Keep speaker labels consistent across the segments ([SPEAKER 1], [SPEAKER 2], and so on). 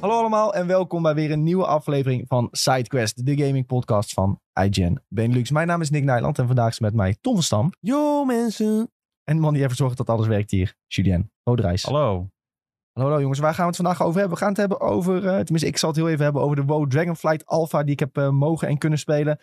[SPEAKER 1] Hallo allemaal en welkom bij weer een nieuwe aflevering van SideQuest, de gaming podcast van IGN Benelux. Mijn naam is Nick Nijland en vandaag is met mij Tom van Stam.
[SPEAKER 2] Yo mensen.
[SPEAKER 1] En de man die ervoor zorgt dat alles werkt hier, Julien Roodrijs.
[SPEAKER 2] Hallo.
[SPEAKER 1] Hallo, hallo jongens, waar gaan we het vandaag over hebben? We gaan het hebben over, eh, tenminste ik zal het heel even hebben over de WoW Dragonflight Alpha die ik heb eh, mogen en kunnen spelen.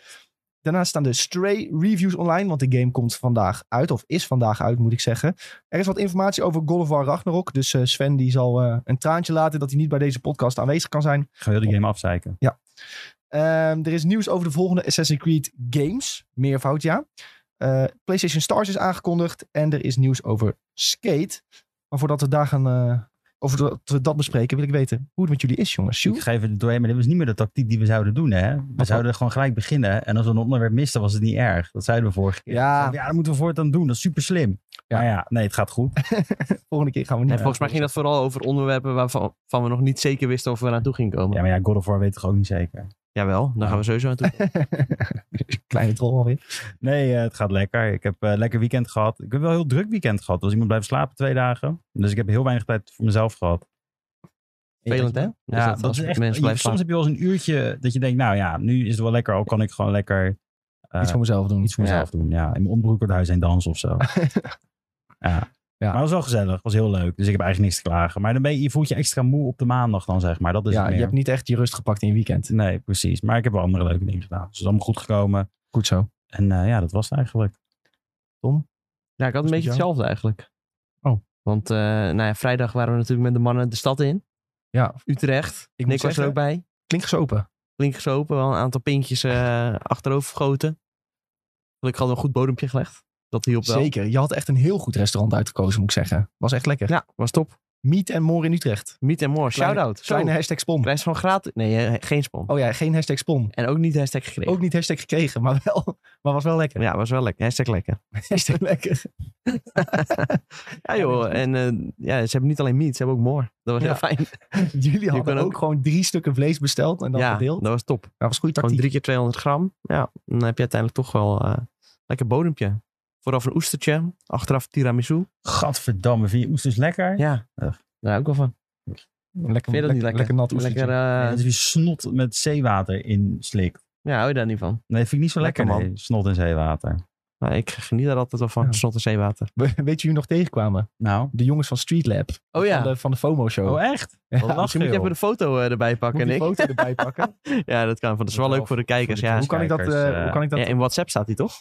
[SPEAKER 1] Daarnaast staan de Stray reviews online, want de game komt vandaag uit, of is vandaag uit moet ik zeggen. Er is wat informatie over God of War Ragnarok, dus eh, Sven die zal eh, een traantje laten dat hij niet bij deze podcast aanwezig kan zijn.
[SPEAKER 2] Ik ga heel die game afzeiken.
[SPEAKER 1] Ehm, er is nieuws over de volgende Assassin's Creed games. Meervoud, ja. Eh, PlayStation Stars is aangekondigd. En er is nieuws over Skate. Maar voordat we daar gaan... eh, over dat, we dat bespreken, wil ik weten hoe het met jullie is, jongens. Sjoe?
[SPEAKER 2] Ik geef het er doorheen, maar dit was niet meer de tactiek die we zouden doen, hè? We
[SPEAKER 1] Wat
[SPEAKER 2] zouden gewoon gelijk beginnen. En als we een onderwerp misten, was het niet erg. Dat zeiden we vorige keer.
[SPEAKER 1] Ja,
[SPEAKER 2] Ja, dat moeten we voortaan doen. Dat is super slim.
[SPEAKER 1] Ja.
[SPEAKER 2] Maar ja, nee, het gaat goed.
[SPEAKER 1] volgende keer gaan we niet.
[SPEAKER 3] En volgens mij ging dat vooral over onderwerpen waarvan van we nog niet zeker wisten of we naartoe gingen komen.
[SPEAKER 2] Ja, maar ja, God of War weet toch ook niet zeker.
[SPEAKER 3] Jawel, daar gaan we sowieso naartoe.
[SPEAKER 1] Kleine troll alweer.
[SPEAKER 2] Nee, eh, het gaat lekker. Ik heb eh, lekker weekend gehad. Ik heb wel een heel druk weekend gehad. Er was iemand blijven slapen twee dagen. Dus ik heb heel weinig tijd voor mezelf gehad.
[SPEAKER 3] Spelend, hè? Dus
[SPEAKER 2] Ja, dat, is echt. je-
[SPEAKER 3] mensen blijven
[SPEAKER 2] soms heb je wel eens een uurtje dat je denkt, nou ja, nu is het wel lekker. Al kan ik gewoon lekker eh,
[SPEAKER 1] Iets voor mezelf doen.
[SPEAKER 2] iets voor
[SPEAKER 3] Ja.
[SPEAKER 2] mezelf doen. Ja, in mijn onderbroek door het huis heen dansen of zo. ja. Maar het was wel gezellig. was heel leuk. Dus ik heb eigenlijk niks te klagen. Maar dan ben je, je voelt je extra moe op de maandag dan, zeg maar. Dat is
[SPEAKER 1] ja,
[SPEAKER 2] het meer.
[SPEAKER 1] je hebt niet echt je rust gepakt in je weekend.
[SPEAKER 2] Nee, precies. Maar ik heb wel andere leuke dingen gedaan. Dus het is allemaal goed gekomen.
[SPEAKER 1] Goed zo.
[SPEAKER 2] En eh, ja, dat was het eigenlijk.
[SPEAKER 3] Ja, ik had
[SPEAKER 1] Is
[SPEAKER 3] een
[SPEAKER 1] met
[SPEAKER 3] beetje
[SPEAKER 1] jou?
[SPEAKER 3] hetzelfde eigenlijk.
[SPEAKER 1] Oh.
[SPEAKER 3] Want eh, nou ja, vrijdag waren we natuurlijk met de mannen de stad in.
[SPEAKER 1] Ja.
[SPEAKER 3] Utrecht.
[SPEAKER 1] moet
[SPEAKER 3] Nick was
[SPEAKER 1] zeggen-
[SPEAKER 3] er ook bij.
[SPEAKER 1] Klinkt gesopen.
[SPEAKER 3] Flink gesopen, wel een aantal pintjes eh achterover gegoten. Gelukkig hadden we een goed bodempje gelegd. Dat hielp wel.
[SPEAKER 1] Zeker. Je had echt een heel goed restaurant uitgekozen, moet ik zeggen. Was echt lekker.
[SPEAKER 3] Ja, was top.
[SPEAKER 1] Meet en More in Utrecht.
[SPEAKER 3] Meet and more.
[SPEAKER 1] Kleine-
[SPEAKER 3] Shout-out. Zo,
[SPEAKER 1] Kleine hashtag spon.
[SPEAKER 3] Prijs van gratis. Nee, eh, geen spon.
[SPEAKER 1] Oh ja, geen hashtag spon.
[SPEAKER 3] En ook niet hashtag gekregen.
[SPEAKER 1] Ook niet hashtag gekregen, maar wel. Maar was wel lekker.
[SPEAKER 3] Ja, was wel lekker. Hashtag lekker.
[SPEAKER 1] Hashtag lekker.
[SPEAKER 3] Ja joh, en eh, ja, ze hebben niet alleen meat, ze hebben ook more. Dat was
[SPEAKER 1] Ja.
[SPEAKER 3] heel fijn.
[SPEAKER 1] Jullie hadden
[SPEAKER 3] kan
[SPEAKER 1] ook,
[SPEAKER 3] ook-
[SPEAKER 1] gewoon drie stukken vlees besteld en dan
[SPEAKER 3] ja,
[SPEAKER 1] verdeeld.
[SPEAKER 3] dat was top.
[SPEAKER 1] Dat was goede
[SPEAKER 3] Gewoon
[SPEAKER 1] tactiek.
[SPEAKER 3] drie keer 200 gram. Ja, dan heb je uiteindelijk toch wel eh lekker bodempje. Vooraf een oestertje, achteraf tiramisu.
[SPEAKER 2] Gadverdamme, vind je oesters lekker?
[SPEAKER 3] Ja,
[SPEAKER 2] Ugh.
[SPEAKER 3] daar ook wel van.
[SPEAKER 1] Lekker,
[SPEAKER 3] Vind je dat niet lekker?
[SPEAKER 1] lekker nat oestertje.
[SPEAKER 3] Lekker, eh,
[SPEAKER 2] Nee, dat is wie snot met zeewater in slikt.
[SPEAKER 3] ja, hou je daar niet van.
[SPEAKER 2] Nee, vind ik niet zo lekker,
[SPEAKER 3] Lekker, man.
[SPEAKER 2] nee, snot in zeewater.
[SPEAKER 3] Maar ik geniet daar altijd wel van,
[SPEAKER 1] Ja.
[SPEAKER 3] snot en zeewater.
[SPEAKER 1] We- Weet je wie we nog tegenkwamen?
[SPEAKER 2] Nou.
[SPEAKER 1] De jongens van Street Lab.
[SPEAKER 3] eh, Oh ja,
[SPEAKER 1] Van de, van de FOMO show.
[SPEAKER 2] Oh, echt?
[SPEAKER 1] Ja,
[SPEAKER 2] Wat lachen,
[SPEAKER 3] misschien moet je
[SPEAKER 2] joh.
[SPEAKER 3] even de foto eh, erbij pakken,
[SPEAKER 1] Moet die
[SPEAKER 3] Nick.
[SPEAKER 1] foto erbij pakken.
[SPEAKER 3] Ja, dat kan. Dat is wel leuk voor de kijkers, ja.
[SPEAKER 1] hoe, kan ik dat, eh,
[SPEAKER 2] kijkers, eh,
[SPEAKER 1] hoe kan ik dat?
[SPEAKER 3] ja.
[SPEAKER 1] Ja.
[SPEAKER 3] In WhatsApp staat die toch?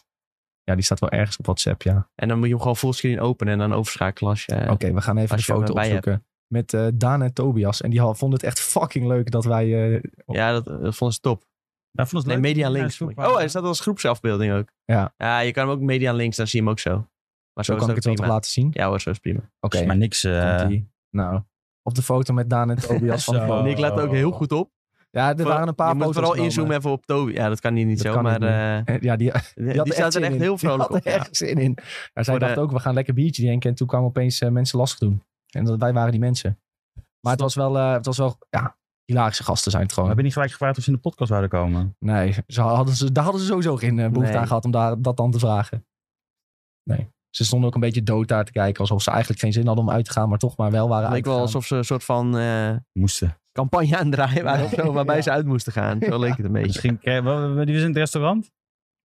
[SPEAKER 1] die staat wel ergens op WhatsApp, ja.
[SPEAKER 3] En dan moet je hem gewoon fullscreen openen en dan overschakelen als je...
[SPEAKER 1] Oké, we gaan even de
[SPEAKER 3] Als je hem
[SPEAKER 1] foto
[SPEAKER 3] erbij hebt.
[SPEAKER 1] opzoeken. Met eh, Daan en Tobias. En die had- vonden het echt fucking leuk dat wij... eh,
[SPEAKER 3] Ja, dat, dat vond ze top.
[SPEAKER 2] Daar vond het
[SPEAKER 3] Nee,
[SPEAKER 2] leuk.
[SPEAKER 3] Media
[SPEAKER 2] Ja,
[SPEAKER 3] Links.
[SPEAKER 2] zoek
[SPEAKER 3] Oh,
[SPEAKER 2] maar.
[SPEAKER 3] hij staat als groepsafbeelding ook.
[SPEAKER 1] Ja.
[SPEAKER 3] Ja, je kan hem ook Media Links, dan zie je hem ook zo. Maar
[SPEAKER 1] zo
[SPEAKER 3] zo, is
[SPEAKER 1] kan ik
[SPEAKER 3] ook
[SPEAKER 1] het wel toch
[SPEAKER 3] prima.
[SPEAKER 1] laten zien.
[SPEAKER 3] Ja hoor, zo is prima.
[SPEAKER 1] Oké,
[SPEAKER 2] Maar niks. eh,
[SPEAKER 1] komt-ie. Nou, op de foto met Daan en Tobias van de
[SPEAKER 2] Zo.
[SPEAKER 1] FOMO.
[SPEAKER 3] Nick laat ook heel goed op.
[SPEAKER 1] Ja, er waren een paar
[SPEAKER 3] je moet
[SPEAKER 1] foto's
[SPEAKER 3] vooral
[SPEAKER 1] genomen.
[SPEAKER 3] inzoomen even op Toby. Ja, dat kan hier niet
[SPEAKER 1] Dat
[SPEAKER 3] zo,
[SPEAKER 1] kan
[SPEAKER 3] maar
[SPEAKER 1] niet
[SPEAKER 3] eh,
[SPEAKER 1] Eh, Ja, die,
[SPEAKER 3] die,
[SPEAKER 1] had
[SPEAKER 3] staat er echt
[SPEAKER 1] zin in.
[SPEAKER 3] heel vrolijk
[SPEAKER 1] die
[SPEAKER 3] op.
[SPEAKER 1] had er
[SPEAKER 3] Ja.
[SPEAKER 1] echt zin in. Ja, zij
[SPEAKER 3] Voor de-
[SPEAKER 1] dachten ook, we gaan lekker biertje drinken. En toen kwamen opeens eh, mensen lastig doen. En dat, wij waren die mensen. Maar het was wel, eh, het was wel ja, hilarische gasten zijn het
[SPEAKER 2] We
[SPEAKER 1] gewoon.
[SPEAKER 2] hebben niet gelijk gevraagd of ze in de podcast zouden komen.
[SPEAKER 1] Nee, ze hadden ze, daar hadden ze sowieso geen eh, behoefte
[SPEAKER 3] Nee.
[SPEAKER 1] aan gehad om daar, dat dan te vragen. Nee. Ze stonden ook een beetje dood daar te kijken. Alsof ze eigenlijk geen zin hadden om uit te gaan, maar toch maar wel waren
[SPEAKER 3] Het leek wel alsof ze een soort van eh,
[SPEAKER 2] Moesten.
[SPEAKER 3] campagne aan het draaien waren of zo, waarbij
[SPEAKER 1] Ja.
[SPEAKER 3] ze uit moesten gaan. Zo leek het een beetje.
[SPEAKER 2] Misschien. Die was in het restaurant.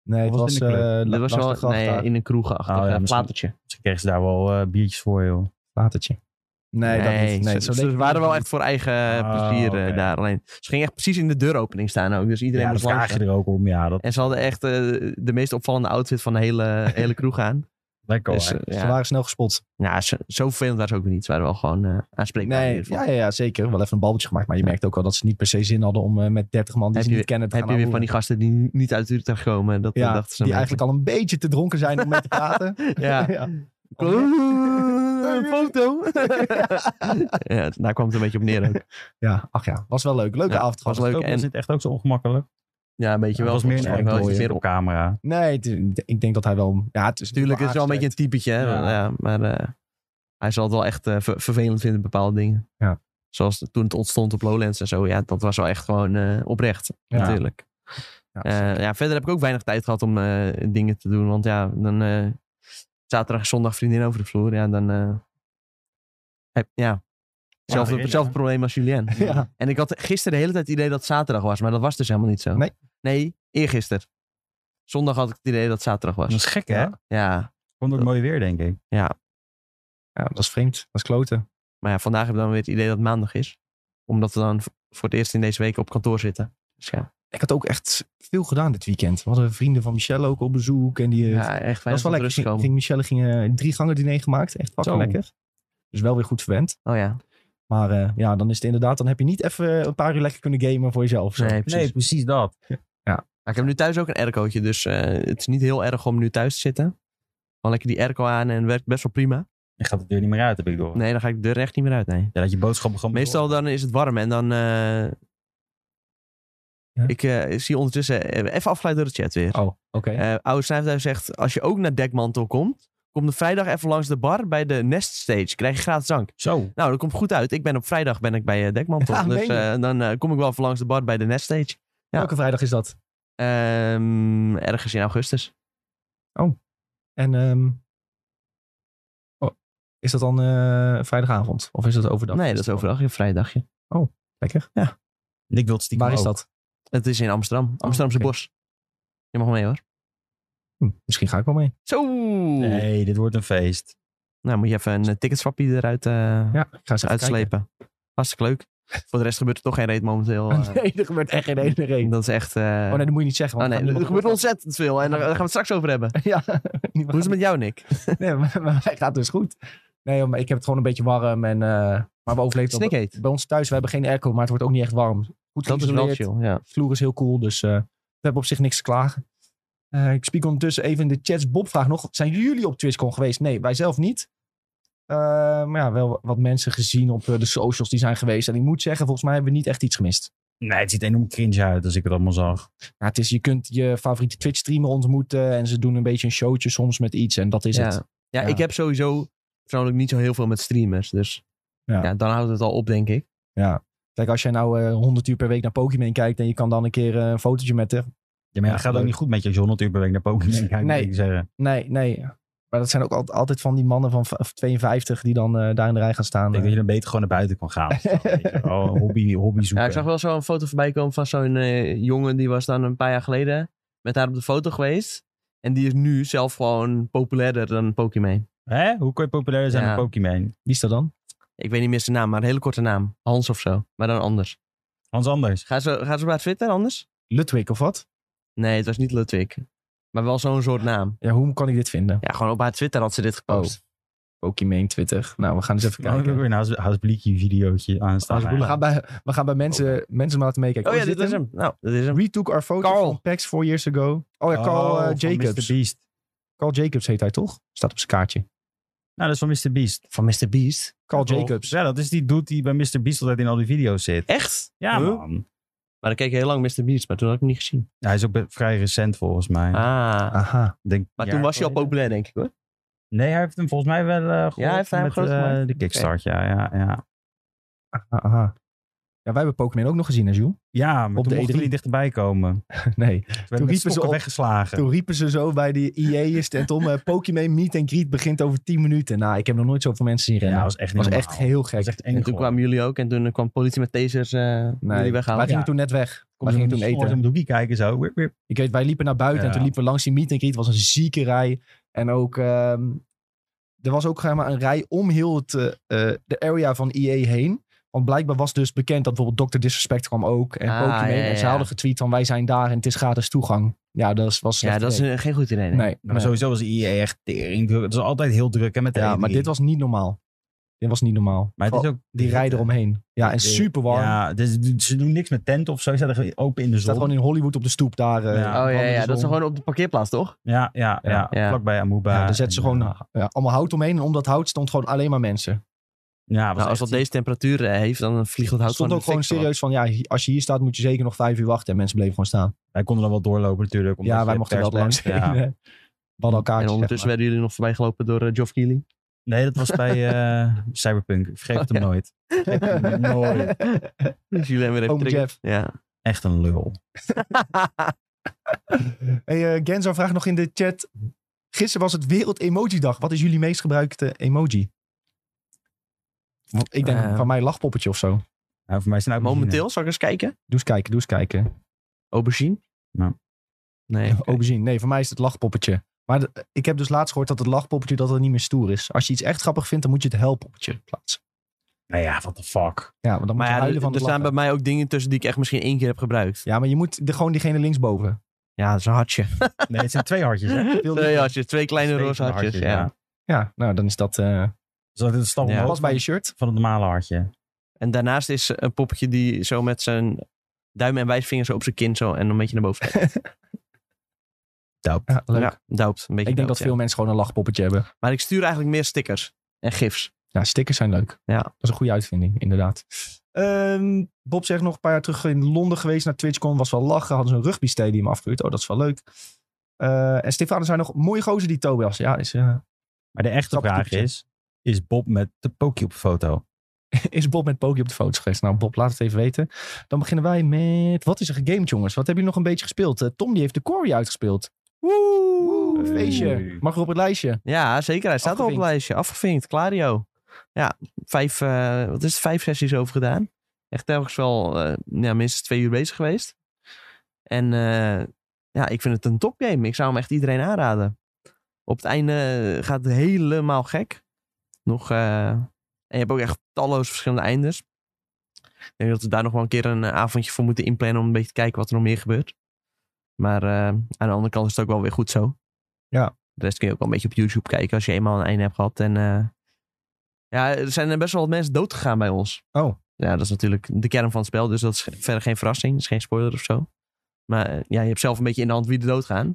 [SPEAKER 1] Nee, het
[SPEAKER 2] Of was
[SPEAKER 1] was,
[SPEAKER 2] het in de club?
[SPEAKER 1] eh,
[SPEAKER 3] Dat was
[SPEAKER 1] langs de
[SPEAKER 3] wel
[SPEAKER 1] gracht
[SPEAKER 3] nee,
[SPEAKER 1] daar.
[SPEAKER 3] in een kroegachtig
[SPEAKER 2] Oh ja,
[SPEAKER 3] eh,
[SPEAKER 2] misschien-
[SPEAKER 3] platertje.
[SPEAKER 2] Misschien kregen ze daar wel eh, biertjes voor, joh.
[SPEAKER 1] Watertje. Nee, dat niet. Nee,
[SPEAKER 3] ze,
[SPEAKER 1] zo
[SPEAKER 3] ze
[SPEAKER 1] leek het niet.
[SPEAKER 3] waren
[SPEAKER 1] Ah,
[SPEAKER 3] wel echt voor eigen
[SPEAKER 2] Oh,
[SPEAKER 3] plezier eh,
[SPEAKER 2] oké.
[SPEAKER 3] daar. Alleen, ze gingen echt precies in de deuropening staan ook. Dus iedereen
[SPEAKER 2] Ja, dat
[SPEAKER 3] was langs.
[SPEAKER 2] vraag je er ook om. Ja, dat
[SPEAKER 3] En ze hadden echt eh, de meest opvallende outfit van de hele, hele kroeg aan.
[SPEAKER 2] lekker
[SPEAKER 3] Dus, eh,
[SPEAKER 2] hoor.
[SPEAKER 1] Ze
[SPEAKER 3] ja.
[SPEAKER 1] waren snel gespot.
[SPEAKER 3] Nou, zo, zo vervelend waren ze ook weer niet. Ze waren wel gewoon eh, aanspreekbaar. in
[SPEAKER 1] Nee,
[SPEAKER 3] ieder geval.
[SPEAKER 1] ja, ja, ja, zeker. Wel even een balbetje gemaakt. Maar je merkt ook wel dat ze niet per se zin hadden om eh, met 30 man die
[SPEAKER 3] Heb
[SPEAKER 1] ze
[SPEAKER 3] je-
[SPEAKER 1] niet kennen te
[SPEAKER 3] Heb
[SPEAKER 1] gaan
[SPEAKER 3] je weer van die
[SPEAKER 1] ouwehoeren.
[SPEAKER 3] gasten die niet uit Utrecht komen? Dat eh,
[SPEAKER 1] ja,
[SPEAKER 3] dachten ze
[SPEAKER 1] die
[SPEAKER 3] een
[SPEAKER 1] eigenlijk al een beetje te dronken zijn om mee te praten.
[SPEAKER 3] beetje. Ja. Een foto. ja, daar kwam het een beetje op neer ook.
[SPEAKER 1] ja, ach ja. Was wel leuk. Leuke
[SPEAKER 3] Ja,
[SPEAKER 1] avond
[SPEAKER 3] was
[SPEAKER 1] gehad.
[SPEAKER 3] leuk.
[SPEAKER 2] Ook,
[SPEAKER 3] en-
[SPEAKER 2] is het echt ook zo ongemakkelijk?
[SPEAKER 3] Ja, een beetje
[SPEAKER 2] Het
[SPEAKER 3] wel.
[SPEAKER 2] was meer een
[SPEAKER 3] volgens mij wel.
[SPEAKER 2] act
[SPEAKER 3] Het is
[SPEAKER 2] hoor,
[SPEAKER 3] meer
[SPEAKER 2] op
[SPEAKER 3] op.
[SPEAKER 2] camera.
[SPEAKER 1] Nee, het is- ik denk dat hij wel... Ja, het is
[SPEAKER 3] Tuurlijk, het is wel een beetje een typetje. Hè?
[SPEAKER 2] Ja.
[SPEAKER 3] Ja. maar eh, hij zal het wel echt eh, ver- vervelend vinden, bepaalde dingen.
[SPEAKER 1] Ja.
[SPEAKER 3] Zoals toen het ontstond op Lowlands en zo. Ja, dat was wel echt gewoon eh, oprecht.
[SPEAKER 1] Ja.
[SPEAKER 3] Natuurlijk.
[SPEAKER 1] Ja,
[SPEAKER 3] Eh, ja, verder heb ik ook weinig tijd gehad om eh, dingen te doen. Want ja, dan eh, zaterdag, zondag vriendin over de vloer. Ja, dan eh, heb, ja, Hetzelfde,
[SPEAKER 2] Ja,
[SPEAKER 3] hetzelfde probleem als Julien.
[SPEAKER 1] Ja.
[SPEAKER 3] En ik had gisteren de hele tijd het idee dat het zaterdag was, maar dat was dus helemaal niet zo.
[SPEAKER 1] Nee.
[SPEAKER 3] Nee, eergisteren. Zondag had ik het idee dat het zaterdag
[SPEAKER 2] Dat
[SPEAKER 3] was.
[SPEAKER 2] is gek, hè?
[SPEAKER 1] Ja.
[SPEAKER 3] Ja,
[SPEAKER 2] Komt ook mooi weer, denk ik.
[SPEAKER 1] Ja, dat is vreemd. Dat is kloten.
[SPEAKER 3] maar ja, vandaag heb ik dan weer het idee dat het maandag is. Omdat we dan v- voor het eerst in deze week op kantoor zitten. Dus ja,
[SPEAKER 1] Ik had ook echt veel gedaan dit weekend. We hadden vrienden van Michelle ook op bezoek. En die, eh,
[SPEAKER 3] ja echt
[SPEAKER 1] dat was wel lekker.
[SPEAKER 3] rustig
[SPEAKER 1] Ging,
[SPEAKER 3] komen.
[SPEAKER 1] ging Michelle ging, eh, drie gangen diner gemaakt. Echt fucking
[SPEAKER 2] Zo.
[SPEAKER 1] lekker. Dus wel weer goed verwend.
[SPEAKER 3] Oh ja,
[SPEAKER 1] Maar eh, ja, dan is het inderdaad... Dan heb je niet even eh, een paar uur lekker kunnen gamen voor jezelf. Zo.
[SPEAKER 3] nee, precies.
[SPEAKER 2] Nee, precies dat.
[SPEAKER 3] Maar ik heb nu thuis ook een aircootje, dus eh, het is niet heel erg om nu thuis te zitten. Gewoon lekker die airco aan en het werkt best wel prima.
[SPEAKER 2] Je gaat de deur niet meer uit, heb ik door.
[SPEAKER 3] Nee, dan ga ik de deur echt niet meer uit, nee.
[SPEAKER 2] Ja, dat je boodschappen gewoon...
[SPEAKER 3] Meestal dan is het warm en dan... eh, Ik eh, zie ondertussen... eh, even afgeleid door de chat weer.
[SPEAKER 1] Oh, oké.
[SPEAKER 3] Eh, Oude Snuifduif zegt, als je ook naar Dekmantel komt, kom de vrijdag even langs de bar bij de Nest Stage. Krijg je gratis drank.
[SPEAKER 2] Zo.
[SPEAKER 3] Nou, dat komt goed uit. Ik ben op vrijdag ben ik bij eh, Dekmantel.
[SPEAKER 1] Ja,
[SPEAKER 3] dus
[SPEAKER 1] meen je?
[SPEAKER 3] eh, dan eh, kom ik wel even langs de bar bij de Nest Stage. ja.
[SPEAKER 1] Elke vrijdag is dat.
[SPEAKER 3] Ehm, ergens in augustus.
[SPEAKER 1] En ehm, oh, is dat dan eh, vrijdagavond? Of is dat overdag?
[SPEAKER 3] nee, dat is overdag een vrijdagje.
[SPEAKER 1] Lekker.
[SPEAKER 2] Ik wil het stiekem
[SPEAKER 1] Waar is
[SPEAKER 2] ook.
[SPEAKER 1] dat?
[SPEAKER 3] Het is in Amsterdam. Amsterdamse
[SPEAKER 1] Oh, oké.
[SPEAKER 3] bos. Je mag mee hoor.
[SPEAKER 1] Hm, misschien ga ik wel mee.
[SPEAKER 3] Zo!
[SPEAKER 2] Nee, dit wordt een feest.
[SPEAKER 3] Nou, moet je even een eh, ticketswappie eruit eh,
[SPEAKER 1] Ja, ik ga eens even
[SPEAKER 3] uitslepen. Hartstikke leuk. Voor de rest gebeurt er toch geen reet momenteel. eh.
[SPEAKER 1] kijken. Nee, er gebeurt echt geen ene reden.
[SPEAKER 3] Dat is echt... eh,
[SPEAKER 1] Oh nee, dat moet je niet zeggen.
[SPEAKER 3] Oh
[SPEAKER 1] want
[SPEAKER 3] nee,
[SPEAKER 1] dan gaat
[SPEAKER 3] er
[SPEAKER 1] niemand
[SPEAKER 3] gebeurt ontzettend veel. En daar daar gaan we het straks over hebben.
[SPEAKER 1] Ja, niet
[SPEAKER 3] Hoe is het met jou, Nick?
[SPEAKER 1] nee, maar, maar hij gaat dus goed. Nee, joh, maar ik heb het gewoon een beetje warm. En, eh, maar we overleven het wel.
[SPEAKER 3] Snikheet.
[SPEAKER 1] Bij ons thuis, we hebben geen airco, maar het wordt ook niet echt warm. Goed
[SPEAKER 3] Dat is wel
[SPEAKER 1] geïsoleerd.
[SPEAKER 3] chill, ja.
[SPEAKER 1] De vloer is heel cool, dus eh, we hebben op zich niks te klagen. Eh, ik spiek ondertussen even in de chats. Bob vraagt nog, zijn jullie op TwitchCon geweest? Nee, wij zelf niet. Eh, maar ja, wel wat mensen gezien op eh, de socials die zijn geweest. En ik moet zeggen, volgens mij hebben we niet echt iets gemist.
[SPEAKER 2] Nee, het ziet enorm cringe uit als ik het allemaal zag.
[SPEAKER 1] Ja, het is, je kunt je favoriete Twitch-streamer ontmoeten. En ze doen een beetje een showtje soms met iets. En dat is
[SPEAKER 3] ja.
[SPEAKER 1] het.
[SPEAKER 3] Ja,
[SPEAKER 1] Ja.
[SPEAKER 3] ik heb sowieso persoonlijk niet zo heel veel met streamers. Dus ja.
[SPEAKER 1] Ja.
[SPEAKER 3] dan houdt het al op, denk ik.
[SPEAKER 1] Kijk, als jij nou eh 100 uur per week naar Pokémon kijkt en je kan dan een keer eh, een fotootje met haar.
[SPEAKER 2] Ja, maar ja,
[SPEAKER 1] Ja,
[SPEAKER 2] het gaat ook
[SPEAKER 1] leuk.
[SPEAKER 2] niet goed met je als je 100 uur per week naar Pokémon kijkt.
[SPEAKER 1] Nee.
[SPEAKER 2] moet ik zeggen.
[SPEAKER 1] Nee, nee. Maar dat zijn ook al- altijd van die mannen van v- of 52 die dan eh, daar in de rij gaan
[SPEAKER 2] Ik
[SPEAKER 1] staan.
[SPEAKER 2] denk dat je dan beter gewoon naar buiten kan gaan. Weet je wel, hobby, hobby zoeken.
[SPEAKER 3] Ja, ik zag wel zo'n foto voorbij komen van zo'n eh, jongen. Die was dan een paar jaar geleden met haar op de foto geweest. En die is nu zelf gewoon populairder dan Pokémon.
[SPEAKER 2] Hè? Hoe kun je populair zijn
[SPEAKER 3] Ja.
[SPEAKER 2] met Pokémon?
[SPEAKER 1] Wie is dat dan?
[SPEAKER 3] Ik weet niet meer zijn naam, maar een hele korte naam. Hans of zo. Maar dan anders.
[SPEAKER 2] Hans Anders.
[SPEAKER 3] Gaan ze, gaan ze bij Twitter anders?
[SPEAKER 1] Ludwig of wat?
[SPEAKER 3] Nee, het was niet Ludwig. Maar wel zo'n soort naam.
[SPEAKER 1] Ja, hoe kan ik dit vinden?
[SPEAKER 3] Ja, gewoon op haar Twitter had ze dit gepost.
[SPEAKER 1] Oh. Pokémon 20. Nou, we gaan eens even
[SPEAKER 2] Nou,
[SPEAKER 3] Oh,
[SPEAKER 2] ik
[SPEAKER 1] kijken.
[SPEAKER 2] heb ook weer een Haas- Haasbliekje videootje aanstaan.
[SPEAKER 1] We gaan bij, we gaan bij mensen, mensen maar laten meekijken.
[SPEAKER 3] Oh, ja, dit is hem. Nou, dit is hem.
[SPEAKER 1] Retook our photo
[SPEAKER 3] Carl.
[SPEAKER 1] from PAX four years ago. Oh ja, Carl
[SPEAKER 2] Call
[SPEAKER 1] eh, Jacobs.
[SPEAKER 2] Mr. Beast.
[SPEAKER 1] Carl Jacobs heet hij toch? Staat op zijn kaartje.
[SPEAKER 2] Nou, dat is van Mr. Beast.
[SPEAKER 3] Van Mr. Beast.
[SPEAKER 1] Carl Jacobs.
[SPEAKER 2] Ja, dat is die dude die bij Mr. Beast altijd in al die video's zit.
[SPEAKER 3] Echt?
[SPEAKER 2] Ja,
[SPEAKER 3] Huh?
[SPEAKER 2] man.
[SPEAKER 3] Maar dan keek ik heel lang Mr. Beast, maar toen had ik hem niet gezien.
[SPEAKER 2] Ja, hij is ook be- vrij recent volgens mij.
[SPEAKER 3] Ah.
[SPEAKER 1] Aha.
[SPEAKER 2] Ik denk
[SPEAKER 3] Maar
[SPEAKER 2] een
[SPEAKER 3] toen
[SPEAKER 2] jaar
[SPEAKER 3] was hij al
[SPEAKER 2] geleden.
[SPEAKER 3] populair, denk ik hoor.
[SPEAKER 2] Nee, hij heeft hem volgens mij wel eh geholpen
[SPEAKER 3] hij heeft hem
[SPEAKER 2] met
[SPEAKER 3] groot
[SPEAKER 2] eh,
[SPEAKER 3] gemaakt.
[SPEAKER 2] de kickstart. Ja, ja, ja.
[SPEAKER 1] Aha, aha. Ja, wij hebben Pokémon ook nog gezien, hè, Jules?
[SPEAKER 2] Ja, maar
[SPEAKER 1] Op
[SPEAKER 2] toen
[SPEAKER 1] de
[SPEAKER 2] mochten
[SPEAKER 1] E3.
[SPEAKER 2] we niet dichterbij komen.
[SPEAKER 1] Nee.
[SPEAKER 2] Toen werden
[SPEAKER 1] riepen
[SPEAKER 2] met
[SPEAKER 1] ze
[SPEAKER 2] stokken
[SPEAKER 1] op-
[SPEAKER 2] weggeslagen.
[SPEAKER 1] Toen riepen ze zo bij die IE's tent om. eh, Pokémon Meet and Greet begint over 10 minuten. Nou, ik heb nog nooit zoveel mensen zien
[SPEAKER 2] Ja,
[SPEAKER 1] rennen.
[SPEAKER 2] dat
[SPEAKER 1] dat
[SPEAKER 2] was echt niet
[SPEAKER 1] was
[SPEAKER 2] normaal.
[SPEAKER 1] echt heel gek.
[SPEAKER 2] Dat was echt eng
[SPEAKER 3] en toen
[SPEAKER 2] gewoon.
[SPEAKER 3] kwamen jullie ook en toen eh, kwam politie met tasers eh jullie
[SPEAKER 1] wij
[SPEAKER 3] weghalen.
[SPEAKER 1] gingen
[SPEAKER 2] Ja.
[SPEAKER 1] toen net weg.
[SPEAKER 2] Kom
[SPEAKER 1] Wij
[SPEAKER 2] ze
[SPEAKER 1] gingen
[SPEAKER 2] om
[SPEAKER 1] toen
[SPEAKER 2] de- om
[SPEAKER 1] eten.
[SPEAKER 2] de hoekie kijken zo. Wip, wip.
[SPEAKER 1] Ik weet, wij liepen naar buiten en
[SPEAKER 2] Ja.
[SPEAKER 1] toen liepen we langs die Meet and Greet. Het was een zieke rij. En ook, ehm, er was ook zeg maar, een rij om heel het, eh, eh, de area van IE heen. Want blijkbaar was dus bekend dat bijvoorbeeld Dr. Disrespect kwam ook. En
[SPEAKER 3] Ah,
[SPEAKER 1] Pokémon.
[SPEAKER 3] ja, ja,
[SPEAKER 1] En ze
[SPEAKER 3] ja.
[SPEAKER 1] hadden getweet van wij zijn daar en het is gratis toegang. Ja, dat was, was
[SPEAKER 3] Ja,
[SPEAKER 1] slecht
[SPEAKER 3] dat is
[SPEAKER 1] idee.
[SPEAKER 3] eh, geen goed idee. nee.
[SPEAKER 1] Nee,
[SPEAKER 2] Nou,
[SPEAKER 1] nee.
[SPEAKER 2] Sowieso was IE echt tering. druk. Het is altijd heel druk hè, met de
[SPEAKER 1] Ja,
[SPEAKER 2] E3.
[SPEAKER 1] maar dit was niet normaal. Dit was niet normaal.
[SPEAKER 2] Maar het is ook...
[SPEAKER 1] Die rij eromheen. Ja, en
[SPEAKER 2] Ik weet-
[SPEAKER 1] super warm.
[SPEAKER 2] Ja, dus, ze doen niks met tenten of zo. Ze staan er open in de
[SPEAKER 1] staat
[SPEAKER 2] zon.
[SPEAKER 1] gewoon in Hollywood op de stoep daar. eh,
[SPEAKER 2] Ja.
[SPEAKER 3] Oh ja,
[SPEAKER 1] brandende
[SPEAKER 3] ja,
[SPEAKER 1] zon.
[SPEAKER 3] dat is gewoon op de parkeerplaats, toch?
[SPEAKER 2] Ja, ja, ja.
[SPEAKER 1] Ja.
[SPEAKER 3] Ja.
[SPEAKER 2] Vlakbij Amoeba.
[SPEAKER 1] Ja, daar zetten ze
[SPEAKER 2] En,
[SPEAKER 1] gewoon
[SPEAKER 2] eh,
[SPEAKER 1] ja, allemaal hout omheen. En om dat hout stond gewoon alleen maar mensen.
[SPEAKER 2] Ja, was
[SPEAKER 3] Nou, als dat
[SPEAKER 2] echt-
[SPEAKER 3] deze temperatuur eh, heeft, dan vliegt het
[SPEAKER 1] Er
[SPEAKER 3] hout
[SPEAKER 1] stond
[SPEAKER 3] van
[SPEAKER 1] ook gewoon serieus van, ja, hi- als je hier staat moet je zeker nog vijf uur wachten. En mensen bleven gewoon staan.
[SPEAKER 2] Wij konden dan wel doorlopen natuurlijk. omdat
[SPEAKER 1] ja, wij
[SPEAKER 2] je
[SPEAKER 1] mochten wel
[SPEAKER 2] pers
[SPEAKER 1] langs.
[SPEAKER 2] bent. Ja.
[SPEAKER 1] We hadden elkaar
[SPEAKER 3] En ondertussen werden jullie nog voorbij gelopen door eh, Geoff Keighley.
[SPEAKER 2] Nee, dat was bij eh, Cyberpunk. Ik Vergeet
[SPEAKER 3] Oh,
[SPEAKER 2] het hem
[SPEAKER 3] ja.
[SPEAKER 2] nooit. Nooit.
[SPEAKER 3] Dus jullie hebben weer even
[SPEAKER 1] Oom
[SPEAKER 3] trigger-
[SPEAKER 1] Jeff.
[SPEAKER 3] Ja.
[SPEAKER 2] Echt een lul.
[SPEAKER 1] hey, eh, Genzo vraagt nog in de chat. Gisteren was het Wereld Emoji Dag. Wat is jullie meest gebruikte emoji? Want ik denk
[SPEAKER 3] Eh.
[SPEAKER 1] van mij lachpoppetje of zo. Doe
[SPEAKER 2] Ja, voor mij is het nou
[SPEAKER 3] Momenteel, zal ik eens kijken?
[SPEAKER 1] eens kijken, doe eens kijken.
[SPEAKER 3] Aubergine?
[SPEAKER 2] Ja.
[SPEAKER 3] Nee. oké.
[SPEAKER 1] Aubergine. Nee, voor mij is het lachpoppetje. Maar de- ik heb dus laatst gehoord dat het lachpoppetje dat het niet meer stoer is. Als je iets echt grappig vindt, dan moet je het helpoppetje plaatsen.
[SPEAKER 2] Nou ja, what the fuck.
[SPEAKER 1] Ja, want dan moet
[SPEAKER 3] Maar
[SPEAKER 1] je
[SPEAKER 3] ja,
[SPEAKER 1] huilen
[SPEAKER 3] er,
[SPEAKER 1] van
[SPEAKER 3] er
[SPEAKER 1] de
[SPEAKER 3] staan bij
[SPEAKER 1] lachen.
[SPEAKER 3] mij ook dingen tussen die ik echt misschien één keer heb gebruikt. Ja,
[SPEAKER 1] Ja, maar je moet de, gewoon diegene linksboven.
[SPEAKER 3] dat is een hartje.
[SPEAKER 2] Nee, het zijn twee hartjes. Hè?
[SPEAKER 3] Twee hartjes, twee kleine
[SPEAKER 2] Twee
[SPEAKER 3] roze hartjes.
[SPEAKER 2] hartjes,
[SPEAKER 3] ja.
[SPEAKER 2] ja.
[SPEAKER 1] Ja, nou dan is dat... eh
[SPEAKER 2] Dus dat is een stap
[SPEAKER 3] Ja.
[SPEAKER 2] omhoog
[SPEAKER 1] past bij je shirt.
[SPEAKER 2] van het normale hartje.
[SPEAKER 3] En daarnaast is een poppetje die zo met zijn duim en wijsvinger zo op zijn kin zo en een beetje naar boven. trekt.
[SPEAKER 1] Ja, leuk.
[SPEAKER 3] Ja, doubt. Een beetje
[SPEAKER 1] ik denk dat
[SPEAKER 3] doubt, ja.
[SPEAKER 1] veel mensen gewoon een lachpoppetje hebben.
[SPEAKER 3] Maar ik stuur eigenlijk meer stickers en gifs.
[SPEAKER 1] Ja, stickers zijn leuk.
[SPEAKER 3] Ja.
[SPEAKER 1] Dat is een goede uitvinding, inderdaad. Ehm, Bob zegt nog een paar jaar terug in Londen geweest naar TwitchCon. Was wel lachen. Hadden ze een rugby stadium afgehuurd. Oh, dat is wel leuk. Eh, en Stefan zijn nog mooie gozer die Tobias. Ja, is, eh,
[SPEAKER 2] Maar de echte
[SPEAKER 1] Grappig
[SPEAKER 2] vraag
[SPEAKER 1] typetje.
[SPEAKER 2] is, is Bob met de pokey op de foto?
[SPEAKER 1] is Bob met Poki op de foto's geweest? Nou, Bob, laat het even weten. Dan beginnen wij met... Wat is er gegamed, jongens? Wat hebben jullie nog een beetje gespeeld? Eh, Tom, die heeft de Corey uitgespeeld. Woe! Een feestje.
[SPEAKER 2] Hey.
[SPEAKER 1] Mag er op het lijstje?
[SPEAKER 3] Ja, zeker. Hij staat al op het
[SPEAKER 1] Afgevinkt.
[SPEAKER 3] lijstje. Afgevinkt. Clario. Ja, vijf, eh, wat is het, vijf sessies over gedaan. Echt telkens wel eh, ja, minstens twee uur bezig geweest. En eh, ja, ik vind het een topgame. Ik zou hem echt iedereen aanraden. Op het einde eh, gaat het helemaal gek. Nog, eh, en je hebt ook echt talloze verschillende eindes. Ik denk dat we daar nog wel een keer een eh, avondje voor moeten inplannen om een beetje te kijken wat er nog meer gebeurt. Maar eh, aan de andere kant is het ook wel weer goed zo. De rest kun je ook wel een beetje op YouTube kijken als je eenmaal een einde hebt gehad. En eh, ja, er zijn best wel wat mensen dood gegaan bij ons.
[SPEAKER 1] Oh.
[SPEAKER 3] Ja, dat is natuurlijk de kern van het spel. Dus dat is verder geen verrassing. Dat is geen spoiler of zo. Maar eh, ja, je hebt zelf een beetje in de hand wie er dood gaan.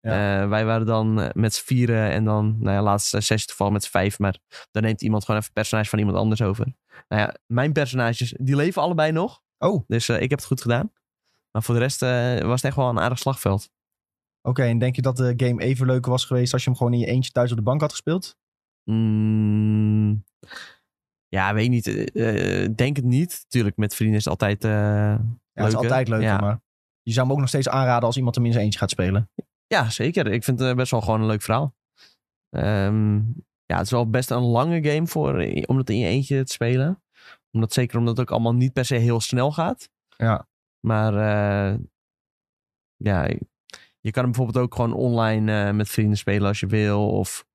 [SPEAKER 3] Eh, wij waren dan eh, met z'n vieren en dan, nou ja, laatste sessie toevallig met z'n vijf. Maar dan neemt iemand gewoon even het personage van iemand anders over. Nou ja, mijn personages, die leven allebei nog.
[SPEAKER 1] Oh, oké.
[SPEAKER 3] Dus eh, ik heb het goed gedaan. Maar voor de rest eh, was het echt wel een aardig slagveld.
[SPEAKER 1] en denk je dat de game even leuk was geweest als je hem gewoon in je eentje thuis op de bank had gespeeld?
[SPEAKER 3] Mm, ja, weet ik niet. Eh, eh, denk het niet. Tuurlijk, met vrienden is het altijd... eh,
[SPEAKER 1] Ja, het is
[SPEAKER 3] leuker.
[SPEAKER 1] altijd leuk,
[SPEAKER 3] Ja.
[SPEAKER 1] maar je zou hem ook nog steeds aanraden als iemand hem in zijn eentje gaat spelen.
[SPEAKER 3] ja, zeker. Ik vind het eh, best wel gewoon een leuk verhaal. Ehm, ja, het is wel best een lange game voor, eh, om dat in je eentje te spelen. Omdat, zeker omdat het ook allemaal niet per se heel snel gaat.
[SPEAKER 1] Ja.
[SPEAKER 3] Maar eh, ja, je kan hem bijvoorbeeld ook gewoon online eh, met vrienden spelen als je wil. Of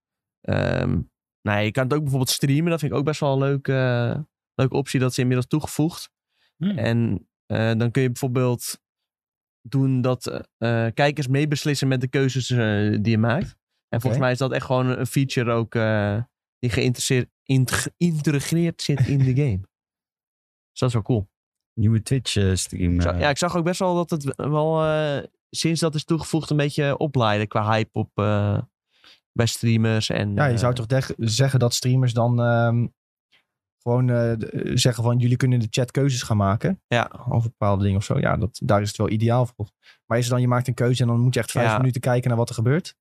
[SPEAKER 3] ehm nou ja, je kan het ook bijvoorbeeld streamen. Dat vind ik ook best wel een leuke, eh, leuke optie. Dat is inmiddels toegevoegd.
[SPEAKER 2] Hmm.
[SPEAKER 3] En eh, dan kun je bijvoorbeeld doen dat eh, eh, kijkers meebeslissen met de keuzes eh, die je maakt. En volgens mij is dat echt gewoon een feature ook eh, die geïnteresseerd- in- geïntegreerd zit in de game. Dus dat is wel cool.
[SPEAKER 2] Nieuwe Twitch eh, stream.
[SPEAKER 3] Ik zag-
[SPEAKER 2] eh.
[SPEAKER 3] ja, ik zag ook best wel dat het wel eh, sinds dat is toegevoegd een beetje opleiden qua hype op, eh, bij streamers. En,
[SPEAKER 1] Ja, je
[SPEAKER 3] eh,
[SPEAKER 1] zou toch deg- zeggen dat streamers dan ehm, gewoon eh, d- eh, zeggen van jullie kunnen in de chat keuzes gaan maken
[SPEAKER 3] ja,
[SPEAKER 1] over bepaalde dingen of zo. Ja, dat, daar is het wel ideaal voor. Maar is het dan, je maakt een keuze en dan moet je echt vijf
[SPEAKER 3] Ja.
[SPEAKER 1] minuten kijken naar wat er gebeurt?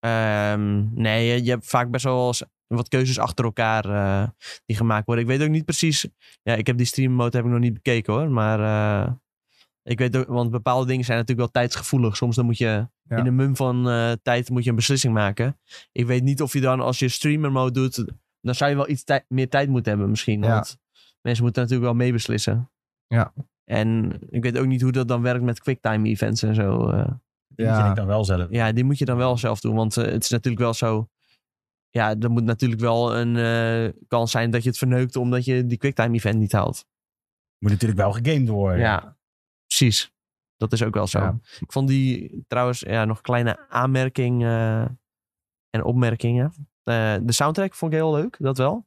[SPEAKER 3] Ehm, nee, je, je hebt vaak best wel eens wat keuzes achter elkaar eh, die gemaakt worden. Ik weet ook niet precies. Ja, ik heb die stream mode heb ik nog niet bekeken hoor. Maar eh, ik weet ook, want bepaalde dingen zijn natuurlijk wel tijdsgevoelig. Soms dan moet je
[SPEAKER 1] Ja.
[SPEAKER 3] in een mum van eh, tijd moet je een beslissing maken. Ik weet niet of je dan als je streamer mode doet, dan zou je wel iets tij- meer tijd moeten hebben misschien.
[SPEAKER 1] Ja.
[SPEAKER 3] Want mensen moeten natuurlijk wel meebeslissen.
[SPEAKER 1] Ja.
[SPEAKER 3] En ik weet ook niet hoe dat dan werkt met quicktime events en zo. eh.
[SPEAKER 2] Die moet
[SPEAKER 1] Ja.
[SPEAKER 2] je denk ik dan wel zelf.
[SPEAKER 3] Ja, die moet je dan wel zelf doen. Want eh, het is natuurlijk wel zo. Ja, er moet natuurlijk wel een eh, kans zijn dat je het verneukt omdat je die quicktime event niet haalt.
[SPEAKER 2] Moet natuurlijk wel gegamed worden.
[SPEAKER 3] Ja, precies. Dat is ook wel zo.
[SPEAKER 1] Ja.
[SPEAKER 3] Ik vond die trouwens ja, nog een kleine aanmerking eh, en opmerkingen. Eh, de soundtrack vond ik heel leuk, dat wel.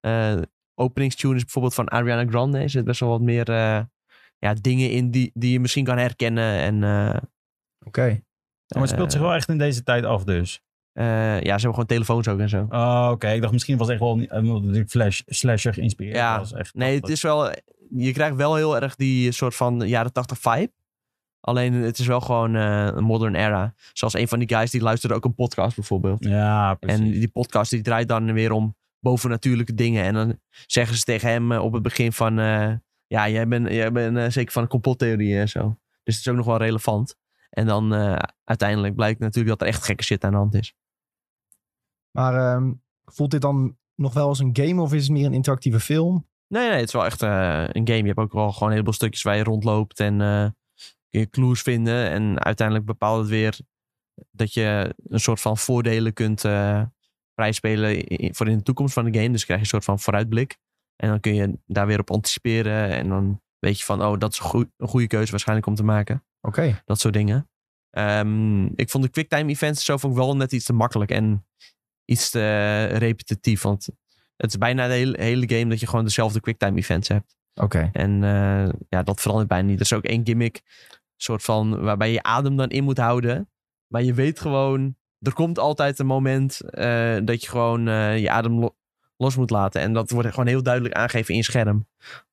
[SPEAKER 3] Eh openingstune is bijvoorbeeld van Ariana Grande. Er zit best wel wat meer eh, ja, dingen in die, die je misschien kan herkennen. En, eh,
[SPEAKER 1] Oké.
[SPEAKER 2] Maar het speelt zich wel echt in deze tijd af dus.
[SPEAKER 3] eh, ja, ze hebben gewoon telefoons ook en zo.
[SPEAKER 2] Oh, oké. Ik dacht misschien was het echt wel niet- eh, omdat het natuurlijk flash, slasher geïnspireerd
[SPEAKER 3] Ja.
[SPEAKER 2] was. Echt,
[SPEAKER 3] Nee, het is wel. Je krijgt wel heel erg die soort van jaren 80 vibe. Alleen het is wel gewoon eh, een modern era. Zoals een van die guys die luisterde ook een podcast bijvoorbeeld.
[SPEAKER 2] Ja, precies.
[SPEAKER 3] En die podcast die draait dan weer om bovennatuurlijke dingen. En dan zeggen ze tegen hem eh, op het begin van... eh, ja, jij bent, jij bent eh, zeker van complottheorieën en zo. Dus het is ook nog wel relevant. En dan eh, uiteindelijk blijkt natuurlijk dat er echt gekke shit aan de hand is.
[SPEAKER 1] Maar ehm, voelt dit dan nog wel als een game of is het meer een interactieve film?
[SPEAKER 3] Nee, nee, het is wel echt eh, een game. Je hebt ook wel gewoon een heleboel stukjes waar je rondloopt en eh, kun je clues vinden. En uiteindelijk bepaalt het weer dat je een soort van voordelen kunt eh vrijspelen i- i- voor in de toekomst van de game. Dus krijg je een soort van vooruitblik. En dan kun je daar weer op anticiperen. En dan weet je van, oh, dat is een goe- een goede keuze waarschijnlijk om te maken.
[SPEAKER 1] Oké.
[SPEAKER 3] Dat soort dingen. Ehm, ik vond de quicktime events zo vond ik wel net iets te makkelijk en iets te eh, repetitief. Want het is bijna de hele, hele game dat je gewoon dezelfde quicktime events hebt.
[SPEAKER 1] Oké.
[SPEAKER 3] En eh, ja, dat verandert bijna niet. Er is ook één gimmick, soort van, waarbij je adem dan in moet houden. Maar je weet gewoon, er komt altijd een moment eh, dat je gewoon eh, je adem lo- los moet laten. En dat wordt gewoon heel duidelijk aangegeven in je scherm.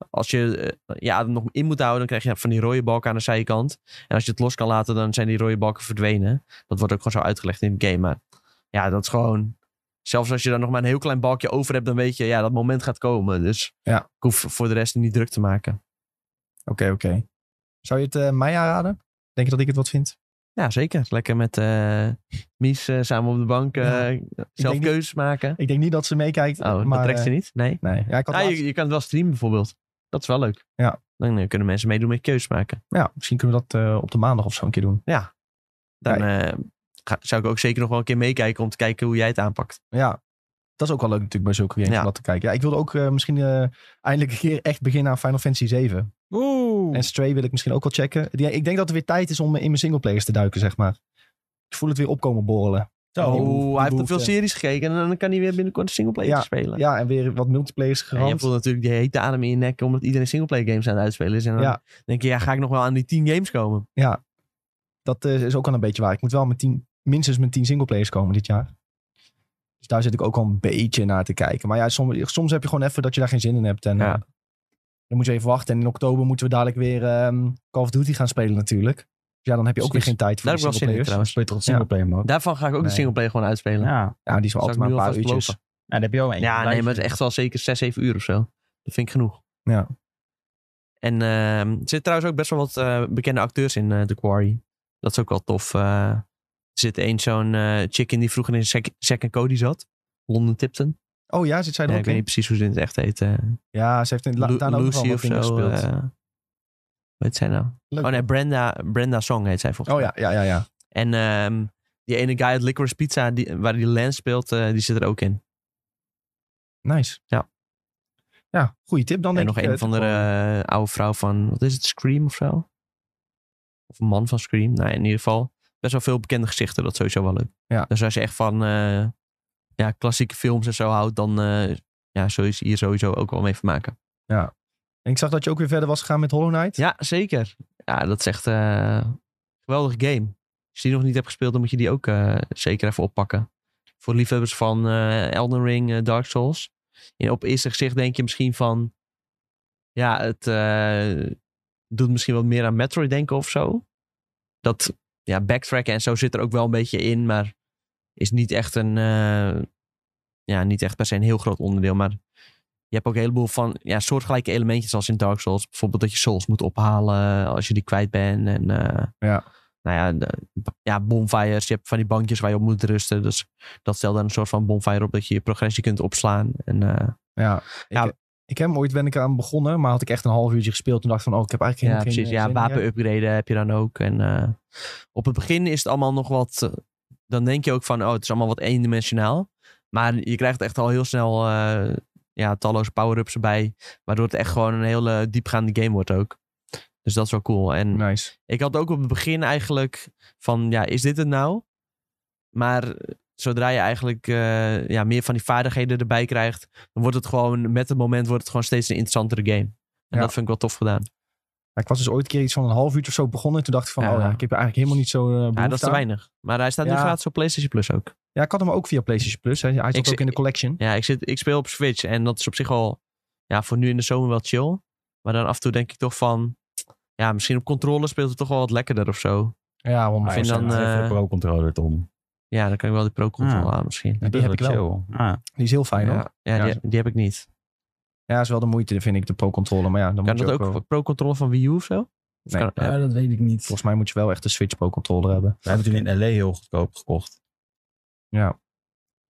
[SPEAKER 3] Als je eh, je adem nog in moet houden, dan krijg je van die rode balken aan de zijkant. En als je het los kan laten, dan zijn die rode balken verdwenen. Dat wordt ook gewoon zo uitgelegd in het game. Maar ja, dat is gewoon... Zelfs als je daar nog maar een heel klein balkje over hebt, dan weet je, ja, dat moment gaat komen. Dus
[SPEAKER 1] Ja.
[SPEAKER 3] ik hoef voor de rest niet druk te maken.
[SPEAKER 1] Oké, oké. Zou je het eh, mij aanraden? Denk je dat ik het wat vind?
[SPEAKER 3] Ja, zeker. Lekker met eh, Mies eh, samen op de bank eh,
[SPEAKER 1] Ja,
[SPEAKER 3] zelf
[SPEAKER 1] niet-
[SPEAKER 3] keuzes maken.
[SPEAKER 1] Ik denk niet dat ze meekijkt.
[SPEAKER 3] Oh,
[SPEAKER 1] maar,
[SPEAKER 3] dat trekt ze
[SPEAKER 1] eh,
[SPEAKER 3] niet? Nee.
[SPEAKER 1] Nee. Ja, ik had
[SPEAKER 3] Ah,
[SPEAKER 1] laatst-
[SPEAKER 3] je, je kan het wel streamen bijvoorbeeld. Dat is wel leuk.
[SPEAKER 1] Ja.
[SPEAKER 3] Dan eh, kunnen mensen meedoen met keuzes maken.
[SPEAKER 1] ja, misschien kunnen we dat eh, op de maandag of zo een keer doen.
[SPEAKER 3] Dan eh, ga- zou ik ook zeker nog wel een keer meekijken om te kijken hoe jij het aanpakt.
[SPEAKER 1] Ja, dat is ook wel leuk natuurlijk bij zulke games
[SPEAKER 3] Ja.
[SPEAKER 1] om dat te kijken. Ja, ik wilde ook eh, misschien eh, eindelijk een keer echt beginnen aan Final Fantasy 7.
[SPEAKER 2] Oeh.
[SPEAKER 1] En Stray wil ik misschien ook wel checken. Ja, ik denk dat er weer tijd is om in mijn singleplayers te duiken, zeg maar. Ik voel het weer opkomen borrelen.
[SPEAKER 2] Zo.
[SPEAKER 1] die
[SPEAKER 3] Oh,
[SPEAKER 1] behoefte- die
[SPEAKER 3] hij heeft op veel
[SPEAKER 1] behoefte.
[SPEAKER 3] series gekeken en dan kan hij weer binnenkort singleplayer spelen.
[SPEAKER 1] Ja, en weer wat multiplayers
[SPEAKER 3] En je
[SPEAKER 1] gerand.
[SPEAKER 3] voelt natuurlijk die hete adem in je nek omdat iedereen singleplayer games aan het uitspelen is. En dan
[SPEAKER 1] Ja.
[SPEAKER 3] denk je, ja, ga ik nog wel aan die 10 games komen?
[SPEAKER 1] Dat eh, is ook al een beetje waar. Ik moet wel met tien, minstens met tien singleplayers komen dit jaar. Dus daar zit ik ook al een beetje naar te kijken. Maar ja, soms, soms heb je gewoon even dat je daar geen zin in hebt. En
[SPEAKER 3] Ja.
[SPEAKER 1] eh, dan moet je even wachten. En in oktober moeten we dadelijk weer ehm, Call of Duty gaan spelen natuurlijk. Dus ja, dan heb je ook weer
[SPEAKER 3] Precies.
[SPEAKER 1] geen tijd voor
[SPEAKER 3] Daar
[SPEAKER 1] die
[SPEAKER 3] heb ik wel zin
[SPEAKER 1] singleplayers.
[SPEAKER 3] in trouwens.
[SPEAKER 2] Speel je toch singleplayer mode?
[SPEAKER 3] Daarvan ga ik ook
[SPEAKER 1] Nee.
[SPEAKER 3] de singleplayer gewoon uitspelen. Ja,
[SPEAKER 2] Ja. Nou,
[SPEAKER 1] Ja, die is wel
[SPEAKER 3] Zal
[SPEAKER 1] altijd
[SPEAKER 3] ik
[SPEAKER 1] maar
[SPEAKER 3] nu
[SPEAKER 1] een paar
[SPEAKER 3] alvast
[SPEAKER 1] uurtjes.
[SPEAKER 3] beloven?
[SPEAKER 2] daar heb je al één.
[SPEAKER 3] nee, maar het is echt wel zeker 6, 7 uur of zo. Dat vind ik genoeg.
[SPEAKER 1] Ja.
[SPEAKER 3] En ehm, er zitten trouwens ook best wel wat eh, bekende acteurs in eh The Quarry. Dat is ook wel tof. eh. er zit één zo'n eh, chick in die vroeger in Zack Zack en Cody zat. London Tipton.
[SPEAKER 1] Oh ja, zit zij er
[SPEAKER 3] Ja, ik
[SPEAKER 1] ook
[SPEAKER 3] weet
[SPEAKER 1] in?
[SPEAKER 3] niet precies hoe ze in het echt heet. eh.
[SPEAKER 1] Ja, ze heeft in, la,
[SPEAKER 3] Lu-
[SPEAKER 1] daarna ook nog wel
[SPEAKER 3] Lucy
[SPEAKER 1] wat
[SPEAKER 3] of
[SPEAKER 1] in
[SPEAKER 3] zo.
[SPEAKER 1] gespeeld.
[SPEAKER 3] eh, hoe heet zij nou?
[SPEAKER 1] Leuk.
[SPEAKER 3] Oh nee, Brenda, Brenda Song heet zij volgens
[SPEAKER 1] oh ja, ja, ja, ja.
[SPEAKER 3] mij. En ehm, die ene guy uit Licorice Pizza, die, waar die Lance speelt, eh, die zit er ook in.
[SPEAKER 1] Nice.
[SPEAKER 3] Ja.
[SPEAKER 1] Ja, goede tip dan
[SPEAKER 3] en
[SPEAKER 1] denk
[SPEAKER 3] nog
[SPEAKER 1] ik.
[SPEAKER 3] een
[SPEAKER 1] eh,
[SPEAKER 3] of andere eh, oude vrouw van, wat is het, Scream of zo? Of een man van Scream. Nou, in ieder geval best wel veel bekende gezichten. Dat is sowieso wel leuk.
[SPEAKER 1] Ja.
[SPEAKER 3] Dus als je echt van eh, ja, klassieke films en zo houdt, dan eh ja, zul je ze hier sowieso ook wel mee vermaken.
[SPEAKER 1] En ik zag dat je ook weer verder was gegaan met Hollow Knight.
[SPEAKER 3] Ja, zeker. Ja, dat is echt eh, een geweldige game. Als je die nog niet hebt gespeeld, dan moet je die ook eh, zeker even oppakken. Voor liefhebbers van eh, Elden Ring, eh, Dark Souls. En op eerste gezicht denk je misschien van... Ja, het eh, doet misschien wat meer aan Metroid denken of zo. Dat ja, backtracken en zo zit er ook wel een beetje in. Maar is niet echt een... eh, ja, niet echt per se een heel groot onderdeel. Maar je hebt ook een heleboel van ja, soortgelijke elementjes als in Dark Souls. Bijvoorbeeld dat je souls moet ophalen eh, als je die kwijt bent. En, eh,
[SPEAKER 1] Ja.
[SPEAKER 3] Nou ja, de- ja, bonfires. Je hebt van die bankjes waar je op moet rusten. Dus dat stelt dan een soort van bonfire op dat je je progressie kunt opslaan. En, eh,
[SPEAKER 1] Ja.
[SPEAKER 3] Ja.
[SPEAKER 1] Ik, ik heb ooit ben ik aan begonnen, maar had ik echt een half uurtje gespeeld. Toen dacht ik van, oh, ik heb eigenlijk
[SPEAKER 3] ja,
[SPEAKER 1] geen, geen
[SPEAKER 3] precies.
[SPEAKER 1] eh,
[SPEAKER 3] Ja,
[SPEAKER 1] zin meer.
[SPEAKER 3] wapen upgraden heb je dan ook. En eh, op het begin is het allemaal nog wat... eh, Dan denk je ook van, oh, het is allemaal wat eendimensionaal. Maar je krijgt echt al heel snel eh, ja, talloze power-ups erbij. Waardoor het echt gewoon een hele diepgaande game wordt ook. Dus dat is wel cool. En
[SPEAKER 1] Nice.
[SPEAKER 3] Ik had ook op het begin eigenlijk van, ja, is dit het nou? Maar zodra je eigenlijk eh, ja, meer van die vaardigheden erbij krijgt, dan wordt het gewoon, met het moment wordt het gewoon steeds een interessantere game. En
[SPEAKER 1] Ja.
[SPEAKER 3] dat vind ik wel tof gedaan.
[SPEAKER 1] Ja, ik was dus ooit een keer iets van een half uurtje of zo begonnen. Toen dacht ik van,
[SPEAKER 3] Ja.
[SPEAKER 1] oh ja, ik heb eigenlijk helemaal niet zo eh behoefte
[SPEAKER 3] Ja, dat is te
[SPEAKER 1] aan.
[SPEAKER 3] weinig. Maar hij staat nu
[SPEAKER 1] Ja.
[SPEAKER 3] gratis op PlayStation Plus ook.
[SPEAKER 1] Ja, ik had hem ook via PlayStation Plus. Hij, hij zat
[SPEAKER 3] Ik-
[SPEAKER 1] ook in de collection.
[SPEAKER 3] Ja, ik, zit, ik speel op Switch en dat is op zich al, ja, voor nu in de zomer wel chill. Maar dan af en toe denk ik toch van, ja, misschien op controle speelt het toch wel wat lekkerder of zo.
[SPEAKER 1] Ja, want
[SPEAKER 2] Ik vind dan
[SPEAKER 3] eh,
[SPEAKER 2] de pro controller Tom.
[SPEAKER 3] Ja, dan kan ik wel de pro-controle aan misschien.
[SPEAKER 1] die heb ik wel.
[SPEAKER 2] Ah,
[SPEAKER 1] Die is heel fijn hoor.
[SPEAKER 3] Ja, ja,
[SPEAKER 1] Ah. Ja,
[SPEAKER 3] die, die heb ik niet.
[SPEAKER 1] Ja, is wel de moeite, vind ik, de pro-controller. Maar ja, dan
[SPEAKER 3] Kan
[SPEAKER 1] moet
[SPEAKER 3] dat
[SPEAKER 1] je ook... eh,
[SPEAKER 3] ook
[SPEAKER 1] wel-
[SPEAKER 3] pro-controle van Wii U of zo? Of
[SPEAKER 1] Nee.
[SPEAKER 3] kan- ja.
[SPEAKER 2] dat weet ik niet.
[SPEAKER 1] Volgens mij moet je wel echt de Switch pro-controller hebben.
[SPEAKER 2] We hebben toen in LA heel goedkoop gekocht.
[SPEAKER 1] Ja.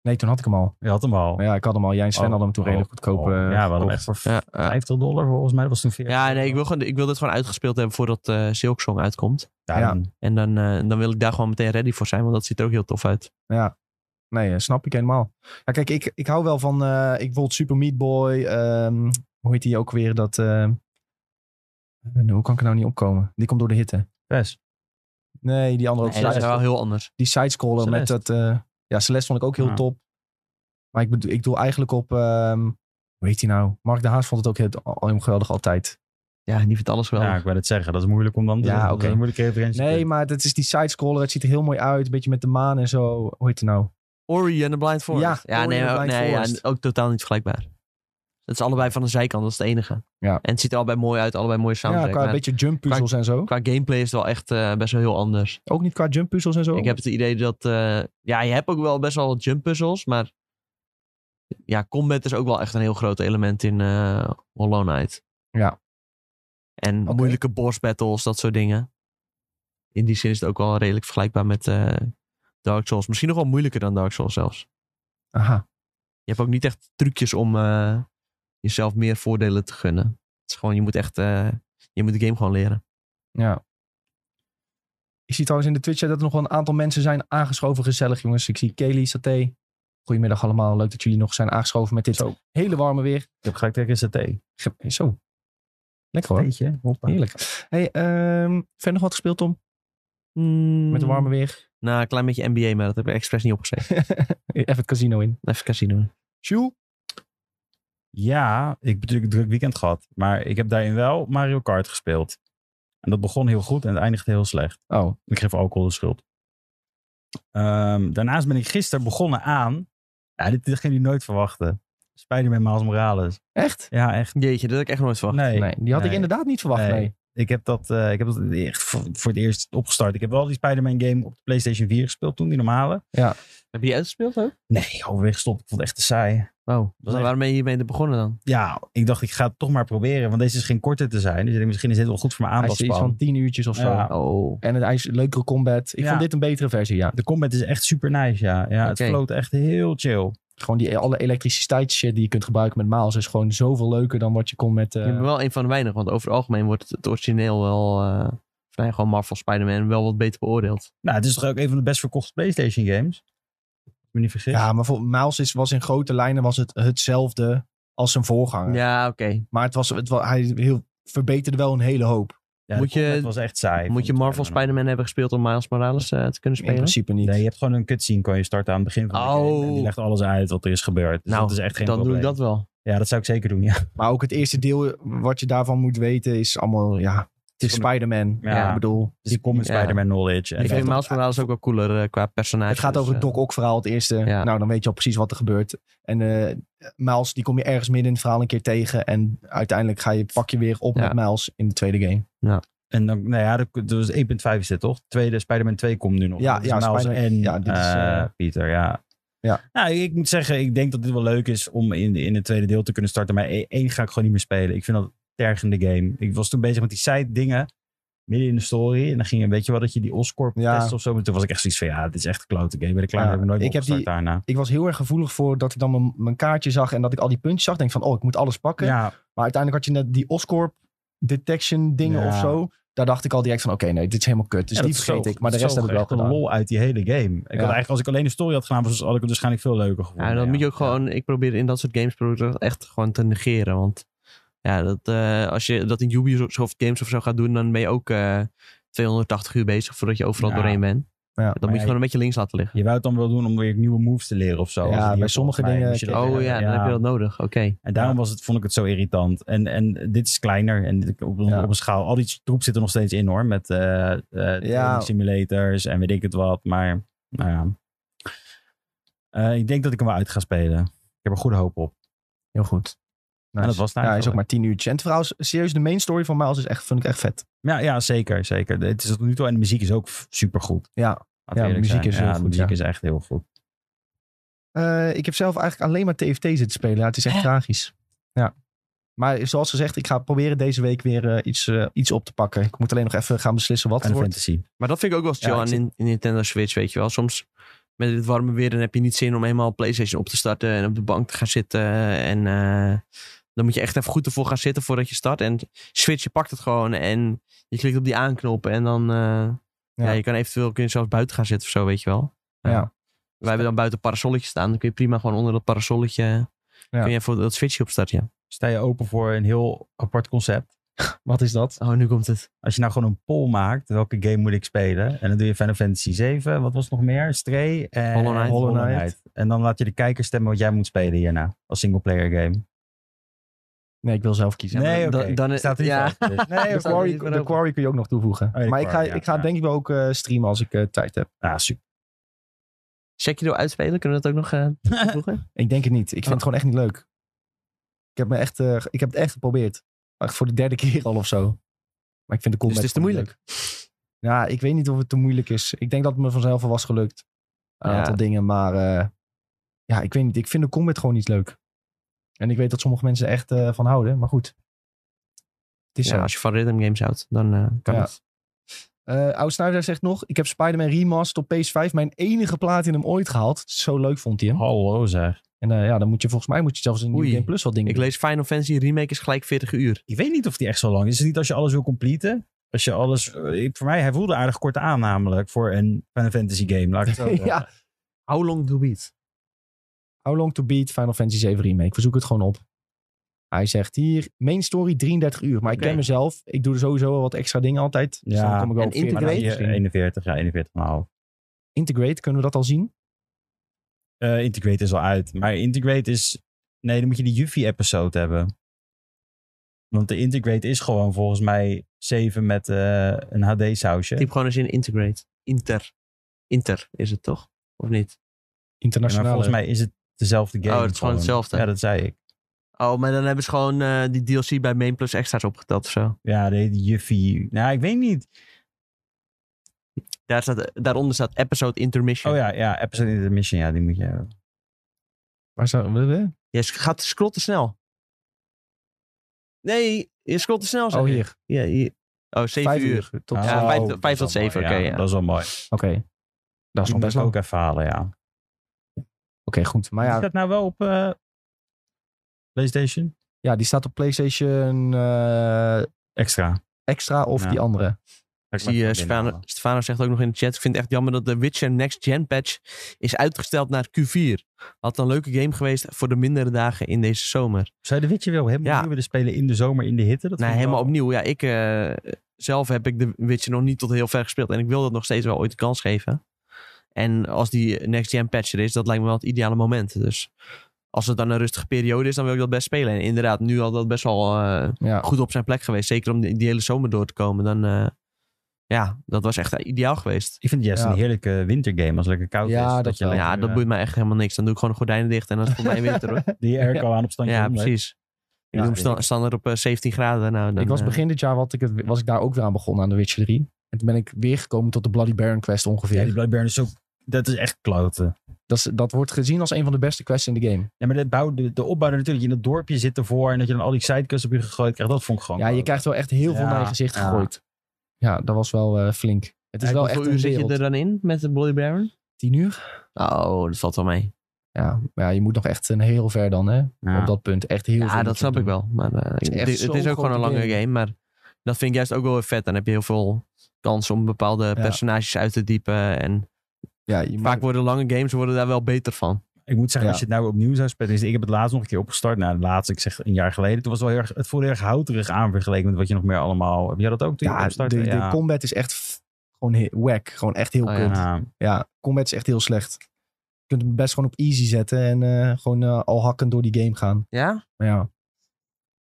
[SPEAKER 1] Nee, toen had ik hem al.
[SPEAKER 2] Je had hem al.
[SPEAKER 1] Maar ja, ik had hem al. Jij en Sven
[SPEAKER 2] Oh,
[SPEAKER 1] hadden hem toen
[SPEAKER 2] oh,
[SPEAKER 1] redelijk goedkoop.
[SPEAKER 2] oh.
[SPEAKER 1] eh,
[SPEAKER 2] Ja, we hadden hem
[SPEAKER 1] gekocht.
[SPEAKER 2] echt voor
[SPEAKER 3] Ja, ja.
[SPEAKER 2] 50 dollar volgens mij. Dat was toen 40.
[SPEAKER 3] ja nee, ik wil, gewoon, ik wil dit gewoon uitgespeeld hebben voordat eh Silk Song uitkomt.
[SPEAKER 2] Daarom.
[SPEAKER 3] En dan, eh, dan wil ik daar gewoon meteen ready voor zijn, want dat ziet er ook heel tof uit.
[SPEAKER 1] Nee, eh, snap ik helemaal. Ja, kijk, ik, ik hou wel van. eh, ik bijvoorbeeld Super Meat Boy. ehm, hoe heet die ook weer? Dat. eh, eh, hoe kan ik er nou niet opkomen? Die komt door de hitte.
[SPEAKER 2] Best.
[SPEAKER 1] Nee, die andere ook.
[SPEAKER 3] Nee,
[SPEAKER 2] dat
[SPEAKER 3] dat
[SPEAKER 2] is
[SPEAKER 1] Celeste.
[SPEAKER 3] is wel heel anders.
[SPEAKER 1] die sidescroller met dat. eh, ja, Celeste vond ik ook heel
[SPEAKER 2] Ja.
[SPEAKER 1] top. Maar ik bedoel, ik doe eigenlijk op. ehm, hoe heet die nou? Mark de Haas vond het ook heel, al- helemaal geweldig altijd.
[SPEAKER 3] Ja, die vindt alles wel.
[SPEAKER 2] Ja, ik wil het zeggen. Dat is moeilijk om dan
[SPEAKER 1] Ja,
[SPEAKER 2] te zeggen. Dat
[SPEAKER 1] oké.
[SPEAKER 2] is een moeilijke referentie.
[SPEAKER 1] Nee, maar dat is die sidescroller. Het ziet er heel mooi uit. Een beetje met de maan en zo. Hoe heet die nou?
[SPEAKER 3] Ori en the Blind Forest.
[SPEAKER 1] Ja, Ori
[SPEAKER 3] nee,
[SPEAKER 1] and the
[SPEAKER 3] ook,
[SPEAKER 1] Blind
[SPEAKER 3] nee ja,
[SPEAKER 1] Forest.
[SPEAKER 3] ook totaal niet vergelijkbaar. Het is allebei van de zijkant, dat is het enige.
[SPEAKER 1] Ja.
[SPEAKER 3] En het ziet er allebei mooi uit, allebei mooie
[SPEAKER 1] Ja,
[SPEAKER 3] soundtrack.
[SPEAKER 1] qua een
[SPEAKER 3] maar
[SPEAKER 1] beetje jump puzzels en zo.
[SPEAKER 3] qua gameplay is het wel echt eh, best wel heel anders.
[SPEAKER 1] Ook niet qua jump puzzels en zo.
[SPEAKER 3] Ik heb het idee dat... eh, ja, je hebt ook wel best wel wat jump puzzels, maar... Ja, combat is ook wel echt een heel groot element in eh, Hollow Knight.
[SPEAKER 1] Ja.
[SPEAKER 3] En
[SPEAKER 1] Oké.
[SPEAKER 3] moeilijke boss battles, dat soort dingen. In die zin is het ook wel redelijk vergelijkbaar met eh, Dark Souls. Misschien nog wel moeilijker dan Dark Souls zelfs.
[SPEAKER 1] Aha.
[SPEAKER 3] Je hebt ook niet echt trucjes om eh, jezelf meer voordelen te gunnen. Het is gewoon, je moet echt... eh, je moet de game gewoon leren.
[SPEAKER 1] Ja. Ik zie trouwens in de Twitch dat er nog wel een aantal mensen zijn aangeschoven. Gezellig, jongens. Ik zie Kelly, Saté. Goedemiddag allemaal. Leuk dat jullie nog zijn aangeschoven met dit
[SPEAKER 2] Zo.
[SPEAKER 1] hele warme weer.
[SPEAKER 2] Ik heb gelijk tegen ST.
[SPEAKER 1] Ge- eh, Zo. Lekker hoor.
[SPEAKER 2] Beetje. Hoppa.
[SPEAKER 1] Heerlijk. Hey, ehm, verder nog wat gespeeld, Tom? Met de warme weer.
[SPEAKER 3] Nou, een klein beetje NBA, maar dat heb ik expres niet opgeschreven.
[SPEAKER 1] Even het casino in.
[SPEAKER 3] Even casino.
[SPEAKER 1] Sjoel?
[SPEAKER 2] Ja, ik heb natuurlijk een druk weekend gehad. Maar ik heb daarin wel Mario Kart gespeeld. En dat begon heel goed en het eindigde heel slecht.
[SPEAKER 1] Oh,
[SPEAKER 2] Ik geef alcohol de schuld. Ehm, daarnaast ben ik gisteren begonnen aan... Ja, dit, dit ging jullie nooit verwachten. Spider-Man Miles Morales.
[SPEAKER 1] echt?
[SPEAKER 2] Ja, echt.
[SPEAKER 3] Jeetje, dat had ik echt nooit verwacht.
[SPEAKER 2] Nee.
[SPEAKER 1] Nee, die had ik
[SPEAKER 2] Nee.
[SPEAKER 1] inderdaad niet verwacht.
[SPEAKER 2] Nee.
[SPEAKER 1] Nee.
[SPEAKER 2] Ik heb dat, eh, ik heb dat echt voor, voor het eerst opgestart. Ik heb wel die Spider-Man game op de PlayStation 4 gespeeld toen, die normale.
[SPEAKER 3] Heb je die uitgespeeld ook?
[SPEAKER 2] Nee, overweg gestopt. Ik vond het echt te saai.
[SPEAKER 3] Oh,
[SPEAKER 2] was echt-
[SPEAKER 3] waarom ben je hiermee te begonnen dan?
[SPEAKER 2] Ja, ik dacht, ik ga het toch maar proberen. Want deze is geen korter te zijn. Dus ik denk, misschien is dit wel goed voor mijn
[SPEAKER 1] Hij is iets
[SPEAKER 2] aandachtspan.
[SPEAKER 1] van tien uurtjes of zo.
[SPEAKER 2] Ja.
[SPEAKER 3] Oh.
[SPEAKER 2] eh,
[SPEAKER 1] En het hij is leukere combat. Ik
[SPEAKER 2] Ja.
[SPEAKER 1] vond dit een betere versie, ja.
[SPEAKER 2] De combat is echt super nice, ja. ja Het
[SPEAKER 3] Oké.
[SPEAKER 2] floot echt heel chill.
[SPEAKER 1] Gewoon die, alle elektriciteit shit die je kunt gebruiken met Miles is gewoon zoveel leuker dan wat je kon met... eh,
[SPEAKER 3] Je bent wel een van de weinigen, want over het algemeen wordt het origineel wel... eh of nee, gewoon Marvel Spider-Man wel wat beter beoordeeld.
[SPEAKER 2] Nou, het is toch ook een van de best verkochte PlayStation games? Als ik me niet vergis.
[SPEAKER 1] Ja, maar voor Miles is, was in grote lijnen was het hetzelfde als zijn voorganger.
[SPEAKER 3] Ja, oké.
[SPEAKER 1] Maar het was, het, wa- hij heel, verbeterde wel een hele hoop.
[SPEAKER 2] Ja, de
[SPEAKER 3] Moet je-
[SPEAKER 2] combat was echt saai. vond
[SPEAKER 3] Moet je
[SPEAKER 2] ik
[SPEAKER 3] Marvel
[SPEAKER 2] helemaal.
[SPEAKER 3] Spider-Man hebben gespeeld om Miles Morales eh, te kunnen
[SPEAKER 1] In
[SPEAKER 3] spelen?
[SPEAKER 1] principe niet.
[SPEAKER 2] Nee, je hebt gewoon een cutscene, kan je starten aan het begin van de game. En die
[SPEAKER 3] Oh.
[SPEAKER 2] legt alles uit wat er is gebeurd. Dus
[SPEAKER 3] nou,
[SPEAKER 2] dat is echt geen
[SPEAKER 3] dan doe
[SPEAKER 2] probleem.
[SPEAKER 3] ik dat wel.
[SPEAKER 2] Ja, dat zou ik zeker doen, ja.
[SPEAKER 1] Maar ook het eerste deel, wat je daarvan moet weten, is allemaal, ja, het is
[SPEAKER 2] Van de-
[SPEAKER 1] Spider-Man.
[SPEAKER 2] Ja.
[SPEAKER 1] Ik bedoel,
[SPEAKER 2] Dus die komt met
[SPEAKER 3] Ja.
[SPEAKER 2] Spider-Man knowledge. En
[SPEAKER 3] Ik vind
[SPEAKER 1] het-
[SPEAKER 3] Miles Morales ook wel cooler eh, qua personage.
[SPEAKER 1] het gaat
[SPEAKER 3] dus,
[SPEAKER 1] over
[SPEAKER 3] eh,
[SPEAKER 1] het Doc Ock verhaal, het eerste.
[SPEAKER 3] Ja.
[SPEAKER 1] Nou, dan weet je al precies wat er gebeurt. En eh Miles, die kom je ergens midden in het verhaal een keer tegen. En uiteindelijk ga je, pak je weer op
[SPEAKER 3] Ja.
[SPEAKER 1] met Miles in de tweede game.
[SPEAKER 2] En dan, nou ja, dat- dus 1.5 is dit toch? Tweede, Spider-Man 2 komt nu nog.
[SPEAKER 1] Ja,
[SPEAKER 2] Dat is
[SPEAKER 1] ja,
[SPEAKER 2] Miles
[SPEAKER 1] Spider-Man-
[SPEAKER 2] en
[SPEAKER 1] ja, dit is,
[SPEAKER 2] eh,
[SPEAKER 1] eh,
[SPEAKER 2] Peter, ja.
[SPEAKER 1] Ja.
[SPEAKER 2] Nou, ik moet zeggen, ik denk dat dit wel leuk is om in, in het tweede deel te kunnen starten. Maar e- één ga ik gewoon niet meer spelen. Ik vind dat een tergende game. Ik was toen bezig met die side dingen midden in de story. En dan ging je, weet je wel, dat je die Oscorp
[SPEAKER 1] Ja.
[SPEAKER 2] test of zo. Maar toen was ik echt zoiets van, ja, dit is echt een klote game. Ben ik klaar,
[SPEAKER 1] Ja,
[SPEAKER 2] mee, heb ik nooit meer
[SPEAKER 1] ik heb die-
[SPEAKER 2] opgestart daarna.
[SPEAKER 1] Ik was heel erg gevoelig voor dat ik dan mijn, mijn kaartje zag en dat ik al die puntjes zag. Denk van, oh, ik moet alles pakken.
[SPEAKER 2] Ja,
[SPEAKER 1] Maar uiteindelijk had je net die Oscorp detection dingen
[SPEAKER 2] Ja.
[SPEAKER 1] of zo. Daar dacht ik al direct van, oké, nee, dit is helemaal kut. Dus
[SPEAKER 2] Ja,
[SPEAKER 1] die
[SPEAKER 2] dat is
[SPEAKER 1] vergeet
[SPEAKER 2] zo-
[SPEAKER 1] ik. Maar de
[SPEAKER 2] dat
[SPEAKER 1] rest
[SPEAKER 2] is
[SPEAKER 1] heb
[SPEAKER 2] zo
[SPEAKER 1] ik wel
[SPEAKER 2] echt een
[SPEAKER 1] gedaan.
[SPEAKER 2] lol uit die hele game. Ik had eigenlijk, als ik alleen de story had gedaan, was, had ik het waarschijnlijk veel leuker gevonden.
[SPEAKER 3] Ja, dat moet je ook
[SPEAKER 2] Ja.
[SPEAKER 3] gewoon. Ik probeer in dat soort games probeer ik dat echt gewoon te negeren. Want ja, dat, eh, als je dat in Ubisoft games of zo gaat doen, dan ben je ook eh, 280 uur bezig voordat je overal
[SPEAKER 2] Ja.
[SPEAKER 3] doorheen bent.
[SPEAKER 1] Ja, maar
[SPEAKER 3] dan
[SPEAKER 2] ja,
[SPEAKER 3] moet je gewoon een beetje links laten liggen.
[SPEAKER 2] Je wou het dan wel doen om weer nieuwe moves te leren of zo.
[SPEAKER 1] Ja,
[SPEAKER 2] Als het
[SPEAKER 1] bij
[SPEAKER 2] niet op-
[SPEAKER 1] sommige
[SPEAKER 2] volgens
[SPEAKER 1] dingen-
[SPEAKER 2] mij moest je dat
[SPEAKER 3] oh ja,
[SPEAKER 2] leren.
[SPEAKER 3] dan heb je dat nodig. Oké.
[SPEAKER 2] En daarom was het, vond ik het zo irritant. En, en dit is kleiner en dit- op, een-
[SPEAKER 1] Ja.
[SPEAKER 2] op een schaal. Al die troep zit er nog steeds in hoor. Met eh, eh, training simulators en weet ik het wat. Maar nou ja. Eh, ik denk dat ik hem wel uit ga spelen. Ik heb er goede hoop op.
[SPEAKER 1] Heel goed.
[SPEAKER 2] En dat
[SPEAKER 1] Nice.
[SPEAKER 2] was het
[SPEAKER 1] ja, hij is ook
[SPEAKER 2] eigenlijk.
[SPEAKER 1] maar tien uurtjes. En trouwens, serieus, de main story van Miles is echt, vind ik echt vet.
[SPEAKER 2] Ja, ja zeker, zeker. Het is tot nu toe en de muziek is ook f- supergoed.
[SPEAKER 1] Ja.
[SPEAKER 2] Laten
[SPEAKER 1] Ja,
[SPEAKER 2] we
[SPEAKER 1] de
[SPEAKER 2] eerlijk
[SPEAKER 1] muziek is heel
[SPEAKER 2] ja,
[SPEAKER 1] goed,
[SPEAKER 2] De muziek
[SPEAKER 1] ja.
[SPEAKER 2] is echt heel goed.
[SPEAKER 1] Eh, ik heb zelf eigenlijk alleen maar TFT zitten spelen. Ja, het is echt
[SPEAKER 3] Hè?
[SPEAKER 1] tragisch. Ja. Maar zoals gezegd, ik ga proberen deze week weer eh, iets, eh, iets op te pakken. Ik moet alleen nog even gaan beslissen wat
[SPEAKER 2] En
[SPEAKER 1] het
[SPEAKER 2] de
[SPEAKER 1] wordt.
[SPEAKER 2] fantasy.
[SPEAKER 3] Maar dat vind ik ook wel eens
[SPEAKER 1] Ja,
[SPEAKER 3] chill
[SPEAKER 1] ik
[SPEAKER 3] aan
[SPEAKER 1] zit-
[SPEAKER 3] in, in Nintendo Switch, weet je wel. Soms met dit warme weer, dan heb je niet zin om helemaal PlayStation op te starten en op de bank te gaan zitten. En eh, dan moet je echt even goed ervoor gaan zitten voordat je start. En Switch, je pakt het gewoon en je klikt op die aanknop. En dan, eh, ja. je kan eventueel kun je zelfs buiten gaan zitten of zo, weet je wel.
[SPEAKER 1] Ja.
[SPEAKER 3] Wij hebben dan buiten een parasolletje staan. Dan kun je prima gewoon onder dat parasolletje, eh,
[SPEAKER 1] Ja.
[SPEAKER 3] kun je even dat Switchje opstarten,
[SPEAKER 2] Sta je open voor een heel apart concept.
[SPEAKER 1] Wat is dat?
[SPEAKER 3] ja. Oh, nu komt het.
[SPEAKER 2] Als je nou gewoon een poll maakt, welke game moet ik spelen? En dan doe je Final Fantasy 7, wat was nog meer? Stray en
[SPEAKER 3] Hollow Knight.
[SPEAKER 1] Hollow
[SPEAKER 2] Hollow
[SPEAKER 1] Knight.
[SPEAKER 2] Knight. En dan laat je de kijker stemmen wat jij moet spelen hierna. Als singleplayer game.
[SPEAKER 1] Nee, ik wil zelf kiezen.
[SPEAKER 3] maar
[SPEAKER 2] nee, oké.
[SPEAKER 3] dan- dan-
[SPEAKER 2] staat er niet
[SPEAKER 3] ja.
[SPEAKER 2] vast, dus. Nee,
[SPEAKER 1] De
[SPEAKER 2] oké.
[SPEAKER 3] staat er
[SPEAKER 1] quarry,
[SPEAKER 3] niet meer
[SPEAKER 1] de
[SPEAKER 3] open.
[SPEAKER 1] quarry kun je ook nog toevoegen.
[SPEAKER 2] Oh ja, de
[SPEAKER 1] maar ik ga,
[SPEAKER 2] quarry, ja.
[SPEAKER 1] ik ga
[SPEAKER 2] Ja.
[SPEAKER 1] denk ik wel ook eh, streamen als ik eh, tijd heb.
[SPEAKER 2] Ah, super.
[SPEAKER 3] Sekiro uitspelen, kunnen we dat ook nog eh, toevoegen?
[SPEAKER 1] Ik denk het niet. Ik vind
[SPEAKER 3] Oh.
[SPEAKER 1] het gewoon echt niet leuk. Ik heb, me echt, eh, ik heb het echt geprobeerd. Echt voor de derde keer al of zo. Maar ik vind de combat
[SPEAKER 3] dus het is te
[SPEAKER 1] gewoon niet
[SPEAKER 3] moeilijk.
[SPEAKER 1] leuk. Ja, ik weet niet of het te moeilijk is. Ik denk dat het me vanzelf al was gelukt. Een
[SPEAKER 3] Ja.
[SPEAKER 1] aantal dingen, maar eh, ja, ik weet niet. Ik vind de combat gewoon niet leuk. En ik weet dat sommige mensen er echt eh, van houden, maar goed. Het is
[SPEAKER 3] Ja,
[SPEAKER 1] zo.
[SPEAKER 3] als je van rhythm games houdt, dan eh, kan
[SPEAKER 1] Ja.
[SPEAKER 3] het.
[SPEAKER 1] Eh Oud Snuiter zegt nog, ik heb Spider-Man Remastered op PS5 mijn enige platinum ooit gehaald. Zo leuk vond hij hem.
[SPEAKER 2] Hallo zeg.
[SPEAKER 1] En eh, ja, dan moet je volgens mij moet je zelfs een New
[SPEAKER 3] Oei.
[SPEAKER 1] Game Plus wat dingen
[SPEAKER 3] Ik
[SPEAKER 1] doen.
[SPEAKER 3] lees Final Fantasy Remake is gelijk 40 uur.
[SPEAKER 2] Ik weet niet of die echt zo lang is. Is het niet als je alles wil completen? Als je alles... eh, ik- voor mij, hij voelde aardig kort aan namelijk. Voor een Final Fantasy game. Laat ik het zo zeggen.
[SPEAKER 1] ja,
[SPEAKER 3] How long do beat?
[SPEAKER 1] How Long to Beat Final Fantasy 7 Remake. We zoeken het gewoon op. Hij zegt hier, main story 33 uur. Maar ik
[SPEAKER 3] Oké.
[SPEAKER 1] ken mezelf. Ik doe er sowieso wel wat extra dingen altijd. Dus
[SPEAKER 2] Ja,
[SPEAKER 1] dan kom ik wel
[SPEAKER 3] en
[SPEAKER 1] op 40
[SPEAKER 2] Maar dan
[SPEAKER 3] integrate?
[SPEAKER 2] zie je
[SPEAKER 1] misschien.
[SPEAKER 2] 41, ja, 41,5.
[SPEAKER 1] Integrate, kunnen we dat al zien?
[SPEAKER 2] Eh Integrate is al uit. Maar Integrate is... Nee, dan moet je die Yuffie-episode hebben. Want de Integrate is gewoon volgens mij 7 met eh, een HD-sausje.
[SPEAKER 3] Typ gewoon eens in integrate. Inter. Inter is het toch? Of niet?
[SPEAKER 2] Ja, maar
[SPEAKER 1] Internationale.
[SPEAKER 2] volgens mij is het dezelfde game.
[SPEAKER 3] Oh, het is gewoon hetzelfde.
[SPEAKER 2] Ja, dat zei ik.
[SPEAKER 3] Oh, maar dan hebben ze gewoon eh, die DLC bij Main Plus extra's opgeteld of zo.
[SPEAKER 2] Ja, de de Yuffie. Nou, ik weet niet.
[SPEAKER 3] Daar staat, daaronder staat episode intermission.
[SPEAKER 2] Oh ja, ja, Episode Intermission, ja, die moet je hebben.
[SPEAKER 1] Waar zou- we- we-
[SPEAKER 3] Je sc- gaat scroll te snel. Nee, je scrolt te snel. zeg
[SPEAKER 1] Oh,
[SPEAKER 3] ik.
[SPEAKER 1] hier.
[SPEAKER 3] Ja, hier. Oh, 7
[SPEAKER 1] 5
[SPEAKER 3] uur.
[SPEAKER 1] uur. Tot...
[SPEAKER 2] Ah,
[SPEAKER 1] Oké,
[SPEAKER 3] Ja, vijf-
[SPEAKER 2] oh,
[SPEAKER 3] vijf
[SPEAKER 2] dat is
[SPEAKER 3] tot
[SPEAKER 2] wel
[SPEAKER 3] zeven,
[SPEAKER 2] mooi,
[SPEAKER 3] oké,
[SPEAKER 2] ja,
[SPEAKER 3] ja.
[SPEAKER 2] Dat is wel mooi.
[SPEAKER 1] dat is
[SPEAKER 2] Die
[SPEAKER 1] nog
[SPEAKER 2] moet
[SPEAKER 1] best
[SPEAKER 2] ik
[SPEAKER 1] lang. Oké,
[SPEAKER 2] ook even halen, ja.
[SPEAKER 1] goed. Maar
[SPEAKER 2] Is
[SPEAKER 1] ja,
[SPEAKER 2] dat nou wel op eh, PlayStation?
[SPEAKER 1] ja, die staat op PlayStation eh,
[SPEAKER 2] Extra.
[SPEAKER 1] Extra of
[SPEAKER 2] Ja.
[SPEAKER 1] die andere.
[SPEAKER 2] Ik
[SPEAKER 3] Ik zie eh, Stefano, Stefano zegt ook nog in de chat. Ik vind het echt jammer dat de Witcher Next Gen patch is uitgesteld naar Q4. Had een leuke game geweest voor de mindere dagen in deze zomer.
[SPEAKER 2] Zou je de Witcher wel helemaal
[SPEAKER 3] Ja.
[SPEAKER 2] nieuw willen spelen in de zomer, in de hitte? Dat
[SPEAKER 3] Nou,
[SPEAKER 2] vind ik
[SPEAKER 3] helemaal
[SPEAKER 2] wel-
[SPEAKER 3] opnieuw. Ja, ik eh, zelf heb ik de Witcher nog niet tot heel ver gespeeld. En ik wil dat nog steeds wel ooit de kans geven. En als die next gen patch er is, dat lijkt me wel het ideale moment. Dus als het dan een rustige periode is, dan wil ik dat best spelen. En inderdaad, nu had dat best wel eh,
[SPEAKER 1] Ja.
[SPEAKER 3] goed op zijn plek geweest. Zeker om die, die hele zomer door te komen. Dan, eh, ja, dat was echt ideaal geweest.
[SPEAKER 2] Ik vind het juist
[SPEAKER 1] Ja.
[SPEAKER 2] een heerlijke wintergame als het lekker koud
[SPEAKER 1] Ja,
[SPEAKER 2] is.
[SPEAKER 1] dat
[SPEAKER 2] je
[SPEAKER 1] wel.
[SPEAKER 2] lekker,
[SPEAKER 3] ja, dat
[SPEAKER 2] eh,
[SPEAKER 3] boeit mij echt helemaal niks. Dan doe ik gewoon de gordijnen dicht en dan is het voor mij winter hoor.
[SPEAKER 2] Die airco aan op standje.
[SPEAKER 3] Ja,
[SPEAKER 2] honderd.
[SPEAKER 3] precies. Ik
[SPEAKER 2] Ja,
[SPEAKER 3] doe hem
[SPEAKER 2] weet ik.
[SPEAKER 3] sta- standaard op eh, 17 graden. Nou, dan,
[SPEAKER 1] ik was
[SPEAKER 3] eh,
[SPEAKER 1] begin dit jaar wat ik het, was ik daar ook weer aan begonnen aan de Witcher 3. En toen ben ik weer gekomen tot de Bloody Baron quest ongeveer.
[SPEAKER 2] Ja, die Bloodburn is zo... Dat is echt kloten.
[SPEAKER 1] dat, is- dat wordt gezien als een van de beste quests in de game.
[SPEAKER 2] Ja, maar de, bouw, de, de opbouw natuurlijk. Je in dat dorpje zit ervoor. En dat je dan al die sidequests op je gegooid krijgt. Dat vond ik gewoon
[SPEAKER 1] Ja, je
[SPEAKER 2] kloten.
[SPEAKER 1] krijgt wel echt heel veel
[SPEAKER 2] Ja,
[SPEAKER 1] naar je gezicht
[SPEAKER 2] ja.
[SPEAKER 1] gegooid. Ja, dat was wel eh, flink. Het is
[SPEAKER 3] Kijk,
[SPEAKER 1] wel echt
[SPEAKER 3] hoeveel
[SPEAKER 1] een
[SPEAKER 3] uur zit je
[SPEAKER 1] wereld.
[SPEAKER 3] er dan in met de Bloody Baron?
[SPEAKER 1] Tien uur?
[SPEAKER 3] Oh, dat valt wel mee.
[SPEAKER 1] Ja, maar ja, je moet nog echt een heel ver dan, hè.
[SPEAKER 2] Ja.
[SPEAKER 1] Op dat punt. Echt heel veel.
[SPEAKER 3] Ja,
[SPEAKER 1] moet
[SPEAKER 3] dat
[SPEAKER 1] je
[SPEAKER 3] snap
[SPEAKER 1] doen.
[SPEAKER 3] ik wel. Maar, eh,
[SPEAKER 1] is
[SPEAKER 3] het,
[SPEAKER 1] echt
[SPEAKER 3] het is
[SPEAKER 1] zo'n
[SPEAKER 3] ook gewoon
[SPEAKER 1] grote
[SPEAKER 3] een langere
[SPEAKER 1] game.
[SPEAKER 3] game. Maar dat vind ik juist ook wel weer vet. Dan heb je heel veel kans om bepaalde personages uit te diepen. En
[SPEAKER 1] Ja, je moet-
[SPEAKER 3] vaak worden lange games worden daar wel beter van.
[SPEAKER 2] Ik moet zeggen,
[SPEAKER 1] Ja.
[SPEAKER 2] als je het nou opnieuw zou spelen. dus ik heb het laatst nog een keer opgestart. Nou, het laatste, ik zeg een jaar geleden. Toen was het wel heel erg, het voelde heel erg houterig aan vergeleken met wat je nog meer allemaal... Heb jij dat ook toen je
[SPEAKER 1] ja, de,
[SPEAKER 2] opstartte?
[SPEAKER 1] de combat is echt f- gewoon he- whack. Gewoon echt heel
[SPEAKER 3] Oh,
[SPEAKER 1] kut. Ja.
[SPEAKER 2] Ja.
[SPEAKER 1] combat is echt heel slecht. Je kunt hem best gewoon op easy zetten en eh, gewoon eh, al hakkend door die game gaan.
[SPEAKER 3] Ja?
[SPEAKER 1] Maar ja.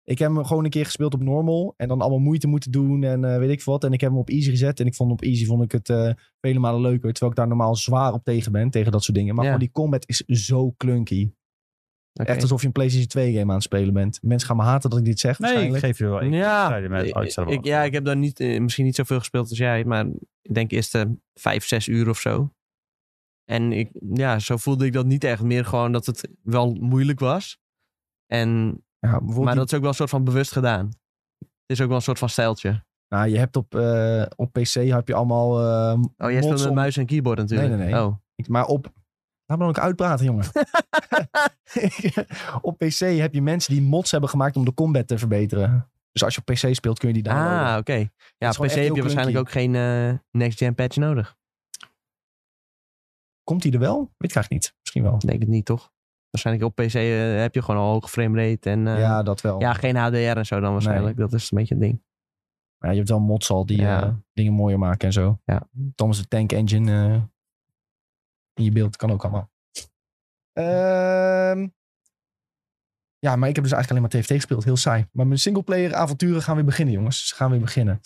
[SPEAKER 1] Ik heb hem gewoon een keer gespeeld op normal. En dan allemaal moeite moeten doen en eh, weet ik veel wat. En ik heb hem op easy gezet. En ik vond op easy vond ik het eh vele malen leuker. Terwijl ik daar normaal zwaar op tegen ben. Tegen dat soort dingen. Maar
[SPEAKER 3] Ja.
[SPEAKER 1] gewoon die combat is zo clunky.
[SPEAKER 3] Oké.
[SPEAKER 1] Echt alsof je een PlayStation 2 game aan het spelen bent. Mensen gaan me haten dat ik dit zeg
[SPEAKER 2] Nee, ik
[SPEAKER 1] waarschijnlijk.
[SPEAKER 2] geef je wel. Ik,
[SPEAKER 3] ja,
[SPEAKER 2] zei er met- oh, ik zei er wel
[SPEAKER 3] ik, ja, ik heb daar niet, eh, misschien niet zoveel gespeeld als jij. Maar ik denk eerst eh, vijf, zes uur of zo. En ik, ja, zo voelde ik dat niet echt. Meer gewoon dat het wel moeilijk was. En
[SPEAKER 1] Ja, bijvoorbeeld
[SPEAKER 3] Maar
[SPEAKER 1] die-
[SPEAKER 3] dat is ook wel een soort van bewust gedaan. Het is ook wel een soort van stijltje.
[SPEAKER 1] nou, je hebt op, eh, op PC heb je allemaal... eh,
[SPEAKER 3] Oh, jij
[SPEAKER 1] mods
[SPEAKER 3] speelt met
[SPEAKER 1] om-
[SPEAKER 3] muis en keyboard natuurlijk.
[SPEAKER 1] Nee, nee, nee.
[SPEAKER 3] Oh,
[SPEAKER 1] ik- Maar op Laat me dan ook uitpraten, jongen. op PC heb je mensen die mods hebben gemaakt om de combat te verbeteren. Dus als je op PC speelt, kun je die downloaden.
[SPEAKER 3] Ah, oké. Ja,
[SPEAKER 1] is
[SPEAKER 3] PC
[SPEAKER 1] gewoon
[SPEAKER 3] heb
[SPEAKER 1] echt
[SPEAKER 3] je
[SPEAKER 1] heel
[SPEAKER 3] waarschijnlijk ook geen eh, next-gen patch nodig.
[SPEAKER 1] Komt die er wel? Weet ik eigenlijk niet. Misschien wel.
[SPEAKER 3] Ik Denk het niet, toch? Waarschijnlijk op PC eh, heb je gewoon al hoge framerate en eh, ja.
[SPEAKER 1] ja, dat wel.
[SPEAKER 3] geen HDR en zo dan waarschijnlijk. Dat is een beetje het ding.
[SPEAKER 1] Maar ja, je hebt wel mods al die
[SPEAKER 3] Ja.
[SPEAKER 1] eh, dingen mooier maken en zo.
[SPEAKER 3] Ja.
[SPEAKER 1] Thomas de Tank Engine eh, in je beeld kan ook allemaal. Ehm, ja, maar ik heb dus eigenlijk alleen maar TFT gespeeld. Heel saai. Maar mijn singleplayer avonturen gaan weer beginnen, jongens. Ze gaan weer beginnen.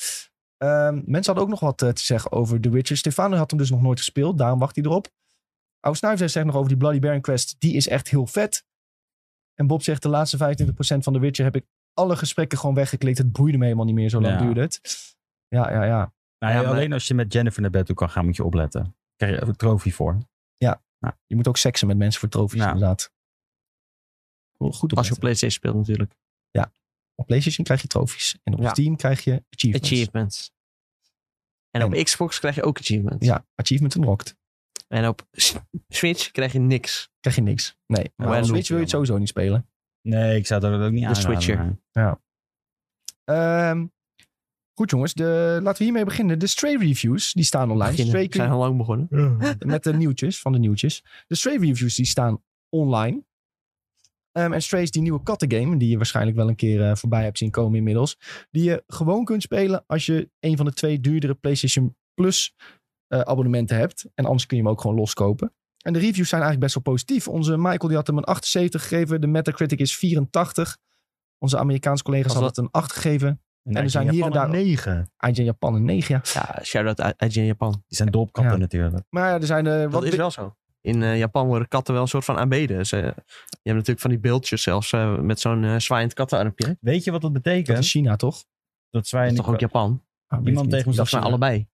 [SPEAKER 1] Ehm, mensen hadden ook nog wat eh, te zeggen over The Witcher. Stefano had hem dus nog nooit gespeeld. Daarom wacht hij erop. Oude Snuifzer zegt nog over die Bloody Baron Quest. Die is echt heel vet. En Bob zegt de laatste 25% van The Witcher heb ik alle gesprekken gewoon weggeklikt. Het boeide me helemaal niet meer. Zo lang
[SPEAKER 2] Ja.
[SPEAKER 1] duurde het. Ja, ja, ja.
[SPEAKER 2] Nou ja,
[SPEAKER 3] Ja, maar-
[SPEAKER 2] alleen als je met Jennifer naar bed toe kan gaan, moet je opletten. Dan krijg je een trofee voor.
[SPEAKER 1] Je moet ook seksen met mensen voor trofies,
[SPEAKER 2] Ja.
[SPEAKER 1] inderdaad. Goed op,
[SPEAKER 3] Als je op PlayStation speelt natuurlijk.
[SPEAKER 1] op PlayStation krijg je trofies. En op
[SPEAKER 3] Ja.
[SPEAKER 1] Steam krijg je achievements.
[SPEAKER 3] Achievements. En, op Xbox krijg je ook achievements.
[SPEAKER 1] Ja, achievement unlocked.
[SPEAKER 3] En op S- Switch krijg je niks.
[SPEAKER 1] Krijg je niks. Nee, maar
[SPEAKER 3] wel
[SPEAKER 1] op Switch
[SPEAKER 2] loot,
[SPEAKER 1] wil je het
[SPEAKER 2] jammer.
[SPEAKER 1] sowieso niet spelen.
[SPEAKER 2] Nee, ik zou dat ook niet
[SPEAKER 3] De
[SPEAKER 2] aanraden.
[SPEAKER 3] Switcher.
[SPEAKER 2] maar-
[SPEAKER 1] Ehm, goed jongens, de, laten we hiermee beginnen. De Stray reviews, die staan online.
[SPEAKER 3] Beginnen.
[SPEAKER 1] Stray
[SPEAKER 3] We zijn al lang begonnen.
[SPEAKER 1] met de nieuwtjes, van de nieuwtjes. De Stray reviews die staan online. Ehm, en Stray is die nieuwe kattengame, die je waarschijnlijk wel een keer eh, voorbij hebt zien komen inmiddels. Die je gewoon kunt spelen als je een van de twee duurdere PlayStation Plus eh, abonnementen hebt. En anders kun je hem ook gewoon loskopen. En de reviews zijn eigenlijk best wel positief. Onze Michael die had hem een 78 gegeven. De Metacritic is 84. Onze Amerikaanse collega's
[SPEAKER 3] Als
[SPEAKER 1] hadden het een 8 gegeven.
[SPEAKER 2] En,
[SPEAKER 1] er zijn
[SPEAKER 2] in
[SPEAKER 1] hier en
[SPEAKER 2] Japan
[SPEAKER 1] daar-
[SPEAKER 2] negen.
[SPEAKER 1] IGN Japan een 9, ja.
[SPEAKER 3] Ja, shout-out uit- uit in Japan.
[SPEAKER 2] Die zijn doopkatten
[SPEAKER 1] Ja.
[SPEAKER 2] natuurlijk.
[SPEAKER 1] Maar ja, er zijn... eh,
[SPEAKER 3] Dat
[SPEAKER 1] wat
[SPEAKER 3] is wel zo. In eh, Japan worden katten wel een soort van aanbeden. Ze, je hebt natuurlijk van die beeldjes zelfs eh, met zo'n eh, zwaaiend kattenarmpje. Dat
[SPEAKER 2] Weet je wat dat
[SPEAKER 1] Dat
[SPEAKER 2] betekent?
[SPEAKER 1] is China, toch?
[SPEAKER 2] Dat
[SPEAKER 3] is
[SPEAKER 2] zwaai
[SPEAKER 3] toch ook Japan?
[SPEAKER 1] Ah, weet
[SPEAKER 2] Iemand
[SPEAKER 1] ik niet.
[SPEAKER 2] tegen me
[SPEAKER 3] Dat zijn
[SPEAKER 2] zei-
[SPEAKER 3] allebei.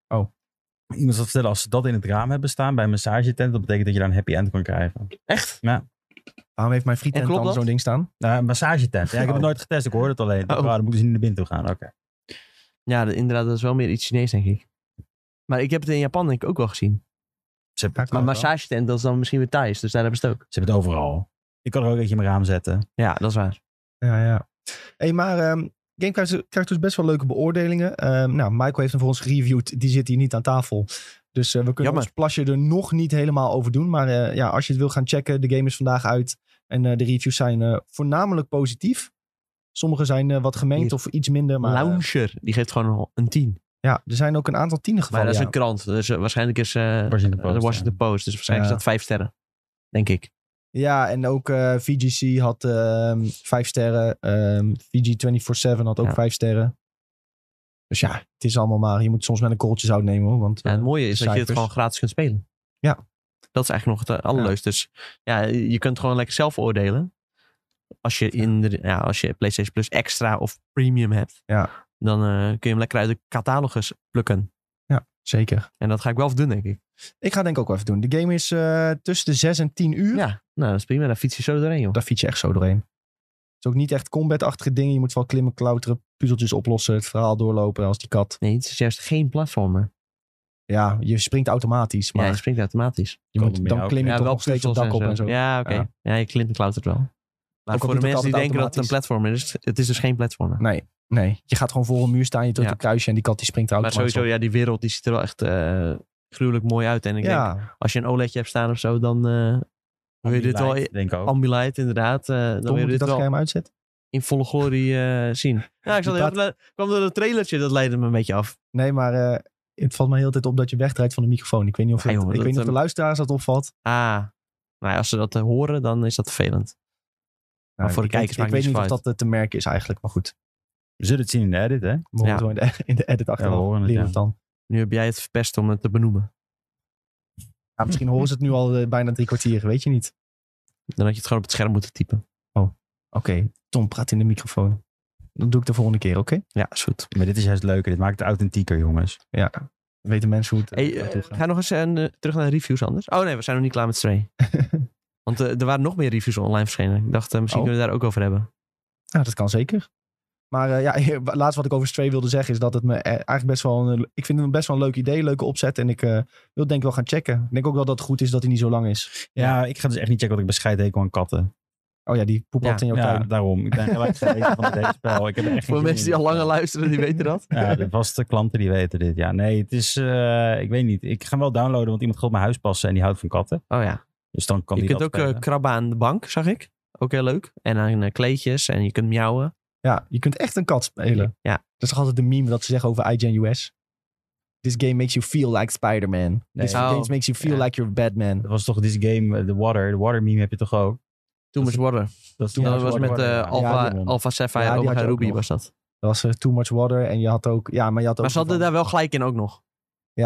[SPEAKER 2] Iemand zal vertellen, als ze dat in het raam hebben staan bij een massagetent, dat betekent dat je daar een happy end kan krijgen.
[SPEAKER 3] Echt?
[SPEAKER 1] Waarom heeft mijn
[SPEAKER 3] En
[SPEAKER 1] frietent
[SPEAKER 3] klopt
[SPEAKER 1] dan
[SPEAKER 3] dat?
[SPEAKER 1] zo'n ding staan?
[SPEAKER 2] Nou, een massagetent. Ja, ik heb het
[SPEAKER 1] Oh.
[SPEAKER 2] nooit getest, ik hoorde het alleen. Ik dacht,
[SPEAKER 3] Oh.
[SPEAKER 2] oh, dan moeten ze niet naar binnen toe gaan. Oké.
[SPEAKER 3] Ja, de- inderdaad, dat is wel meer iets Chinees, denk ik. Maar ik heb het in Japan denk ik ook wel gezien.
[SPEAKER 2] Ze,
[SPEAKER 1] Ja,
[SPEAKER 2] hebben,
[SPEAKER 3] Maar
[SPEAKER 1] kan wel.
[SPEAKER 3] massagetent, dat is dan misschien weer Thais. Dus daar hebben ze het ook.
[SPEAKER 2] ze hebben het overal. Ik kan er ook eentje in mijn raam zetten.
[SPEAKER 3] Ja, dat is waar.
[SPEAKER 1] Ja, ja. Hey, maar ehm Game krijgt, krijgt dus best wel leuke beoordelingen. Ehm, nou, Michael heeft hem voor ons gereviewd. Die zit hier niet aan tafel. Dus eh, we kunnen
[SPEAKER 3] Jammer.
[SPEAKER 1] ons plasje er nog niet helemaal over doen. Maar eh, ja, als je het wil gaan checken, de game is vandaag uit. En eh, de reviews zijn eh, voornamelijk positief. Sommige zijn eh, wat gemeend
[SPEAKER 3] Hier.
[SPEAKER 1] of iets minder. Maar eh,
[SPEAKER 3] Launcher, die geeft gewoon een- een 10.
[SPEAKER 1] ja, er zijn ook een aantal tienen
[SPEAKER 3] Maar
[SPEAKER 1] gevallen.
[SPEAKER 3] dat is
[SPEAKER 1] ja.
[SPEAKER 3] een krant. Dus eh, waarschijnlijk is eh
[SPEAKER 2] Washington
[SPEAKER 3] de
[SPEAKER 2] Post.
[SPEAKER 3] Washington Post. Dus waarschijnlijk
[SPEAKER 1] Ja.
[SPEAKER 3] is dat vijf sterren. Denk ik.
[SPEAKER 1] Ja, en ook eh, VGC had ehm, vijf sterren. ehm VG247 had ook
[SPEAKER 3] Ja.
[SPEAKER 1] vijf sterren. Dus ja, het is allemaal maar. Je moet soms met een kooltje zout nemen. hoor, Want,
[SPEAKER 3] Ja, het
[SPEAKER 1] eh,
[SPEAKER 3] mooie is dat je het
[SPEAKER 1] cijfers.
[SPEAKER 3] gewoon gratis kunt spelen.
[SPEAKER 1] Ja.
[SPEAKER 3] Dat is eigenlijk nog het eh, allerleukste. Dus ja, je kunt gewoon lekker zelf oordelen. Als je, in de, ja, als je PlayStation Plus extra of premium hebt.
[SPEAKER 1] Ja.
[SPEAKER 3] Dan eh, kun je hem lekker uit de catalogus plukken.
[SPEAKER 1] Zeker.
[SPEAKER 3] En dat ga ik wel even doen, denk ik.
[SPEAKER 1] Ik ga het denk ik ook wel even doen. De game is eh, tussen de 6 en 10 uur.
[SPEAKER 3] Ja, nou dat is prima. Daar fiets je zo doorheen, joh.
[SPEAKER 1] Daar fiets je echt zo doorheen. Het is ook niet echt combat-achtige dingen. Je moet wel klimmen, klauteren, puzzeltjes oplossen, het verhaal doorlopen als die kat.
[SPEAKER 3] Nee, het is juist geen platformer.
[SPEAKER 1] Ja, je springt automatisch, maar
[SPEAKER 3] ja, je springt automatisch.
[SPEAKER 1] je
[SPEAKER 2] Komen
[SPEAKER 1] moet,
[SPEAKER 2] meer
[SPEAKER 1] dan
[SPEAKER 2] ook.
[SPEAKER 1] klim je
[SPEAKER 3] ja,
[SPEAKER 1] toch nog steeds het
[SPEAKER 3] puzzels
[SPEAKER 1] dak op en zo.
[SPEAKER 3] Ja, oké.
[SPEAKER 1] Ja.
[SPEAKER 3] Ja, je klimt en klautert wel. Maar
[SPEAKER 1] Ook al doet
[SPEAKER 3] voor de
[SPEAKER 1] het
[SPEAKER 3] mensen die
[SPEAKER 1] altijd
[SPEAKER 3] denken dat het een platform is, het is dus geen platform.
[SPEAKER 1] Nee, nee, je gaat gewoon voor een muur staan, je drukt
[SPEAKER 3] Ja.
[SPEAKER 1] een kruisje en die kat die springt er
[SPEAKER 3] maar
[SPEAKER 1] automatisch
[SPEAKER 3] sowieso, ja, die wereld die ziet er wel echt eh, gruwelijk mooi uit. En ik
[SPEAKER 1] op. Ja,
[SPEAKER 3] denk, als je een OLEDje hebt staan of zo, dan eh, wil je dit wel...
[SPEAKER 2] Ambilight, denk ik ook.
[SPEAKER 3] Ambilight, inderdaad. eh, dan
[SPEAKER 1] Tom,
[SPEAKER 3] wil
[SPEAKER 1] moet
[SPEAKER 3] je
[SPEAKER 1] je
[SPEAKER 3] dit
[SPEAKER 1] dat
[SPEAKER 3] wel
[SPEAKER 1] scherm uitzetten?
[SPEAKER 3] in volle glorie eh, zien. Ja, ik zat
[SPEAKER 1] Die
[SPEAKER 3] heel even- kwam door een trailertje, dat leidde me een beetje af.
[SPEAKER 1] Nee, maar eh, het valt me heel de tijd op dat je wegdraait van de microfoon. Ik weet niet of,
[SPEAKER 3] Ja,
[SPEAKER 1] het-
[SPEAKER 3] jongen,
[SPEAKER 1] ik
[SPEAKER 3] dat,
[SPEAKER 1] weet niet of de
[SPEAKER 3] eh,
[SPEAKER 1] luisteraars dat opvalt.
[SPEAKER 3] Ah, nou ja, als ze dat eh, horen, dan is dat vervelend.
[SPEAKER 1] Nou,
[SPEAKER 3] voor de
[SPEAKER 1] ik weet-
[SPEAKER 3] kijkers
[SPEAKER 1] Ik
[SPEAKER 3] maakt
[SPEAKER 1] weet
[SPEAKER 3] niet
[SPEAKER 1] niet of
[SPEAKER 3] zoveel
[SPEAKER 1] dat eh, te merken is eigenlijk, maar goed.
[SPEAKER 2] We zullen het zien in de edit, hè?
[SPEAKER 1] We horen
[SPEAKER 3] Ja.
[SPEAKER 1] het wel in de, in de edit achteraf.
[SPEAKER 2] we horen het,
[SPEAKER 1] leren we het
[SPEAKER 2] ja.
[SPEAKER 1] dan.
[SPEAKER 3] Nu heb jij het verpest om het te benoemen.
[SPEAKER 1] Ja, Nou, misschien horen ze het nu al eh, bijna drie kwartier, weet je niet.
[SPEAKER 3] Dan had je het gewoon op het scherm moeten typen.
[SPEAKER 1] Oké, Tom praat in de microfoon. Dat doe ik de volgende keer, oké?
[SPEAKER 3] Ja, is goed.
[SPEAKER 2] Maar dit is juist leuker. Dit maakt het authentieker, jongens.
[SPEAKER 1] Ja. Dan weten mensen hoe het
[SPEAKER 3] Hey,
[SPEAKER 1] eh,
[SPEAKER 3] eh,
[SPEAKER 1] naartoe gaat.
[SPEAKER 3] ga nog eens eh, n- terug naar de reviews anders. Oh nee, we zijn nog niet klaar met Stray. Want eh, er waren nog meer reviews online verschenen. Ik dacht, eh, misschien
[SPEAKER 1] Oh.
[SPEAKER 3] kunnen we het daar ook over hebben.
[SPEAKER 1] Ja, dat Nou, kan zeker. Maar eh, ja, laatst wat ik over Stray wilde zeggen is dat het me eh, eigenlijk best wel een, ik vind het best wel een leuk idee, leuke opzet. En ik eh, wil het denk ik wel gaan checken. Ik denk ook wel dat het goed is dat hij niet zo lang is.
[SPEAKER 2] Ja, ik ga dus echt niet checken, want ik bescheid hekel aan katten.
[SPEAKER 1] Oh ja, die poep
[SPEAKER 3] Ja.
[SPEAKER 1] altijd in jouw
[SPEAKER 2] ja,
[SPEAKER 1] tuin.
[SPEAKER 2] daarom. Ik ben gelijk vergeten van deze spel. Ik heb er echt
[SPEAKER 3] Voor
[SPEAKER 2] geen zin
[SPEAKER 3] de mensen die
[SPEAKER 2] in.
[SPEAKER 3] al langer luisteren, die weten dat.
[SPEAKER 2] Ja, de vaste klanten die weten dit. Ja, nee, het is... eh, ik weet niet. Ik ga hem wel downloaden, want iemand gaat op mijn huis passen en die houdt van katten.
[SPEAKER 3] Oh ja.
[SPEAKER 2] Dus dan kan
[SPEAKER 3] je
[SPEAKER 2] die
[SPEAKER 3] kunt
[SPEAKER 2] dat
[SPEAKER 3] ook eh,
[SPEAKER 2] spelen.
[SPEAKER 3] krabben aan de bank, zag ik. Ook heel leuk. En aan eh, kleedjes en je kunt miauwen.
[SPEAKER 1] Ja, je kunt echt een kat spelen.
[SPEAKER 3] Ja.
[SPEAKER 1] Dat is toch altijd de meme dat ze zeggen over IGN US? This game makes you feel like Spider-Man. This
[SPEAKER 3] Oh,
[SPEAKER 1] game makes you feel
[SPEAKER 3] ja.
[SPEAKER 1] like you're Batman.
[SPEAKER 2] Dat was toch dit game, eh, The Water. De Water meme heb je toch ook?
[SPEAKER 3] Toen was Water.
[SPEAKER 2] Dat is
[SPEAKER 1] Toen
[SPEAKER 3] Dat
[SPEAKER 2] Water,
[SPEAKER 3] was met
[SPEAKER 2] Water, ja.
[SPEAKER 3] eh
[SPEAKER 1] Ja,
[SPEAKER 3] Alpha,
[SPEAKER 2] die won.
[SPEAKER 3] Alpha Sapphire,
[SPEAKER 1] Ja, die
[SPEAKER 3] Omega
[SPEAKER 1] had je ook
[SPEAKER 3] Ruby
[SPEAKER 1] nog.
[SPEAKER 3] was dat.
[SPEAKER 1] Dat was eh, Too Much Water en je had ook... Ja, maar je had ook...
[SPEAKER 3] Maar ze hadden
[SPEAKER 1] die
[SPEAKER 3] daar wel gelijk in ook nog.
[SPEAKER 2] Ik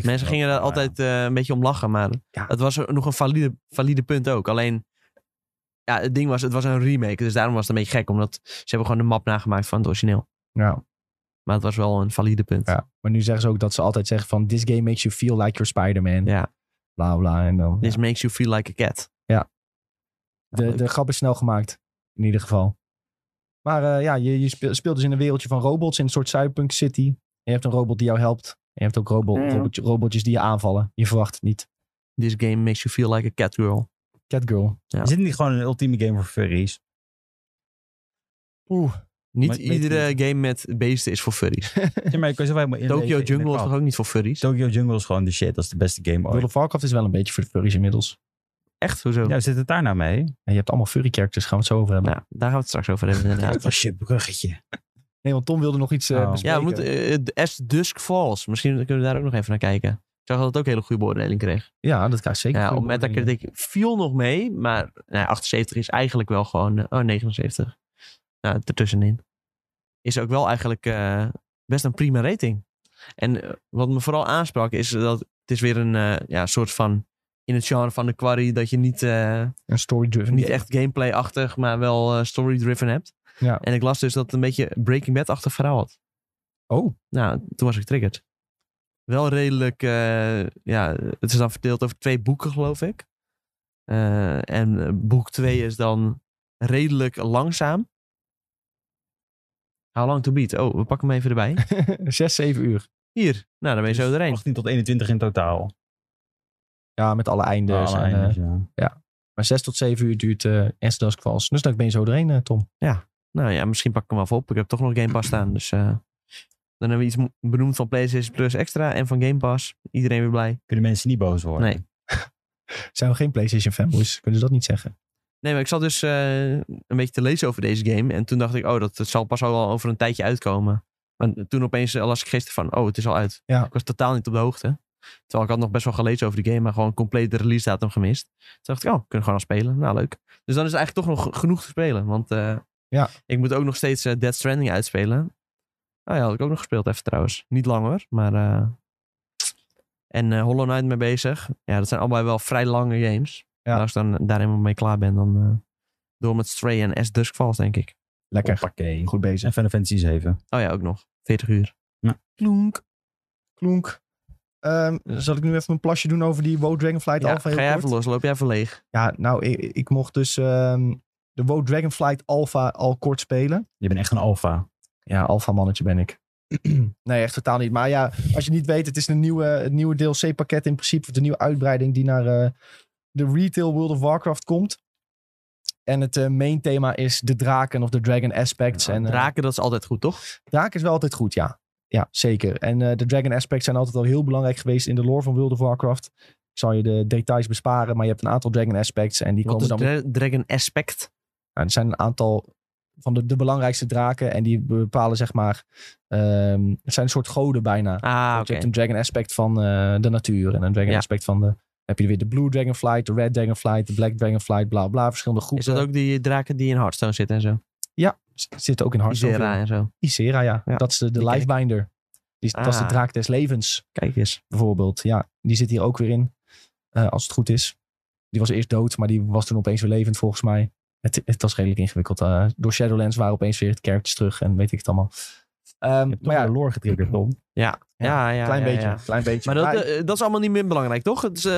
[SPEAKER 2] vind
[SPEAKER 3] Mensen
[SPEAKER 2] het
[SPEAKER 3] gingen
[SPEAKER 2] ook
[SPEAKER 3] daar
[SPEAKER 2] wel, ja.
[SPEAKER 3] altijd eh, een beetje om lachen, maar
[SPEAKER 1] Ja.
[SPEAKER 3] het was nog een valide, valide punt ook. Alleen, ja, het ding was, het was een remake, dus daarom was het een beetje gek, omdat ze hebben gewoon de map nagemaakt van het origineel.
[SPEAKER 1] van- Ja.
[SPEAKER 3] Maar het was wel een valide punt.
[SPEAKER 1] Ja, maar nu zeggen ze ook dat ze altijd zeggen van... This game makes you feel like you're Spider-Man.
[SPEAKER 3] Ja.
[SPEAKER 1] Bla, bla. En dan,
[SPEAKER 3] This makes you feel like a cat.
[SPEAKER 1] Ja.
[SPEAKER 3] Ja,
[SPEAKER 1] de,
[SPEAKER 3] leuk.
[SPEAKER 1] de grap is snel gemaakt. In ieder geval. Maar eh, ja, je, je speel- speelt dus in een wereldje van robots. In een soort cyberpunk city. En je hebt een robot die jou helpt. En je hebt ook robo-
[SPEAKER 3] Ja.
[SPEAKER 1] robotje- robotjes die je aanvallen. Je verwacht het niet.
[SPEAKER 3] This game makes you feel like a cat girl.
[SPEAKER 1] Catgirl.
[SPEAKER 3] Ja.
[SPEAKER 2] Is dit niet gewoon een ultieme game voor furries?
[SPEAKER 1] Oeh.
[SPEAKER 3] Niet
[SPEAKER 2] Met- met
[SPEAKER 3] iedere
[SPEAKER 2] dieren.
[SPEAKER 3] game met beesten is voor furries.
[SPEAKER 2] Ja, maar je kan zo helemaal inleven in
[SPEAKER 3] Tokyo
[SPEAKER 2] de
[SPEAKER 3] Jungle was
[SPEAKER 2] kat.
[SPEAKER 3] toch ook niet voor furries?
[SPEAKER 2] Tokyo Jungle is gewoon de shit. Dat is de beste game
[SPEAKER 1] World
[SPEAKER 2] ooit.
[SPEAKER 1] of Warcraft is wel een beetje voor de furries inmiddels.
[SPEAKER 3] Echt? Hoezo?
[SPEAKER 2] Ja,
[SPEAKER 3] Ja.
[SPEAKER 2] hoe zit het daar nou mee?
[SPEAKER 1] En je hebt allemaal furry characters. Gaan we het zo over hebben.
[SPEAKER 3] daar gaan we het straks over hebben inderdaad.
[SPEAKER 2] was je bruggetje.
[SPEAKER 1] Nee, want Tom wilde nog iets eh
[SPEAKER 2] Oh.
[SPEAKER 1] bespreken.
[SPEAKER 3] ja, we moeten, eh, eh, As Dusk Falls. Misschien kunnen we daar ook nog even naar kijken. Ik zag dat het ook een hele goede beoordeling kreeg.
[SPEAKER 1] ja, dat krijg ik zeker.
[SPEAKER 3] Ja,
[SPEAKER 1] voor
[SPEAKER 3] op
[SPEAKER 1] je beoordeling.
[SPEAKER 3] Metacritic viel nog mee, maar nou, 78 is eigenlijk wel gewoon... eh, oh, 79. Nou, ertussenin. Is ook wel eigenlijk eh, best een prima rating. En eh, wat me vooral aansprak is dat het is weer een eh, ja, soort van... In het genre van de quarry dat je niet... eh,
[SPEAKER 1] Een story-driven
[SPEAKER 3] niet
[SPEAKER 1] game.
[SPEAKER 3] echt gameplay-achtig, maar wel eh, story-driven hebt.
[SPEAKER 1] Ja.
[SPEAKER 3] En ik las dus dat het een beetje Breaking Bad-achtig verhaal had.
[SPEAKER 1] Oh,
[SPEAKER 3] Nou, toen was ik getriggerd. Wel redelijk, eh, ja, het is dan verdeeld over twee boeken, geloof ik. Eh, en eh, boek 2 is dan redelijk langzaam. How long to beat? Oh, we pakken hem even erbij.
[SPEAKER 1] 6, 7 uur.
[SPEAKER 3] Hier, nou, dan ben je zo erheen.
[SPEAKER 2] 18 tot 21 in totaal.
[SPEAKER 1] Ja, met alle eindes.
[SPEAKER 2] Alle
[SPEAKER 1] en, eh,
[SPEAKER 2] eindes, ja.
[SPEAKER 1] Maar 6 tot 7 uur duurt eh As Dusk Falls. Dus dan ben je zo doorheen, eh, Tom.
[SPEAKER 3] Nou ja, misschien pak ik hem wel op. Ik heb toch nog Game Pass staan. Dus eh, dan hebben we iets mo- benoemd van PlayStation Plus Extra en van Game Pass. Iedereen weer blij.
[SPEAKER 2] Kunnen mensen niet boos worden?
[SPEAKER 3] Nee.
[SPEAKER 1] Zijn we geen PlayStation fanboys? Kunnen ze dat niet zeggen?
[SPEAKER 3] Nee, maar ik zat dus eh, een beetje te lezen over deze game. En toen dacht ik, oh, dat, dat zal pas al wel over een tijdje uitkomen. Maar toen opeens eh, las ik gisteren van, oh, het is al uit.
[SPEAKER 1] Ja.
[SPEAKER 3] Ik was totaal niet op de hoogte. Terwijl ik had nog best wel gelezen over die game, maar gewoon compleet de release datum gemist. Toen dacht ik, oh, we kunnen gewoon al spelen. Nou, leuk. Dus dan is het eigenlijk toch nog genoeg te spelen. Want eh,
[SPEAKER 1] Ja.
[SPEAKER 3] ik moet ook nog steeds eh, Dead Stranding uitspelen. Oh ja, had ik ook nog gespeeld even trouwens. Niet lang hoor, maar... eh, en eh, Hollow Knight mee bezig. Ja, dat zijn allebei wel vrij lange games.
[SPEAKER 1] Ja.
[SPEAKER 3] En als ik dan daar helemaal mee klaar ben, dan eh, door met Stray en As Dusk Falls, denk ik.
[SPEAKER 1] Lekker.
[SPEAKER 2] Hoppakee.
[SPEAKER 1] Goed bezig.
[SPEAKER 2] En Final Fantasy 7.
[SPEAKER 3] Oh ja, ook nog. 40 uur.
[SPEAKER 2] Ja.
[SPEAKER 3] Klonk.
[SPEAKER 1] Klonk. Ehm, zal ik nu even een plasje doen over die WoW Dragonflight
[SPEAKER 3] Ja,
[SPEAKER 1] Alpha
[SPEAKER 3] ga
[SPEAKER 1] heel
[SPEAKER 3] jij
[SPEAKER 1] kort?
[SPEAKER 3] even los, loop jij even leeg.
[SPEAKER 1] Ja, nou, ik, ik mocht dus ehm, de WoW Dragonflight Alpha al kort spelen.
[SPEAKER 2] Je bent echt een alfa.
[SPEAKER 1] Ja, Alpha mannetje ben ik. nee, echt totaal niet. Maar ja, als je niet weet, het is een nieuwe, het nieuwe DLC-pakket in principe. Of de nieuwe uitbreiding die naar eh, de retail World of Warcraft komt. En het eh, main thema is de draken of de dragon aspects. en, eh,
[SPEAKER 3] Raken, dat is altijd goed, toch?
[SPEAKER 1] Draak is wel altijd goed, ja. Ja, zeker. En eh, de Dragon Aspects zijn altijd al heel belangrijk geweest in de lore van World of Warcraft. Ik zal je de details besparen, maar je hebt een aantal Dragon Aspects. En die
[SPEAKER 3] Wat
[SPEAKER 1] komen
[SPEAKER 3] is
[SPEAKER 1] dan.
[SPEAKER 3] dra- Dragon Aspect?
[SPEAKER 1] Nou, er zijn een aantal van de, de belangrijkste draken. En die bepalen, zeg maar. ehm, het zijn een soort goden bijna.
[SPEAKER 3] Ah,
[SPEAKER 1] Want
[SPEAKER 3] oké.
[SPEAKER 1] Je hebt een Dragon Aspect van eh, de natuur. En een Dragon
[SPEAKER 3] Ja.
[SPEAKER 1] Aspect van de. Dan heb je weer de Blue Dragonflight, de Red Dragonflight, de Black Dragonflight, bla bla. Verschillende
[SPEAKER 3] Is
[SPEAKER 1] groepen.
[SPEAKER 3] dat ook die draken die in Hearthstone zitten en zo?
[SPEAKER 1] Z- Zit ook in Hearthstone.
[SPEAKER 3] Isera en zo.
[SPEAKER 1] Isera, ja.
[SPEAKER 3] Ja.
[SPEAKER 1] Dat is de, de
[SPEAKER 3] Die ken ik.
[SPEAKER 1] Lifebinder. Die, is- Dat is de
[SPEAKER 3] Ah.
[SPEAKER 1] draak des levens.
[SPEAKER 3] Kijk eens.
[SPEAKER 1] bijvoorbeeld. Ja, die zit hier ook weer in. eh, als het goed is. Die was eerst dood, maar die was toen opeens weer levend volgens mij. Het, het was redelijk ingewikkeld. eh. door Shadowlands waren opeens weer het characters terug en weet ik het allemaal. Ehm,
[SPEAKER 2] Je hebt
[SPEAKER 1] maar ja,
[SPEAKER 2] toch de lore getriggerd, Tom.
[SPEAKER 1] Ja,
[SPEAKER 3] Ja, ja.
[SPEAKER 1] klein
[SPEAKER 3] ja,
[SPEAKER 1] beetje.
[SPEAKER 3] ja.
[SPEAKER 1] Klein beetje.
[SPEAKER 3] Maar dat, eh, dat is allemaal niet meer belangrijk, toch? Het is, eh,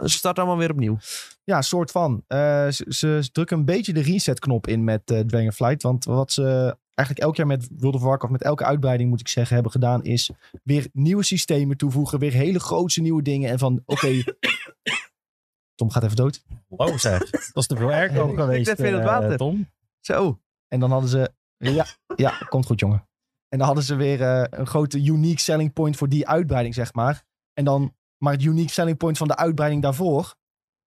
[SPEAKER 3] Ze starten allemaal weer opnieuw.
[SPEAKER 1] Ja, soort van. Eh, ze, ze drukken een beetje de resetknop in met eh Dragonflight. Want wat ze eigenlijk elk jaar met World of Warcraft, met elke uitbreiding moet ik zeggen, hebben gedaan, is weer nieuwe systemen toevoegen, weer hele grootse nieuwe dingen. En van, oké, Tom gaat even dood.
[SPEAKER 2] Wow zeg, dat is te veel airco
[SPEAKER 1] Ik
[SPEAKER 2] geweest,
[SPEAKER 3] vind het
[SPEAKER 2] eh,
[SPEAKER 3] water.
[SPEAKER 2] Tom.
[SPEAKER 3] Zo.
[SPEAKER 1] En dan hadden ze, ja, ja, komt goed jongen. En dan hadden ze weer eh, een grote unique selling point voor die uitbreiding, zeg maar. En dan, maar het unique selling point van de uitbreiding daarvoor,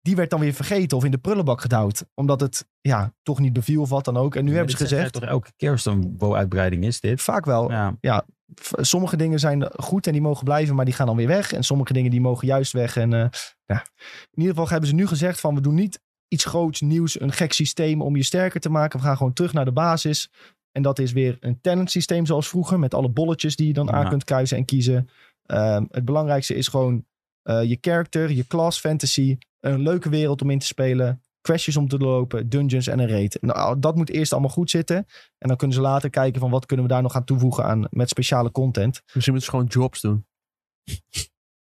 [SPEAKER 1] die werd dan weer vergeten of in de prullenbak gedouwd. Omdat het, ja, toch niet beviel of wat dan ook. En nu
[SPEAKER 2] Ja,
[SPEAKER 1] hebben ze
[SPEAKER 2] dit zegt
[SPEAKER 1] gezegd,
[SPEAKER 2] hij toch elke keer als het een WoW-uitbreiding is dit.
[SPEAKER 1] vaak
[SPEAKER 3] Oh.
[SPEAKER 1] wel,
[SPEAKER 2] Ja,
[SPEAKER 1] v- sommige dingen zijn goed en die mogen blijven, maar die gaan dan weer weg. En sommige dingen die mogen juist weg. En eh, ja. in ieder geval hebben ze nu gezegd van we doen niet iets groots nieuws, een gek systeem om je sterker te maken. We gaan gewoon terug naar de basis. En dat is weer een talent systeem zoals vroeger, met alle bolletjes die je dan aan
[SPEAKER 2] Ja.
[SPEAKER 1] kunt kuisen en kiezen. Ehm, het belangrijkste is gewoon eh, je character, je class, fantasy, een leuke wereld om in te spelen, questjes om te lopen, dungeons en een raid. Nou, dat moet eerst allemaal goed zitten. En dan kunnen ze later kijken van wat kunnen we daar nog aan toevoegen aan met speciale content.
[SPEAKER 3] Misschien moeten ze gewoon jobs doen.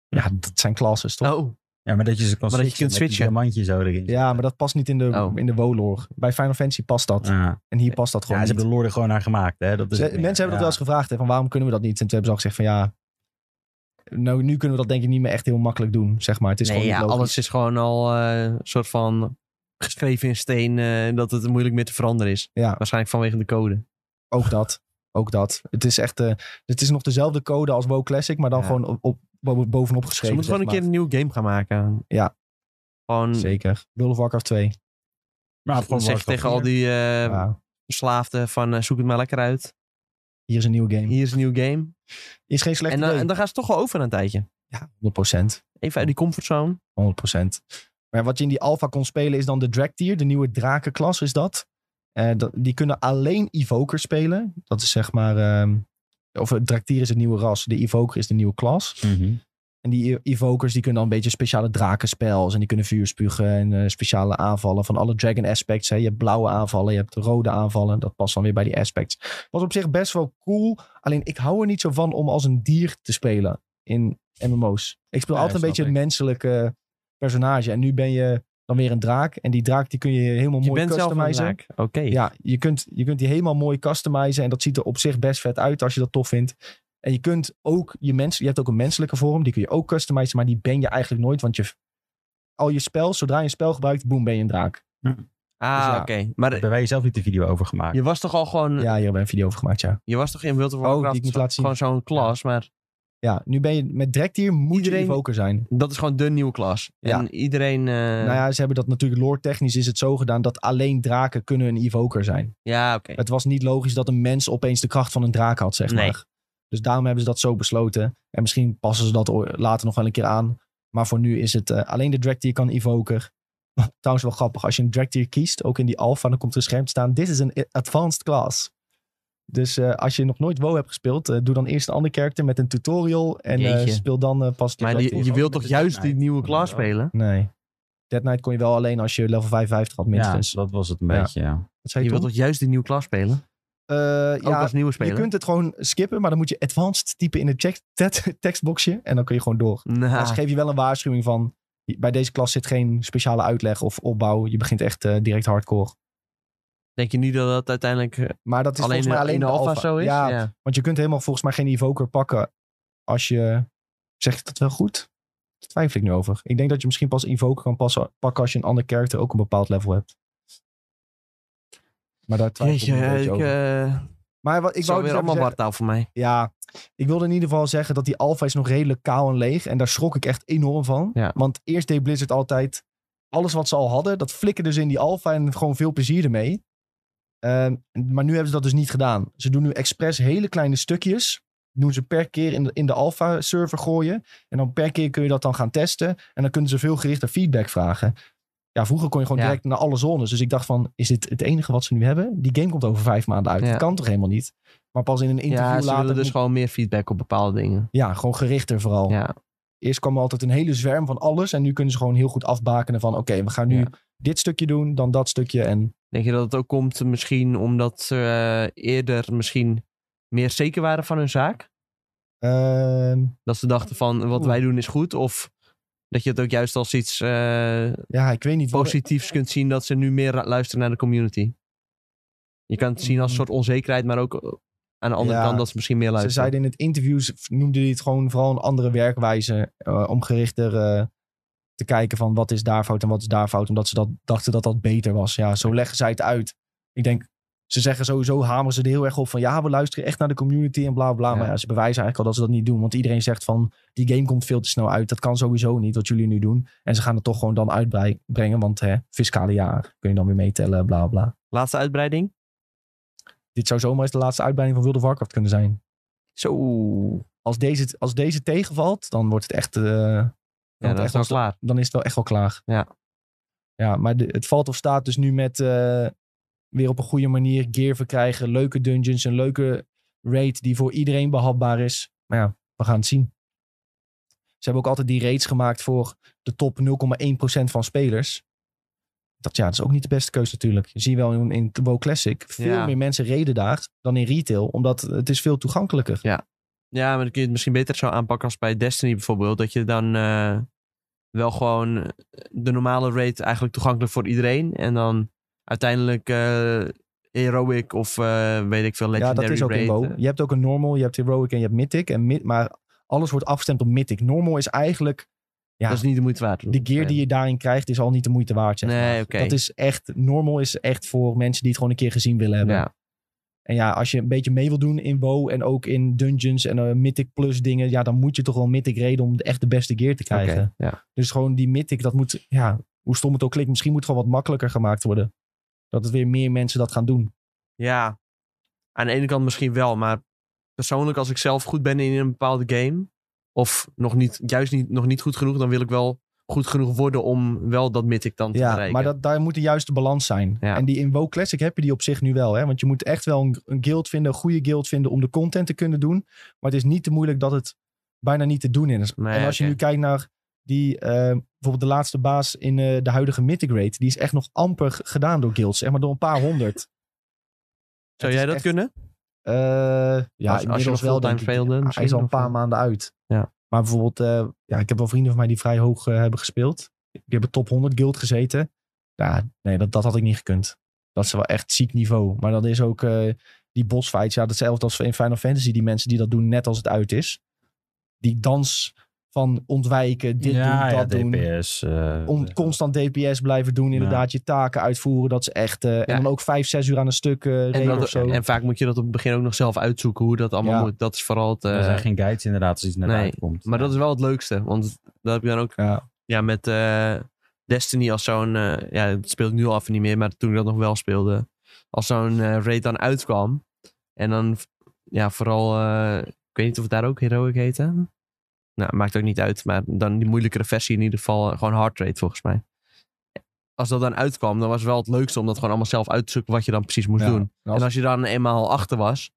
[SPEAKER 1] Ja, dat zijn classes toch?
[SPEAKER 3] Oh.
[SPEAKER 2] ja maar dat je ze kan
[SPEAKER 3] Maar dat je kunt
[SPEAKER 2] met die
[SPEAKER 3] switchen.
[SPEAKER 2] diamantje zo erin.
[SPEAKER 1] Ja, maar dat past niet in de,
[SPEAKER 3] Oh.
[SPEAKER 1] in de WoW-lore. Bij Final Fantasy past dat.
[SPEAKER 2] Ja.
[SPEAKER 1] En hier past dat
[SPEAKER 2] Ja,
[SPEAKER 1] gewoon
[SPEAKER 2] ze
[SPEAKER 1] niet.
[SPEAKER 2] hebben de lore er gewoon naar gemaakt. Hè? Dat is
[SPEAKER 1] Ze-
[SPEAKER 2] het meer.
[SPEAKER 1] mensen hebben dat wel eens
[SPEAKER 2] Ja.
[SPEAKER 1] gevraagd hè, van waarom kunnen we dat niet? En toen hebben ze al gezegd van ja, nou, nu kunnen we dat denk ik niet meer echt heel makkelijk doen, zeg maar. Het is
[SPEAKER 3] Nee,
[SPEAKER 1] gewoon
[SPEAKER 3] ja,
[SPEAKER 1] niet logisch.
[SPEAKER 3] alles is gewoon al eh, een soort van geschreven in steen eh, dat het moeilijk meer te veranderen is.
[SPEAKER 1] Ja.
[SPEAKER 3] Waarschijnlijk vanwege de code.
[SPEAKER 1] Ook dat. Ook dat. Het is echt, eh, het is nog dezelfde code als WoW Classic, maar dan
[SPEAKER 3] Ja.
[SPEAKER 1] gewoon op, op, bo- bovenop
[SPEAKER 3] Ze
[SPEAKER 1] geschreven.
[SPEAKER 3] moeten gewoon een
[SPEAKER 1] zeg
[SPEAKER 3] keer een nieuw game gaan maken.
[SPEAKER 1] Ja.
[SPEAKER 3] Gewoon,
[SPEAKER 1] maar. Zeker. World of Warcraft 2.
[SPEAKER 2] Maar gewoon
[SPEAKER 3] zeg
[SPEAKER 2] Warcraft
[SPEAKER 3] tegen al
[SPEAKER 2] 4.
[SPEAKER 3] die eh
[SPEAKER 1] Ja.
[SPEAKER 3] verslaafden van eh, zoek het maar lekker uit.
[SPEAKER 1] Hier is een nieuwe game.
[SPEAKER 3] Hier is een nieuw game.
[SPEAKER 1] Is geen slecht
[SPEAKER 3] En, dan-
[SPEAKER 1] idee.
[SPEAKER 3] en dan gaan ze toch wel over na een tijdje.
[SPEAKER 1] Ja, 100%.
[SPEAKER 3] Even uit die comfortzone.
[SPEAKER 1] 100%. Maar wat je in die alpha kon spelen is dan de drag tier, de nieuwe drakenklas is dat. Eh, dat- die kunnen alleen evokers spelen. Dat is zeg maar, ehm, of eh, drag tier is het nieuwe ras, de evoker is de nieuwe klas.
[SPEAKER 2] Mhm.
[SPEAKER 1] En die e- evokers die kunnen dan een beetje speciale drakenspels en die kunnen vuur spugen en eh, speciale aanvallen van alle dragon aspects. Hè. Je hebt blauwe aanvallen, je hebt rode aanvallen. Dat past dan weer bij die aspects. Was op zich best wel cool. Alleen ik hou er niet zo van om als een dier te spelen in MMO's. Ik speel
[SPEAKER 2] Ja,
[SPEAKER 1] altijd een
[SPEAKER 2] snap
[SPEAKER 1] beetje
[SPEAKER 2] ik.
[SPEAKER 1] het menselijke personage. En nu ben je dan weer een draak. En die draak die kun je helemaal
[SPEAKER 3] Je
[SPEAKER 1] mooi
[SPEAKER 3] bent zelf een
[SPEAKER 1] customizen.
[SPEAKER 3] draak. Oké.
[SPEAKER 1] Ja, je kunt, je kunt die helemaal mooi customizen. En dat ziet er op zich best vet uit als je dat tof vindt. En je kunt ook je mens, je hebt ook een menselijke vorm, die kun je ook customizen, maar die ben je eigenlijk nooit. Want je, al je spel, zodra je een spel gebruikt, boem, ben je een draak.
[SPEAKER 3] Ah,
[SPEAKER 1] Dus ja.
[SPEAKER 3] oké.
[SPEAKER 2] Daar
[SPEAKER 3] Maar
[SPEAKER 2] hebben wij zelf niet de video over gemaakt.
[SPEAKER 3] je was toch al gewoon...
[SPEAKER 1] Ja, hier hebben we een video over gemaakt, ja.
[SPEAKER 3] Je was toch in World of
[SPEAKER 1] die ik
[SPEAKER 3] Warcraft
[SPEAKER 1] moet laten zien.
[SPEAKER 3] gewoon zo'n klas, maar
[SPEAKER 1] Ja, nu ben je met Drektier, moet
[SPEAKER 3] Iedereen-
[SPEAKER 1] je evoker zijn.
[SPEAKER 3] dat is gewoon de nieuwe klas.
[SPEAKER 1] Ja.
[SPEAKER 3] En iedereen... eh,
[SPEAKER 1] Nou ja, ze hebben dat natuurlijk lore technisch is het zo gedaan dat alleen draken kunnen een evoker zijn.
[SPEAKER 3] Ja, oké.
[SPEAKER 1] Het was niet logisch dat een mens opeens de kracht van een draak had, zeg
[SPEAKER 3] Nee.
[SPEAKER 1] maar. Dus daarom hebben ze dat zo besloten. En misschien passen ze dat o- later nog wel een keer aan. Maar voor nu is het eh, alleen de drag tier kan evoker. Trouwens wel grappig, als je een drag tier kiest, ook in die alpha, dan komt er een scherm te staan. Dit is een i- advanced class. Dus eh, als je nog nooit WoW hebt gespeeld, eh, doe dan eerst een ander character met een tutorial. En eh,
[SPEAKER 3] Jeetje.
[SPEAKER 1] speel dan eh, pas de
[SPEAKER 3] Maar
[SPEAKER 1] drag
[SPEAKER 2] dat
[SPEAKER 3] je,
[SPEAKER 1] tier.
[SPEAKER 2] is
[SPEAKER 3] je
[SPEAKER 2] ook
[SPEAKER 3] wilt
[SPEAKER 2] met
[SPEAKER 3] toch
[SPEAKER 2] de
[SPEAKER 3] juist die
[SPEAKER 2] snijden.
[SPEAKER 3] nieuwe
[SPEAKER 2] Ja.
[SPEAKER 3] klas spelen?
[SPEAKER 1] Nee. Dead Knight kon je wel alleen als je level 55 had minstens.
[SPEAKER 2] Ja, dat was het een
[SPEAKER 1] Ja.
[SPEAKER 2] beetje, ja.
[SPEAKER 1] Dat zei
[SPEAKER 3] je
[SPEAKER 1] je
[SPEAKER 3] wilt
[SPEAKER 1] toch?
[SPEAKER 3] toch juist die Oh, nieuwe klas spelen?
[SPEAKER 1] Eh,
[SPEAKER 3] Ook
[SPEAKER 1] ja,
[SPEAKER 3] als nieuwe speler?
[SPEAKER 1] Je kunt het gewoon skippen, maar dan moet je advanced typen in het check- te- tekstboxje. En dan kun je gewoon door.
[SPEAKER 3] Nou,
[SPEAKER 1] Dan geef je wel een waarschuwing van. Bij deze klas zit geen speciale uitleg of opbouw. Je begint echt eh, direct hardcore.
[SPEAKER 3] denk je niet dat dat uiteindelijk eh,
[SPEAKER 1] Maar dat is
[SPEAKER 3] alleen,
[SPEAKER 1] volgens mij alleen
[SPEAKER 3] in de alfa
[SPEAKER 1] alpha.
[SPEAKER 3] zo is?
[SPEAKER 1] Ja, want je kunt helemaal volgens mij geen evoker pakken als je... Zeg ik dat wel goed? Daar twijfel ik nu over. Ik denk dat je misschien pas evoker kan passen, pakken als je een ander character ook een bepaald level hebt. Maar daar twijfel
[SPEAKER 3] Jeetje,
[SPEAKER 1] ik een beetje
[SPEAKER 3] ik,
[SPEAKER 1] over.
[SPEAKER 3] eh,
[SPEAKER 1] Maar wat, ik
[SPEAKER 3] zou
[SPEAKER 1] wou dus
[SPEAKER 3] weer
[SPEAKER 1] even
[SPEAKER 3] allemaal
[SPEAKER 1] zeggen-
[SPEAKER 3] wartaal voor mij.
[SPEAKER 1] Ja, ik wilde in ieder geval zeggen dat die alpha is nog redelijk kaal en leeg. En daar schrok ik echt enorm van.
[SPEAKER 3] Ja.
[SPEAKER 1] Want eerst deed Blizzard altijd alles wat ze al hadden. Dat flikkerde ze in die alpha en gewoon veel plezier ermee. Ehm, maar nu hebben ze dat dus niet gedaan. Ze doen nu expres hele kleine stukjes. Doen ze per keer in de, in de alpha server gooien. En dan per keer kun je dat dan gaan testen. En dan kunnen ze veel gerichter feedback vragen. Ja, vroeger kon je gewoon
[SPEAKER 3] Ja.
[SPEAKER 1] direct naar alle zones. Dus ik dacht van, is dit het enige wat ze nu hebben? Die game komt over vijf maanden uit.
[SPEAKER 3] Ja.
[SPEAKER 1] Dat kan toch helemaal niet? Maar pas in een interview
[SPEAKER 3] Ja,
[SPEAKER 1] later...
[SPEAKER 3] ze willen
[SPEAKER 1] moet- Oh.
[SPEAKER 3] dus gewoon meer feedback op bepaalde dingen.
[SPEAKER 1] ja, gewoon gerichter vooral.
[SPEAKER 3] Ja,
[SPEAKER 1] Eerst kwam er altijd een hele zwerm van alles. En nu kunnen ze gewoon heel goed afbakenen van... oké, we gaan nu
[SPEAKER 3] Ja.
[SPEAKER 1] dit stukje doen, dan dat stukje. En
[SPEAKER 3] Denk je dat het ook komt misschien omdat ze eh, eerder misschien meer zeker waren van hun zaak?
[SPEAKER 1] ehm,
[SPEAKER 3] Dat ze dachten van wat
[SPEAKER 1] Oeh.
[SPEAKER 3] wij doen is goed? Of dat je het ook juist als iets eh,
[SPEAKER 1] ja, ik weet niet. wat-
[SPEAKER 3] positiefs kunt zien dat ze nu meer ra- luisteren naar de community? Je kan het zien als een soort onzekerheid, maar ook eh, aan de andere
[SPEAKER 1] Mm. Ja.
[SPEAKER 3] kant dat ze misschien meer
[SPEAKER 1] Ze
[SPEAKER 3] luisteren.
[SPEAKER 1] zeiden in het interview, ze v- noemde hij het gewoon vooral een andere werkwijze eh, om gerichter eh, te kijken van wat is daar fout en wat is daar fout. Omdat ze dat, dachten dat dat beter was. Ja, zo leggen zij het uit. Ik denk, ze zeggen sowieso, hameren ze er heel erg op van ja, we luisteren echt naar de community en bla bla.
[SPEAKER 3] Ja.
[SPEAKER 1] Maar ja, ze bewijzen eigenlijk al dat ze dat niet doen. Want iedereen zegt van, die game komt veel te snel uit. Dat kan sowieso niet, wat jullie nu doen. En ze gaan het toch gewoon dan uitbrengen, want hè, fiscale jaar kun je dan weer meetellen, bla bla.
[SPEAKER 3] Laatste uitbreiding.
[SPEAKER 1] Dit zou zomaar eens de laatste uitbreiding van World of Warcraft kunnen zijn.
[SPEAKER 3] Zo.
[SPEAKER 1] als deze, als deze tegenvalt, dan wordt het echt. eh, dan,
[SPEAKER 3] Ja,
[SPEAKER 1] wordt
[SPEAKER 3] dat
[SPEAKER 1] echt
[SPEAKER 3] is
[SPEAKER 1] wel
[SPEAKER 3] wel
[SPEAKER 1] sta-
[SPEAKER 3] klaar.
[SPEAKER 1] dan is het wel echt wel klaar.
[SPEAKER 3] Ja.
[SPEAKER 1] Ja, maar de- het valt of staat dus nu met eh, weer op een goede manier gear verkrijgen. Leuke dungeons, een leuke raid die voor iedereen behapbaar is. Maar ja, we gaan het zien. Ze hebben ook altijd die raids gemaakt voor de top 0,1% van spelers. Dat, ja, dat is ook niet de beste keuze natuurlijk. Je ziet wel in, in de WoW Classic veel
[SPEAKER 3] Ja.
[SPEAKER 1] meer mensen reden daar dan in retail. Omdat het is veel toegankelijker.
[SPEAKER 3] Ja, maar dan kun je het misschien beter zo aanpakken als bij Destiny bijvoorbeeld. Dat je dan eh, wel gewoon eh, de normale rate eigenlijk toegankelijk voor iedereen. En dan uiteindelijk eh, heroic of eh, weet ik veel, legendary
[SPEAKER 1] ja, dat is ook in
[SPEAKER 3] rate. eh,
[SPEAKER 1] WoW. Je hebt ook een normal, je hebt heroic en je hebt mythic. En mi- maar alles wordt afgestemd op mythic. Normal is eigenlijk... Ja,
[SPEAKER 3] Dat is niet de moeite waard. eh.
[SPEAKER 1] de gear die je daarin krijgt is al niet de moeite waard, zeg
[SPEAKER 3] Nee,
[SPEAKER 1] maar.
[SPEAKER 3] oké.
[SPEAKER 1] Dat is echt... Normal is echt voor mensen die het gewoon een keer gezien willen hebben.
[SPEAKER 3] Ja,
[SPEAKER 1] En ja, als je een beetje mee wil doen in WoW en ook in dungeons en eh, mythic plus dingen... Ja, dan moet je toch wel mythic reden om de- echt de beste gear te krijgen.
[SPEAKER 3] oké, ja.
[SPEAKER 1] Dus gewoon die mythic, dat moet... Ja, hoe stom het ook klinkt, misschien moet het gewoon wat makkelijker gemaakt worden. Dat het weer meer mensen dat gaan doen.
[SPEAKER 3] ja, aan de ene kant misschien wel. Maar persoonlijk, als ik zelf goed ben in een bepaalde game. Of nog niet, juist niet, nog niet goed genoeg. Dan wil ik wel goed genoeg worden om wel dat mythic dan te
[SPEAKER 1] Ja,
[SPEAKER 3] bereiken.
[SPEAKER 1] maar dat, daar moet de juiste balans zijn.
[SPEAKER 3] Ja.
[SPEAKER 1] En die in WoW Classic heb je die op zich nu wel. Hè? Want je moet echt wel een, een guild vinden, een goede guild vinden om de content te kunnen doen. Maar het is niet te moeilijk dat het bijna niet te doen is.
[SPEAKER 3] Nee,
[SPEAKER 1] en als je
[SPEAKER 3] oké.
[SPEAKER 1] nu kijkt naar die, eh, bijvoorbeeld de laatste baas in eh, de huidige Mythic Raid. Die is echt nog amper g- gedaan door guilds. Zeg maar door een paar honderd. Het
[SPEAKER 3] Zou jij
[SPEAKER 1] is
[SPEAKER 3] dat
[SPEAKER 1] echt-
[SPEAKER 3] kunnen?
[SPEAKER 1] Eh, ja,
[SPEAKER 3] als je
[SPEAKER 1] inmiddels
[SPEAKER 3] nog
[SPEAKER 1] wel,
[SPEAKER 3] fulltime
[SPEAKER 1] denk ik.
[SPEAKER 3] speelde
[SPEAKER 1] Hij is
[SPEAKER 3] misschien,
[SPEAKER 1] al een
[SPEAKER 3] of,
[SPEAKER 1] paar
[SPEAKER 3] eh?
[SPEAKER 1] maanden uit.
[SPEAKER 3] Ja.
[SPEAKER 1] Maar bijvoorbeeld, eh, ja, ik heb wel vrienden van mij die vrij hoog eh, hebben gespeeld. Die hebben top 100 guild gezeten. Ja, nee, dat, dat had ik niet gekund. Dat is wel echt ziek niveau. Maar dat is ook eh, die bossfights. Ja, datzelfde als in Final Fantasy. Die mensen die dat doen net als het uit is. Die dans van ontwijken, dit
[SPEAKER 2] ja,
[SPEAKER 1] doen,
[SPEAKER 2] ja,
[SPEAKER 1] dat doen
[SPEAKER 2] DPS. eh,
[SPEAKER 1] om constant DPS blijven doen. Inderdaad, je taken uitvoeren. Dat is echt. eh, En
[SPEAKER 3] Ja.
[SPEAKER 1] dan ook vijf, zes uur aan een stuk eh
[SPEAKER 3] En,
[SPEAKER 1] reden
[SPEAKER 3] dat-
[SPEAKER 1] of zo.
[SPEAKER 3] en vaak moet je dat op het begin ook nog zelf uitzoeken hoe dat allemaal
[SPEAKER 1] Ja.
[SPEAKER 3] moet. Dat is vooral het. eh,
[SPEAKER 2] er zijn geen guides inderdaad als iets naar
[SPEAKER 3] nee,
[SPEAKER 2] buiten komt.
[SPEAKER 3] maar dat is wel het leukste. Want dat heb je dan ook
[SPEAKER 1] Ja.
[SPEAKER 3] ja, met eh, Destiny als zo'n. eh, ja, dat speelt nu al even niet meer, maar toen ik dat nog wel speelde. Als zo'n eh, raid dan uitkwam. En dan, ja, vooral. eh, ik weet niet of het daar ook heroic heette. Nou, maakt ook niet uit. Maar dan die moeilijkere versie in ieder geval. eh, Gewoon hard raid volgens mij. Als dat dan uitkwam, dan was het wel het leukste om dat gewoon allemaal zelf uit te zoeken wat je dan precies moest
[SPEAKER 1] Ja.
[SPEAKER 3] doen.
[SPEAKER 1] En als-
[SPEAKER 3] En als je dan eenmaal achter was,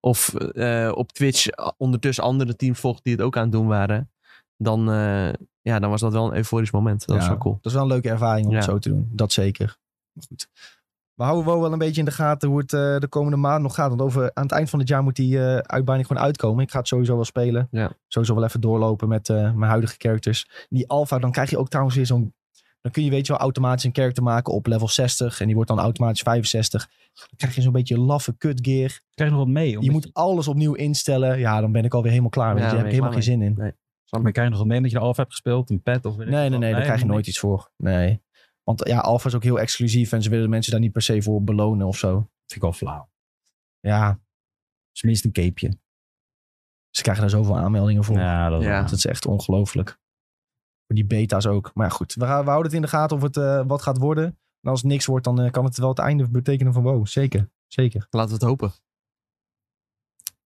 [SPEAKER 3] of eh, op Twitch ondertussen andere teams volgt die het ook aan het doen waren, dan, eh, ja, dan was dat wel een euforisch moment.
[SPEAKER 1] Ja.
[SPEAKER 3] Dat was wel cool.
[SPEAKER 1] Dat is wel een leuke ervaring om het
[SPEAKER 3] Ja.
[SPEAKER 1] zo te doen. Dat zeker. Maar goed. We houden Wo wel een beetje in de gaten hoe het eh, de komende maand nog gaat. Want over, aan het eind van het jaar moet die eh uitbreiding gewoon uitkomen. Ik ga het sowieso wel spelen.
[SPEAKER 3] Ja.
[SPEAKER 1] Sowieso wel even doorlopen met eh, mijn huidige characters. Die alfa, dan krijg je ook trouwens weer zo'n... Dan kun je weet je wel automatisch een character maken op level 60. En die wordt dan automatisch 65. Dan krijg je zo'n beetje laffe kut gear.
[SPEAKER 2] krijg je nog wat mee.
[SPEAKER 1] Je
[SPEAKER 2] omdat
[SPEAKER 1] moet alles opnieuw instellen. Ja, dan ben ik alweer helemaal klaar.
[SPEAKER 3] Ja,
[SPEAKER 1] Weet je. Daar
[SPEAKER 3] ben
[SPEAKER 1] heb ik
[SPEAKER 3] je
[SPEAKER 1] helemaal geen zin in.
[SPEAKER 2] Maar krijg je nog wat mee dat je de alf hebt gespeeld? Een pet of weet ik
[SPEAKER 1] Nee,
[SPEAKER 2] wat?
[SPEAKER 1] nee, nee, daar krijg je
[SPEAKER 2] helemaal
[SPEAKER 1] nooit iets voor. Nee. Want ja, Alpha is ook heel exclusief en ze willen de mensen daar niet per se voor belonen of zo.
[SPEAKER 2] niks. Vind ik al flauw.
[SPEAKER 1] Ja,
[SPEAKER 2] Dus minstens een capeje.
[SPEAKER 1] ze krijgen daar zoveel aanmeldingen voor.
[SPEAKER 2] Ja, dat
[SPEAKER 3] Ja.
[SPEAKER 1] Dat is echt ongelooflijk. Voor die beta's ook. Maar ja, goed, we, gaan- we houden het in de gaten of het eh, wat gaat worden. En als het niks wordt, dan eh, kan het wel het einde betekenen van wow. Zeker, zeker.
[SPEAKER 3] Laten we het hopen. Het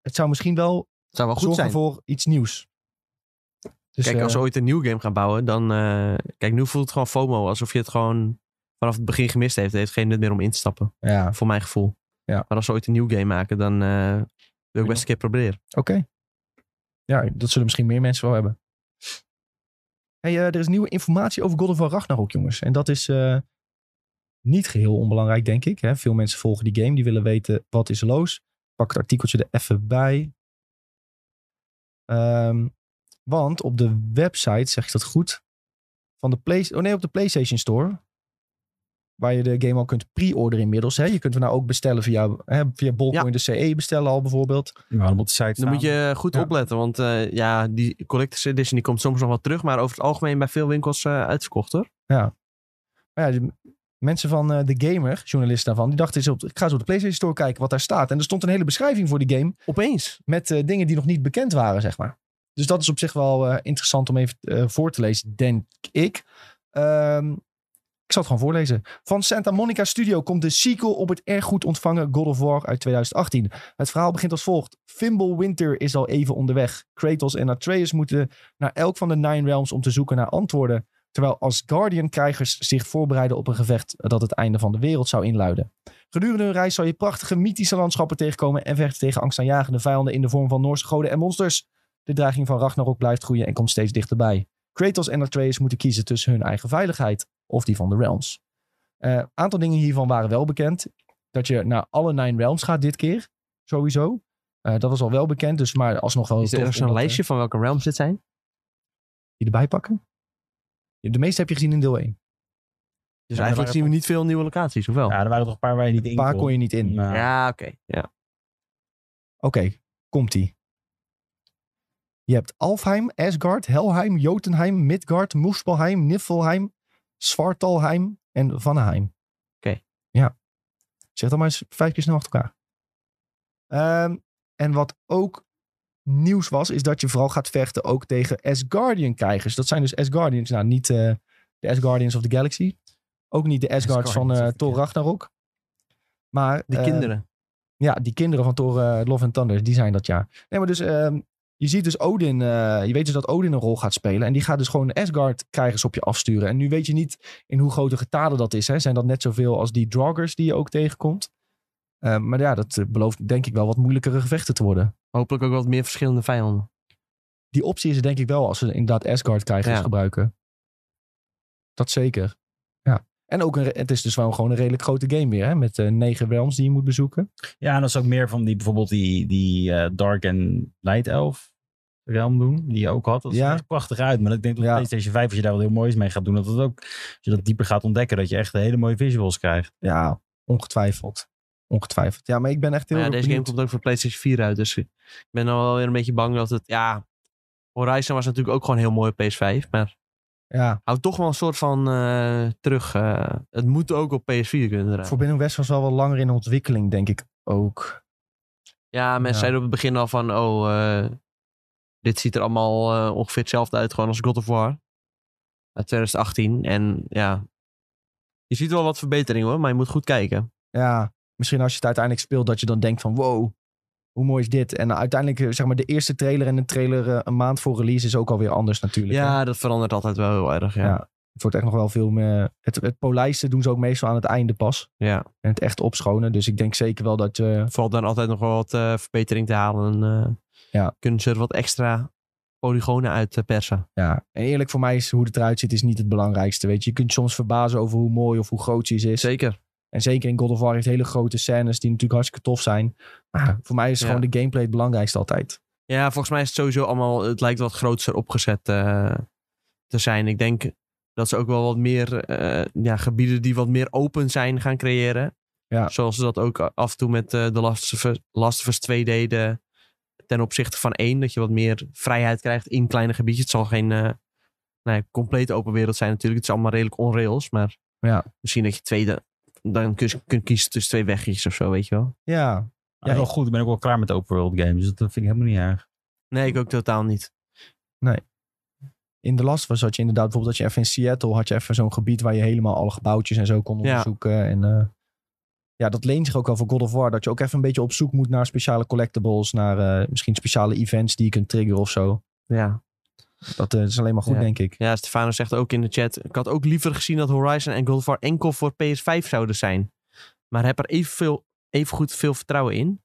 [SPEAKER 1] Het zou misschien wel
[SPEAKER 3] zou wel goed
[SPEAKER 1] zorgen
[SPEAKER 3] zijn.
[SPEAKER 1] voor iets nieuws. Dus,
[SPEAKER 3] kijk, als
[SPEAKER 1] eh,
[SPEAKER 3] we ooit een nieuw game gaan bouwen, dan... eh, kijk, nu voelt het gewoon FOMO. Alsof je het gewoon vanaf het begin gemist heeft. Het heeft geen nut meer om in te stappen.
[SPEAKER 1] ja,
[SPEAKER 3] Voor mijn gevoel.
[SPEAKER 1] Ja.
[SPEAKER 3] Maar als we ooit een nieuw game maken, dan eh, wil ik best een keer proberen.
[SPEAKER 1] Oké. Ja, dat zullen misschien meer mensen wel hebben. Hey, eh, er is nieuwe informatie over God of War Ragnarok, jongens. En dat is eh, niet geheel onbelangrijk, denk ik. Hè? Veel mensen volgen die game. Die willen weten, wat is los? Pak het artikeltje er even bij. Ehm, want op de website, zeg ik dat goed? Van de Play- oh nee, op de PlayStation Store. Waar je de game al kunt pre-orderen inmiddels. Hè? Je kunt hem nou ook bestellen via, hè, via Bolcoin de CE bestellen al bijvoorbeeld.
[SPEAKER 2] Maar dan moet de site staan.
[SPEAKER 3] Dan moet je goed
[SPEAKER 1] Ja.
[SPEAKER 3] opletten, want eh, ja, die Collectors Edition die komt soms nog wel terug, maar over het algemeen bij veel winkels eh, uitverkocht hoor.
[SPEAKER 1] Maar ja, de m- mensen van eh, de gamer, journalisten daarvan, die dachten, eens op, ik ga eens op de PlayStation Store kijken wat daar staat. En er stond een hele beschrijving voor die game
[SPEAKER 3] Opeens.
[SPEAKER 1] met eh, dingen die nog niet bekend waren, zeg maar. Dus dat is op zich wel eh, interessant om even eh, voor te lezen, denk ik. Ehm, ik zal het gewoon voorlezen. Van Santa Monica Studio komt de sequel op het erg goed ontvangen God of War uit 2018. Het verhaal begint als volgt. Fimble Winter is al even onderweg. Kratos en Atreus moeten naar elk van de Nine Realms om te zoeken naar antwoorden. Terwijl Asgardian-krijgers zich voorbereiden op een gevecht dat het einde van de wereld zou inluiden. Gedurende hun reis zal je prachtige mythische landschappen tegenkomen en vechten tegen angstaanjagende vijanden in de vorm van Noorse goden en monsters. De dreiging van Ragnarok blijft groeien en komt steeds dichterbij. Kratos en Atreus moeten kiezen tussen hun eigen veiligheid of die van de Realms. Eh, Een aantal dingen hiervan waren wel bekend. Dat je naar alle Nine Realms gaat dit keer, sowieso. Eh, dat was al wel bekend, dus maar alsnog wel
[SPEAKER 3] Is er
[SPEAKER 1] tof
[SPEAKER 3] ergens
[SPEAKER 1] om
[SPEAKER 3] een
[SPEAKER 1] dat, eh,
[SPEAKER 3] lijstje van welke realms dit zijn?
[SPEAKER 1] die erbij pakken? De meeste heb je gezien in deel 1.
[SPEAKER 3] Dus
[SPEAKER 2] Ja, er
[SPEAKER 3] eigenlijk
[SPEAKER 2] waren
[SPEAKER 3] zien we niet veel nieuwe locaties, of wel?
[SPEAKER 2] Ja, er waren toch een paar waar je niet in
[SPEAKER 1] Waar
[SPEAKER 2] kon.
[SPEAKER 1] kon je niet in?
[SPEAKER 2] Nou,
[SPEAKER 3] Ja, oké. Ja.
[SPEAKER 1] Oké, komt-ie. Je hebt Alfheim, Asgard, Helheim, Jotunheim, Midgard, Moespelheim, Niflheim, Svartalheim en Vanaheim.
[SPEAKER 3] Oké.
[SPEAKER 1] Ja. Zeg dan maar eens vijf keer snel achter elkaar. Ehm, en wat ook nieuws was, is dat je vooral gaat vechten ook tegen Asgardian-krijgers. Dat zijn dus Asgardians. Nou, niet eh, de Asgardians of the Galaxy. Ook niet de Asgards van
[SPEAKER 2] Asgardians
[SPEAKER 1] eh
[SPEAKER 2] of the
[SPEAKER 1] Thor
[SPEAKER 2] Galaxy.
[SPEAKER 1] Ragnarok. Maar,
[SPEAKER 3] De
[SPEAKER 1] eh,
[SPEAKER 3] kinderen.
[SPEAKER 1] ja, die kinderen van Thor eh, Love and Thunder, die zijn dat ja. Nee, maar dus ehm, je ziet dus Odin, eh, je weet dus dat Odin een rol gaat spelen. En die gaat dus gewoon Asgard-krijgers op je afsturen. En nu weet je niet in hoe grote getalen dat is. Hè. Zijn dat net zoveel als die Draugrs die je ook tegenkomt? Eh, maar ja, dat eh, belooft denk ik wel wat moeilijkere gevechten te worden.
[SPEAKER 3] Hopelijk ook wat meer verschillende vijanden.
[SPEAKER 1] Die optie is er denk ik wel als ze inderdaad Asgard-krijgers
[SPEAKER 3] Ja.
[SPEAKER 1] gebruiken. Dat zeker. Ja. En ook een, re- het is dus wel gewoon een redelijk grote game weer. Hè? Met eh, negen realms die je moet bezoeken.
[SPEAKER 2] Ja, en dat is ook meer van die bijvoorbeeld die, die eh, Dark en Light Elf realm doen, die je ook had. Dat ziet
[SPEAKER 1] Ja.
[SPEAKER 2] er echt prachtig uit, maar ik denk dat
[SPEAKER 1] Ja.
[SPEAKER 2] PlayStation 5, als je daar wat heel moois mee gaat doen, dat het ook, als je dat dieper gaat ontdekken, dat je echt hele mooie visuals krijgt.
[SPEAKER 1] Ja, ongetwijfeld. Ongetwijfeld. Ja, maar ik ben echt heel
[SPEAKER 3] Maar Nou ja,
[SPEAKER 1] erg
[SPEAKER 3] deze game
[SPEAKER 1] benieuwd.
[SPEAKER 3] komt ook voor PlayStation 4 uit, dus ik ben nou wel weer een beetje bang dat het... Ja, Horizon was natuurlijk ook gewoon heel mooi op PS5, maar
[SPEAKER 1] Ja,
[SPEAKER 3] houdt toch wel een soort van eh, terug. eh, het moet ook op PS4 kunnen draaien.
[SPEAKER 1] Forbidden West was wel wat langer in ontwikkeling, denk ik ook.
[SPEAKER 3] Ja, mensen
[SPEAKER 1] Ja.
[SPEAKER 3] zeiden op het begin al van, oh, eh, dit ziet er allemaal eh, ongeveer hetzelfde uit gewoon als God of War. Uit 2018. En ja, je ziet wel wat verbetering hoor, maar je moet goed kijken.
[SPEAKER 1] Ja, misschien als je het uiteindelijk speelt, dat je dan denkt van wow, hoe mooi is dit? En uiteindelijk, eh, zeg maar, de eerste trailer en de trailer eh, een maand voor release is ook alweer anders natuurlijk. hè.
[SPEAKER 3] Ja, dat verandert altijd wel heel erg, ja.
[SPEAKER 1] Ja. Het wordt echt nog wel veel meer... Het, het polijsten doen ze ook meestal aan het einde pas.
[SPEAKER 3] Ja.
[SPEAKER 1] En het echt opschonen. Dus ik denk zeker wel dat eh, je...
[SPEAKER 3] Valt dan altijd nog wel wat eh, verbetering te halen. eh,
[SPEAKER 1] Ja.
[SPEAKER 3] Kunnen ze er wat extra polygonen uit eh, persen.
[SPEAKER 1] Ja, en eerlijk voor mij is hoe het eruit ziet is niet het belangrijkste. Weet je, je kunt soms verbazen over hoe mooi of hoe groot iets is.
[SPEAKER 3] Zeker.
[SPEAKER 1] En zeker in God of War heeft hele grote scènes die natuurlijk hartstikke tof zijn. Maar voor mij is
[SPEAKER 3] Ja.
[SPEAKER 1] gewoon de gameplay het belangrijkste altijd.
[SPEAKER 3] Ja, volgens mij is het sowieso allemaal, het lijkt wat groter opgezet eh, te zijn. Ik denk dat ze ook wel wat meer eh, ja, gebieden die wat meer open zijn gaan creëren.
[SPEAKER 1] Ja.
[SPEAKER 3] Zoals ze dat ook af en toe met eh The Last of, Us, Last of Us 2 deden ten opzichte van 1. Dat je wat meer vrijheid krijgt in kleine gebiedjes. Het zal geen eh nou ja, compleet open wereld zijn natuurlijk. Het is allemaal redelijk onrails. Maar
[SPEAKER 1] Ja.
[SPEAKER 3] misschien dat je tweede, dan kun je kunt kiezen tussen twee wegjes of zo, weet je wel.
[SPEAKER 1] Ja,
[SPEAKER 2] Ja, wel goed. Ik ben ook wel klaar met open world games, dus dat vind ik helemaal niet erg.
[SPEAKER 3] Nee, ik ook totaal niet.
[SPEAKER 1] in The Last was had je inderdaad bijvoorbeeld dat je even in Seattle had je even zo'n gebied waar je helemaal alle gebouwtjes en zo kon
[SPEAKER 3] Ja.
[SPEAKER 1] onderzoeken. En eh, ja, dat leent zich ook wel voor God of War. Dat je ook even een beetje op zoek moet naar speciale collectibles, naar eh, misschien speciale events die je kunt triggeren of zo.
[SPEAKER 3] Ja.
[SPEAKER 1] Dat eh, is alleen maar goed,
[SPEAKER 3] Ja.
[SPEAKER 1] denk ik.
[SPEAKER 3] Ja, Stefano zegt ook in de chat. Ik had ook liever gezien dat Horizon en God of War enkel voor PS5 zouden zijn. Maar heb er evenveel, evengoed veel vertrouwen in.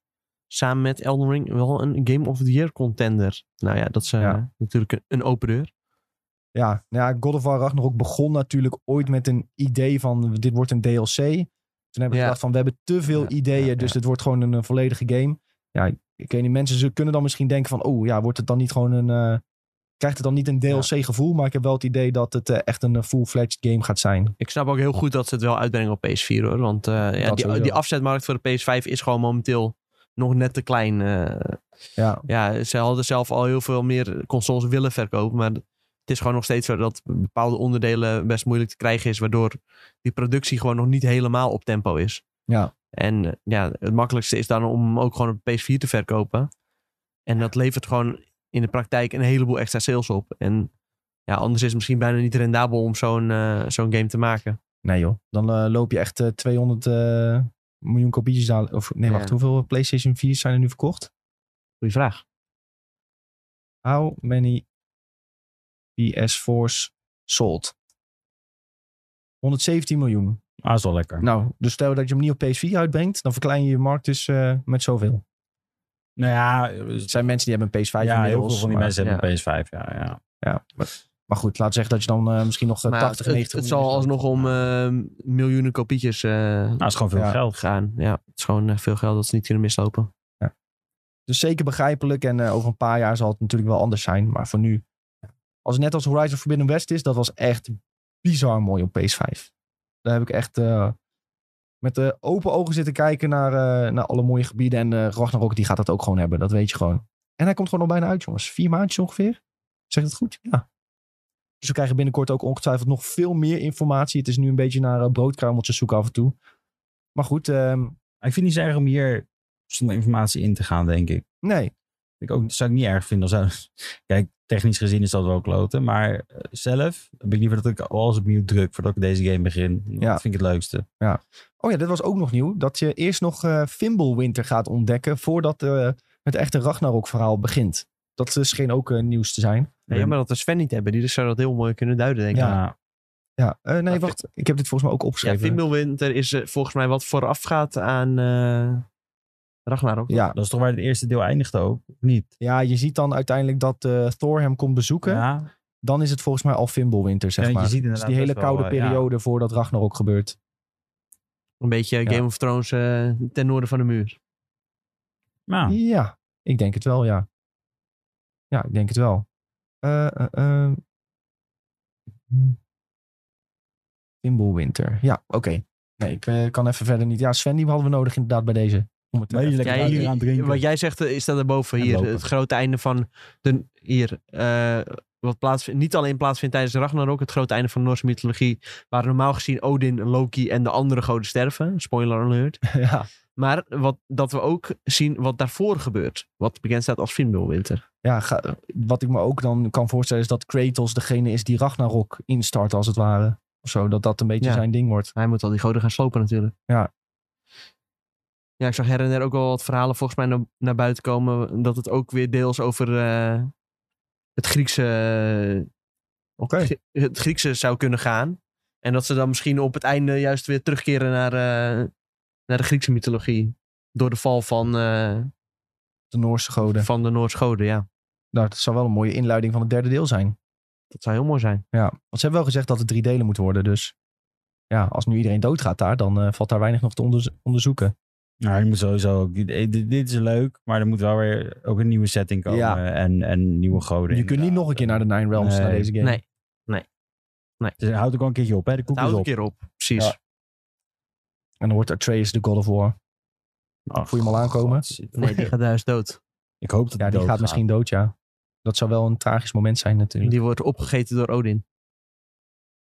[SPEAKER 3] Samen met Elden Ring wel een Game of the Year contender. Nou ja, dat is eh,
[SPEAKER 1] Ja.
[SPEAKER 3] natuurlijk een, een open deur.
[SPEAKER 1] Ja, nou ja, God of War Ragnarok begon natuurlijk ooit met een idee van dit wordt een DLC. Toen hebben we
[SPEAKER 3] Ja.
[SPEAKER 1] gedacht van we hebben te veel
[SPEAKER 3] Ja,
[SPEAKER 1] ideeën,
[SPEAKER 3] ja,
[SPEAKER 1] dus dit wordt gewoon een, eh, volledige game. Ja, ik weet niet, mensen ze kunnen dan misschien denken van oh ja, wordt het dan niet gewoon een, eh, krijgt het dan niet een DLC-gevoel, maar ik heb wel het idee dat het eh, echt een eh, full-fledged game gaat zijn.
[SPEAKER 3] Ik snap ook heel goed dat ze het wel uitbrengen op PS4 hoor. Want eh, ja,
[SPEAKER 1] Dat
[SPEAKER 3] die,
[SPEAKER 1] sowieso.
[SPEAKER 3] die afzetmarkt voor de PS5 is gewoon momenteel nog net te klein. eh.
[SPEAKER 1] Ja,
[SPEAKER 3] ja, ze hadden zelf al heel veel meer consoles willen verkopen. Maar het is gewoon nog steeds zo dat bepaalde onderdelen best moeilijk te krijgen is. Waardoor die productie gewoon nog niet helemaal op tempo is.
[SPEAKER 1] Ja.
[SPEAKER 3] En eh, ja, het makkelijkste is dan om hem ook gewoon op PS4 te verkopen. En dat levert gewoon in de praktijk een heleboel extra sales op. En ja, anders is het misschien bijna niet rendabel om zo'n eh, zo'n game te maken.
[SPEAKER 1] nee joh. Dan eh, loop je echt eh, 200 eh, miljoen kopietjes daar. Of nee, wacht,
[SPEAKER 3] Ja.
[SPEAKER 1] hoeveel PlayStation 4's zijn er nu verkocht?
[SPEAKER 3] Goeie vraag.
[SPEAKER 1] How many PS4's sold? 117 miljoen.
[SPEAKER 2] Ah, is wel lekker.
[SPEAKER 1] Nou, dus stel dat je hem niet op PS4 uitbrengt, dan verklein je je markt dus eh, met zoveel.
[SPEAKER 2] Nou ja,
[SPEAKER 1] Er zijn mensen die hebben een PS5
[SPEAKER 2] ja heel
[SPEAKER 1] inmiddels.
[SPEAKER 2] veel van die
[SPEAKER 1] maar,
[SPEAKER 2] mensen hebben een PS5. Ja, ja.
[SPEAKER 1] Ja, maar, maar goed, laten we zeggen dat je dan eh, misschien
[SPEAKER 2] Nou
[SPEAKER 1] nog eh,
[SPEAKER 3] Maar
[SPEAKER 1] 80,
[SPEAKER 3] het,
[SPEAKER 1] 90...
[SPEAKER 3] het zal alsnog om eh, miljoenen kopietjes eh,
[SPEAKER 2] Nou, is gewoon veel
[SPEAKER 1] Ja.
[SPEAKER 2] geld.
[SPEAKER 3] gaan. Ja, het is gewoon eh, veel geld dat ze niet kunnen mislopen.
[SPEAKER 1] Dus zeker begrijpelijk en eh, over een paar jaar zal het natuurlijk wel anders zijn. Maar voor nu, als het net als Horizon Forbidden West is, dat was echt bizar mooi op PS5. Daar heb ik echt eh, met eh, open ogen zitten kijken naar, eh, naar alle mooie gebieden. En eh Ragnarok die gaat dat ook gewoon hebben, dat weet je gewoon. En hij komt gewoon al bijna uit jongens. Vier maandjes ongeveer. Zeg ik het goed? Ja. Dus we krijgen binnenkort ook ongetwijfeld nog veel meer informatie. Het is nu een beetje naar eh, broodkruimeltjes zoeken af en toe. Maar goed, ehm,
[SPEAKER 2] Ik vind het niet zo erg om hier zonder informatie in te gaan, denk ik.
[SPEAKER 1] nee.
[SPEAKER 2] Ik ook, zou ik niet erg vinden. Dan zou- Kijk, technisch gezien is dat wel kloten. Maar eh, zelf heb ik liever dat ik alles opnieuw druk voordat ik deze game begin.
[SPEAKER 1] Ja.
[SPEAKER 2] Dat vind ik het leukste.
[SPEAKER 1] Oh ja, dit was ook nog nieuw. Dat je eerst nog eh Fimbulwinter gaat ontdekken voordat eh, het echte Ragnarok-verhaal begint. Dat eh, scheen ook eh, nieuws te zijn.
[SPEAKER 3] Ja, jammer dat we Sven niet hebben. Die dus zou dat heel mooi kunnen duiden, denk ik.
[SPEAKER 1] Ja.
[SPEAKER 3] Ja,
[SPEAKER 2] Ja.
[SPEAKER 1] Ja, eh, nee,
[SPEAKER 2] Ah,
[SPEAKER 3] Maar
[SPEAKER 1] wacht. Ik heb dit volgens mij ook opgeschreven.
[SPEAKER 3] Fimbulwinter is eh, volgens mij wat vooraf gaat aan eh Ragnarok.
[SPEAKER 1] ja.
[SPEAKER 2] dat is toch waar het eerste deel eindigde ook? Of Niet.
[SPEAKER 1] ja, je ziet dan uiteindelijk dat eh, Thor hem komt bezoeken.
[SPEAKER 2] Ja,
[SPEAKER 1] Dan is het volgens mij al Fimbulwinter, zeg
[SPEAKER 2] Ja, je
[SPEAKER 1] maar.
[SPEAKER 2] ziet
[SPEAKER 1] dus
[SPEAKER 2] inderdaad
[SPEAKER 1] die hele
[SPEAKER 2] best wel,
[SPEAKER 1] koude
[SPEAKER 2] eh, ja.
[SPEAKER 1] periode voordat Ragnarok gebeurt.
[SPEAKER 3] Een beetje Game of Thrones eh, ten noorden van de muur.
[SPEAKER 2] ja.
[SPEAKER 1] Ja, ik denk het wel, ja. Ja, ik denk het wel. Eh eh, eh. Hm. Timbulwinter. Ja, oké. Nee, ik eh, kan even verder niet. Ja, Sven, die hadden we nodig inderdaad bij deze. Om het eh,
[SPEAKER 2] Beetje lekker
[SPEAKER 3] Ja,
[SPEAKER 2] daar
[SPEAKER 3] je-
[SPEAKER 2] weer aan het drinken.
[SPEAKER 3] Wat jij zegt eh, is dat erboven
[SPEAKER 2] En
[SPEAKER 3] hier.
[SPEAKER 2] lopen.
[SPEAKER 3] Het grote einde van de, hier. eh, wat plaatsvindt, niet alleen plaatsvindt tijdens Ragnarok. Het grote einde van de Noorse mythologie. Waar normaal gezien Odin, Loki en de andere goden sterven. Spoiler alert.
[SPEAKER 1] ja.
[SPEAKER 3] Maar wat, dat we ook zien wat daarvoor gebeurt. Wat bekend staat als Fimbulwinter.
[SPEAKER 1] ja ga- wat ik me ook dan kan voorstellen is dat Kratos degene is die Ragnarok instart als het ware. Of zo, dat dat een beetje
[SPEAKER 3] Ja.
[SPEAKER 1] zijn ding wordt.
[SPEAKER 3] Hij moet al die goden gaan slopen natuurlijk.
[SPEAKER 1] Ja.
[SPEAKER 3] Ja, ik zag her en der ook wel wat verhalen volgens mij naar, naar buiten komen. Dat het ook weer deels over eh, het Griekse
[SPEAKER 1] Oké.
[SPEAKER 3] Grie- het Griekse zou kunnen gaan. En dat ze dan misschien op het einde juist weer terugkeren naar, eh, naar de Griekse mythologie. Door de val van, eh,
[SPEAKER 1] De Noorse goden.
[SPEAKER 3] van de Noordschoden, ja.
[SPEAKER 1] Nou, dat zou wel een mooie inleiding van het derde deel zijn.
[SPEAKER 3] Dat zou heel mooi zijn.
[SPEAKER 1] Ja, want ze hebben wel gezegd dat het drie delen moet worden. Dus ja, als nu iedereen doodgaat daar, dan eh, valt daar weinig nog te onderzo- onderzoeken.
[SPEAKER 2] Nou, je moet sowieso ook... Dit, dit- dit is leuk, maar er moet wel weer ook een nieuwe setting komen.
[SPEAKER 1] Ja.
[SPEAKER 2] En, en nieuwe goden. eh,
[SPEAKER 1] Je kunt niet nog een keer naar de Nine Realms,
[SPEAKER 2] Nee.
[SPEAKER 1] naar deze game.
[SPEAKER 3] Nee,
[SPEAKER 2] Dus houd ook wel een keertje op, hè. De koek is
[SPEAKER 3] houdt een
[SPEAKER 2] dus op.
[SPEAKER 3] keer op. Precies.
[SPEAKER 2] Ja.
[SPEAKER 1] En dan wordt Atreus de God of War.
[SPEAKER 2] Ach,
[SPEAKER 1] Voel je hem al aankomen?
[SPEAKER 2] God.
[SPEAKER 3] Nee, die gaat juist dood.
[SPEAKER 2] Ik hoop
[SPEAKER 1] Ja,
[SPEAKER 2] dat hij
[SPEAKER 1] die gaat
[SPEAKER 2] doodgaat.
[SPEAKER 1] misschien dood, ja. Dat zou wel een tragisch moment zijn natuurlijk.
[SPEAKER 3] Die wordt opgegeten door Odin.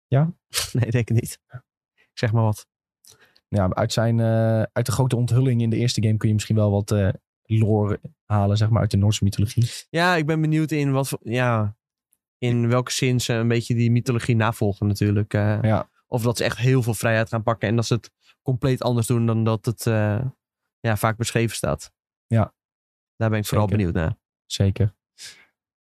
[SPEAKER 1] Ja?
[SPEAKER 3] nee, denk ik niet. Ik zeg maar wat.
[SPEAKER 1] Ja, uit, zijn, eh, uit de grote onthulling in de eerste game kun je misschien wel wat eh, lore halen, zeg maar, uit de Noorse mythologie.
[SPEAKER 3] Ja, ik ben benieuwd in wat voor- ja, in welke zin ze een beetje die mythologie navolgen natuurlijk. eh.
[SPEAKER 1] Ja.
[SPEAKER 3] Of dat ze echt heel veel vrijheid gaan pakken en dat ze het compleet anders doen dan dat het eh, ja, vaak beschreven staat.
[SPEAKER 1] Ja.
[SPEAKER 3] Daar ben ik vooral
[SPEAKER 1] Zeker.
[SPEAKER 3] benieuwd naar.
[SPEAKER 1] Zeker.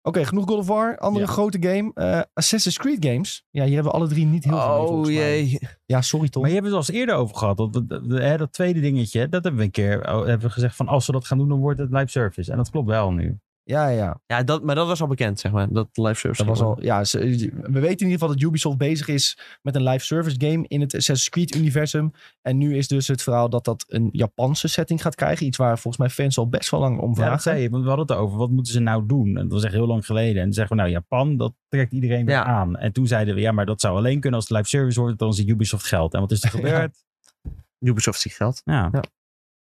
[SPEAKER 1] Oké, genoeg God of War. Andere
[SPEAKER 2] Ja.
[SPEAKER 1] grote game. eh, Assassin's Creed games. Ja, hier hebben we alle drie niet heel veel mee,
[SPEAKER 3] oh
[SPEAKER 1] volgens mij.
[SPEAKER 3] jee.
[SPEAKER 1] Ja, sorry Tom.
[SPEAKER 2] Maar je hebt het al eens eerder over gehad. Dat, dat, dat- hè, dat tweede dingetje, dat hebben we een keer oh, hebben we gezegd van als we dat gaan doen, dan wordt het live service. En dat klopt wel nu.
[SPEAKER 1] Ja, ja.
[SPEAKER 3] Ja, dat, maar dat was al bekend, zeg maar. Dat live service.
[SPEAKER 1] Dat was
[SPEAKER 3] game.
[SPEAKER 1] al, ja ze- we weten in ieder geval dat Ubisoft bezig is met een live service game in het Assassin's Creed-universum. En nu is dus het verhaal dat dat een Japanse setting gaat krijgen. Iets waar volgens mij fans al best wel lang om
[SPEAKER 2] Ja, dat
[SPEAKER 1] vragen.
[SPEAKER 2] zei je, want we hadden het over. Wat moeten ze nou doen? En dat was echt heel lang geleden. En toen zeggen we, nou, Japan, dat trekt iedereen weer
[SPEAKER 3] Ja.
[SPEAKER 2] aan. En toen zeiden we, ja, maar dat zou alleen kunnen als het live service wordt. Dan zit Ubisoft geld. En wat is er gebeurd?
[SPEAKER 3] Ubisoft ziet geld.
[SPEAKER 2] Ja,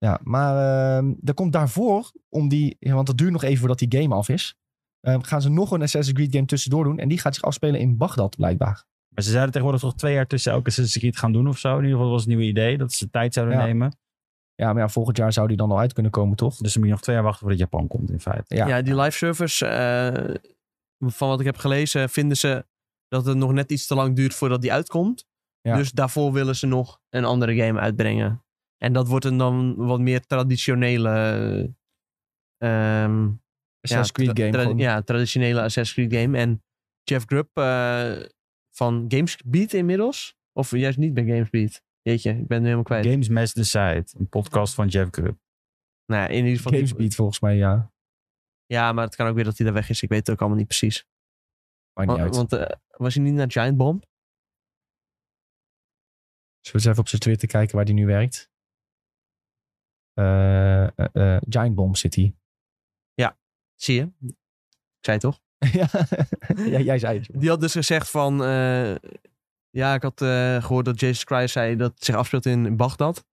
[SPEAKER 1] Ja, maar ehm er komt daarvoor, om die, ja, want dat duurt nog even voordat die game af is. ehm, gaan ze nog een Assassin's Creed game tussendoor doen. En die gaat zich afspelen in Bagdad, blijkbaar.
[SPEAKER 2] Maar ze zouden tegenwoordig toch twee jaar tussen elke Assassin's Creed gaan doen of zo. In ieder geval was het nieuwe idee dat ze tijd zouden
[SPEAKER 1] Ja.
[SPEAKER 2] nemen.
[SPEAKER 1] Ja, maar ja, volgend jaar zou die dan al uit kunnen komen, toch?
[SPEAKER 2] Dus dan moet je nog twee jaar wachten voordat Japan komt in feite.
[SPEAKER 1] Ja.
[SPEAKER 3] Ja, die live service, eh, van wat ik heb gelezen, vinden ze dat het nog net iets te lang duurt voordat die uitkomt.
[SPEAKER 1] Ja.
[SPEAKER 3] Dus daarvoor willen ze nog een andere game uitbrengen. En dat wordt een dan wat meer traditionele. ehm,
[SPEAKER 1] Assassin's
[SPEAKER 3] ja,
[SPEAKER 1] Creed
[SPEAKER 3] tra-
[SPEAKER 1] game.
[SPEAKER 3] tra-
[SPEAKER 1] gewoon.
[SPEAKER 3] ja, traditionele Assassin's Creed game. En Jeff Grubb eh, van Gamesbeat inmiddels. Of juist niet bij Gamesbeat. Jeetje, ik ben nu helemaal kwijt.
[SPEAKER 2] Games Mess Decide, een podcast van Jeff Grubb.
[SPEAKER 3] nou, ja, in ieder geval. die-
[SPEAKER 1] Gamesbeat, volgens mij, ja.
[SPEAKER 3] Ja, maar het kan ook weer dat hij daar weg is. Ik weet het ook allemaal niet precies.
[SPEAKER 1] Maakt niet
[SPEAKER 3] Want,
[SPEAKER 1] uit.
[SPEAKER 3] want, eh, was hij niet naar Giant Bomb?
[SPEAKER 1] Zullen we eens even op zijn Twitter kijken waar die nu werkt? Eh, eh, eh, Giant Bomb zit hij.
[SPEAKER 3] Zie je? Ik zei het toch?
[SPEAKER 1] ja, jij- jij zei het. jongen.
[SPEAKER 3] Die had dus gezegd van... eh, ja, ik had eh, gehoord dat Jesus Christ zei dat het zich afspeelt in Bagdad.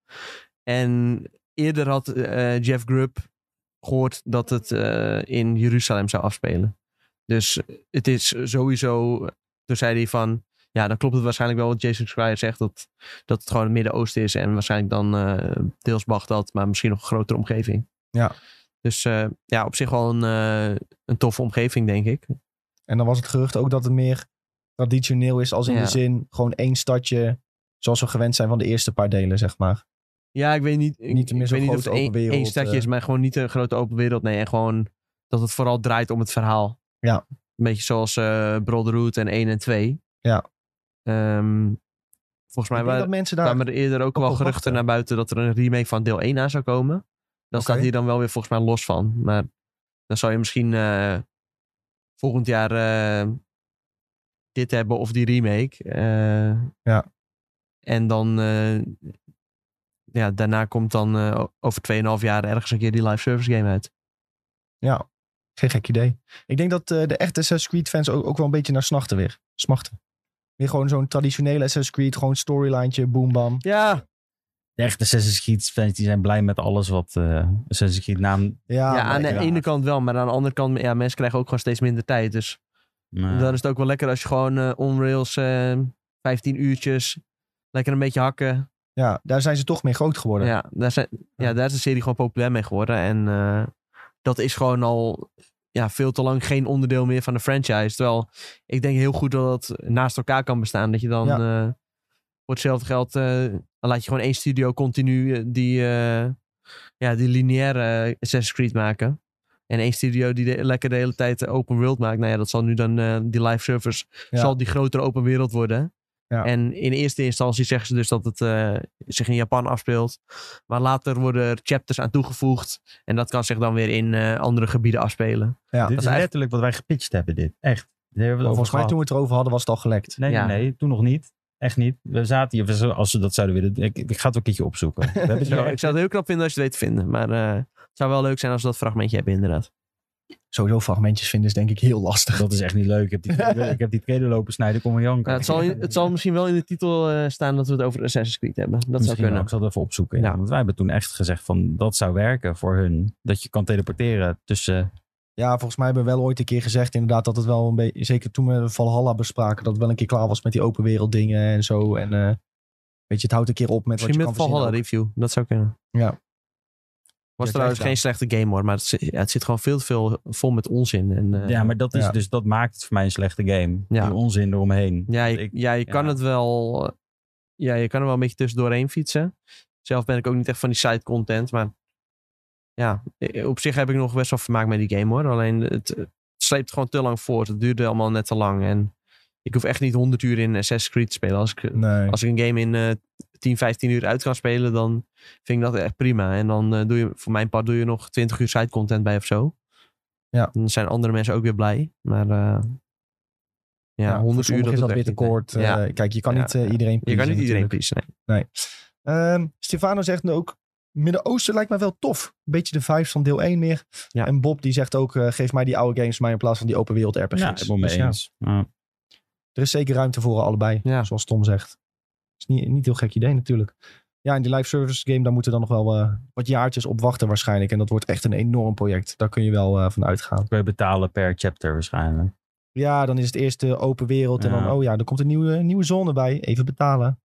[SPEAKER 3] En eerder had eh, Jeff Grubb gehoord dat het eh, in Jeruzalem zou afspelen. Dus het is sowieso... Toen zei hij van... Ja, dan klopt het waarschijnlijk wel wat Jesus Christ zegt. Dat, dat het gewoon het Midden-Oosten is. En waarschijnlijk dan eh, deels Bagdad. Maar misschien nog een grotere omgeving.
[SPEAKER 1] Ja.
[SPEAKER 3] Dus eh, ja, op zich wel een, eh, een toffe omgeving, denk ik.
[SPEAKER 1] En dan was het gerucht ook dat het meer traditioneel is, als in
[SPEAKER 3] Ja.
[SPEAKER 1] de zin gewoon één stadje, zoals we gewend zijn van de eerste paar delen, zeg maar.
[SPEAKER 3] Ja, ik weet niet. ik-
[SPEAKER 1] Niet meer
[SPEAKER 3] ik
[SPEAKER 1] zo'n
[SPEAKER 3] weet niet of
[SPEAKER 1] grote
[SPEAKER 3] het één-
[SPEAKER 1] open wereld,
[SPEAKER 3] één stadje
[SPEAKER 1] eh.
[SPEAKER 3] is, maar gewoon niet een grote open wereld. Nee, en gewoon dat het vooral draait om het verhaal.
[SPEAKER 1] Ja.
[SPEAKER 3] Een beetje zoals eh Brotherhood en 1 en 2.
[SPEAKER 1] Ja.
[SPEAKER 3] Ehm, volgens mij
[SPEAKER 1] ik denk
[SPEAKER 3] wa-
[SPEAKER 1] dat mensen daar...
[SPEAKER 3] kwamen er eerder ook
[SPEAKER 1] op
[SPEAKER 3] wel
[SPEAKER 1] wel
[SPEAKER 3] geruchten
[SPEAKER 1] wachten.
[SPEAKER 3] naar buiten dat er een remake van deel 1 aan zou komen. Dan staat
[SPEAKER 1] Oké.
[SPEAKER 3] hier dan wel weer volgens mij los van. Maar dan zou je misschien eh, volgend jaar eh, dit hebben of die remake. eh.
[SPEAKER 1] Ja.
[SPEAKER 3] En dan, eh, ja, daarna komt dan eh, o- over 2,5 jaar ergens een keer die live service game uit.
[SPEAKER 1] Ja, geen gek idee. Ik denk dat eh, de echte Assassin's Creed fans ook, ook wel een beetje naar snachten weer. Smachten. Weer gewoon zo'n traditionele Assassin's Creed, gewoon storylijntje, boom bam.
[SPEAKER 3] Ja,
[SPEAKER 2] De echte Assassin's Creed fans die zijn blij met alles wat eh Assassin's Creed naam... eh,
[SPEAKER 1] Ja,
[SPEAKER 3] ja
[SPEAKER 1] maar
[SPEAKER 3] aan de
[SPEAKER 1] ja.
[SPEAKER 3] ene kant wel, maar aan de andere kant, ja, mensen krijgen ook gewoon steeds minder tijd. Dus
[SPEAKER 2] eh,
[SPEAKER 3] Dan is het ook wel lekker als je gewoon eh onrails eh 15 uurtjes lekker een beetje hakken.
[SPEAKER 1] Ja, daar zijn ze toch mee groot geworden.
[SPEAKER 3] Ja daar, zijn, ja, daar is de serie gewoon populair mee geworden. En eh, dat is gewoon al ja, veel te lang geen onderdeel meer van de franchise. Terwijl ik denk heel goed dat dat naast elkaar kan bestaan. Dat je dan
[SPEAKER 1] Ja.
[SPEAKER 3] eh, voor hetzelfde geld eh, dan laat je gewoon één studio continu eh, die, eh, ja, die lineaire eh, Assassin's Creed maken. En één studio die de- lekker de hele tijd eh, open world maakt. Nou ja, dat zal nu dan eh, die live service
[SPEAKER 1] Ja.
[SPEAKER 3] zal die grotere open wereld worden.
[SPEAKER 1] Ja.
[SPEAKER 3] En in eerste instantie zeggen ze dus dat het eh, zich in Japan afspeelt. Maar later worden er chapters aan toegevoegd. En dat kan zich dan weer in eh, andere gebieden afspelen.
[SPEAKER 1] Ja,
[SPEAKER 2] dit
[SPEAKER 3] dat
[SPEAKER 2] is
[SPEAKER 3] is echt-
[SPEAKER 2] letterlijk wat wij gepitcht hebben, dit. Echt. Daar hebben we
[SPEAKER 1] Maar
[SPEAKER 2] het
[SPEAKER 1] volgens
[SPEAKER 2] over
[SPEAKER 1] mij
[SPEAKER 2] gehad.
[SPEAKER 1] toen we het erover hadden was het al gelekt.
[SPEAKER 2] Nee,
[SPEAKER 3] Ja.
[SPEAKER 2] nee, nee, toen nog niet. Echt niet. We zaten hier, we zo- als ze dat zouden willen. Ik, ik ga het wel een keertje opzoeken. We hebben het
[SPEAKER 3] Zo,
[SPEAKER 2] hier
[SPEAKER 3] ik
[SPEAKER 2] echt-
[SPEAKER 3] zou het heel knap vinden als je het weet te vinden. Maar eh, het zou wel leuk zijn als we dat fragmentje hebben, inderdaad.
[SPEAKER 1] Sowieso fragmentjes vinden is denk ik heel lastig.
[SPEAKER 2] Dat is echt niet leuk. Ik heb die trailer, ik heb die trailer lopen snijden, ik kom maar janken.
[SPEAKER 3] Nou, het, zal, in- het zal misschien wel in de titel eh, staan dat we het over Assassin's Creed hebben. Dat
[SPEAKER 2] Misschien
[SPEAKER 3] zou
[SPEAKER 2] wel.
[SPEAKER 3] kunnen.
[SPEAKER 2] Ik zal het even opzoeken. ja.
[SPEAKER 3] Ja.
[SPEAKER 2] Want wij hebben toen echt gezegd van dat zou werken voor hun. Dat je kan teleporteren tussen...
[SPEAKER 1] Ja, volgens mij hebben we wel ooit een keer gezegd inderdaad dat het wel een beetje... Zeker toen we Valhalla bespraken, dat het wel een keer klaar was met die open wereld dingen en zo. En eh, weet je, het houdt een keer op met
[SPEAKER 3] Misschien
[SPEAKER 1] wat
[SPEAKER 3] met
[SPEAKER 1] je kan
[SPEAKER 3] Valhalla
[SPEAKER 1] verzinnen
[SPEAKER 3] review. Dat zou kunnen.
[SPEAKER 1] Ja.
[SPEAKER 3] Was
[SPEAKER 1] Ja,
[SPEAKER 3] trouwens
[SPEAKER 1] kijk
[SPEAKER 3] geen slechte game hoor. Maar het, zit- ja, het zit gewoon veel te veel vol met onzin. En, eh,
[SPEAKER 2] Ja, maar dat, is,
[SPEAKER 1] Ja.
[SPEAKER 2] Dus, dat maakt het voor mij een slechte game.
[SPEAKER 3] Ja.
[SPEAKER 2] Die onzin eromheen.
[SPEAKER 3] Ja, je,
[SPEAKER 2] Ik-
[SPEAKER 3] ja, je kan
[SPEAKER 2] ja.
[SPEAKER 3] het wel. Ja, je kan er wel een beetje tussendoorheen fietsen. Zelf ben ik ook niet echt van die side content, maar ja, eh, op zich heb ik nog best wel vermaak met die game hoor. Alleen het, het sleept gewoon te lang voort. Het duurde allemaal net te lang. En ik hoef echt niet 100 uur in Assassin's Creed te spelen. Als ik,
[SPEAKER 1] Nee.
[SPEAKER 3] als ik een game in eh 10, 15 uur uit kan spelen, dan vind ik dat echt prima. En dan eh, doe je, voor mijn part, doe je nog 20 uur side content bij of zo.
[SPEAKER 1] Ja.
[SPEAKER 3] Dan zijn andere mensen ook weer blij. Maar eh, ja,
[SPEAKER 1] voor
[SPEAKER 3] 100 uur
[SPEAKER 1] sommigen
[SPEAKER 3] dat
[SPEAKER 1] is
[SPEAKER 3] doet
[SPEAKER 1] dat
[SPEAKER 3] echt
[SPEAKER 1] weer te
[SPEAKER 3] niet, nee.
[SPEAKER 1] kort. Eh,
[SPEAKER 3] Ja.
[SPEAKER 1] kijk, je kan
[SPEAKER 3] Ja,
[SPEAKER 1] niet eh,
[SPEAKER 3] ja.
[SPEAKER 1] iedereen
[SPEAKER 3] Je kan niet
[SPEAKER 1] pleasen
[SPEAKER 3] iedereen
[SPEAKER 1] natuurlijk.
[SPEAKER 3] pleasen. nee.
[SPEAKER 1] Ehm, Stefano zegt nu ook, Midden-Oosten lijkt mij wel tof. Beetje de vibes van deel 1 meer.
[SPEAKER 3] Ja.
[SPEAKER 1] En Bob die zegt ook, eh, geef mij die oude games maar in plaats van die open wereld RPG's.
[SPEAKER 2] Ja, helemaal
[SPEAKER 1] Dus
[SPEAKER 2] mee
[SPEAKER 1] ja,
[SPEAKER 2] eens. Ja.
[SPEAKER 1] er is zeker ruimte voor allebei,
[SPEAKER 3] Ja.
[SPEAKER 1] zoals Tom zegt. Is niet, niet heel gek idee natuurlijk. Ja, en die live service game, daar moeten dan nog wel eh, wat jaartjes op wachten waarschijnlijk. En dat wordt echt een enorm project. Daar kun je wel eh, van uitgaan.
[SPEAKER 2] Kun je betalen per chapter waarschijnlijk.
[SPEAKER 1] Ja, dan is het eerst de open wereld. En
[SPEAKER 2] Ja.
[SPEAKER 1] dan, oh ja, er komt een nieuwe, nieuwe zone bij. Even betalen.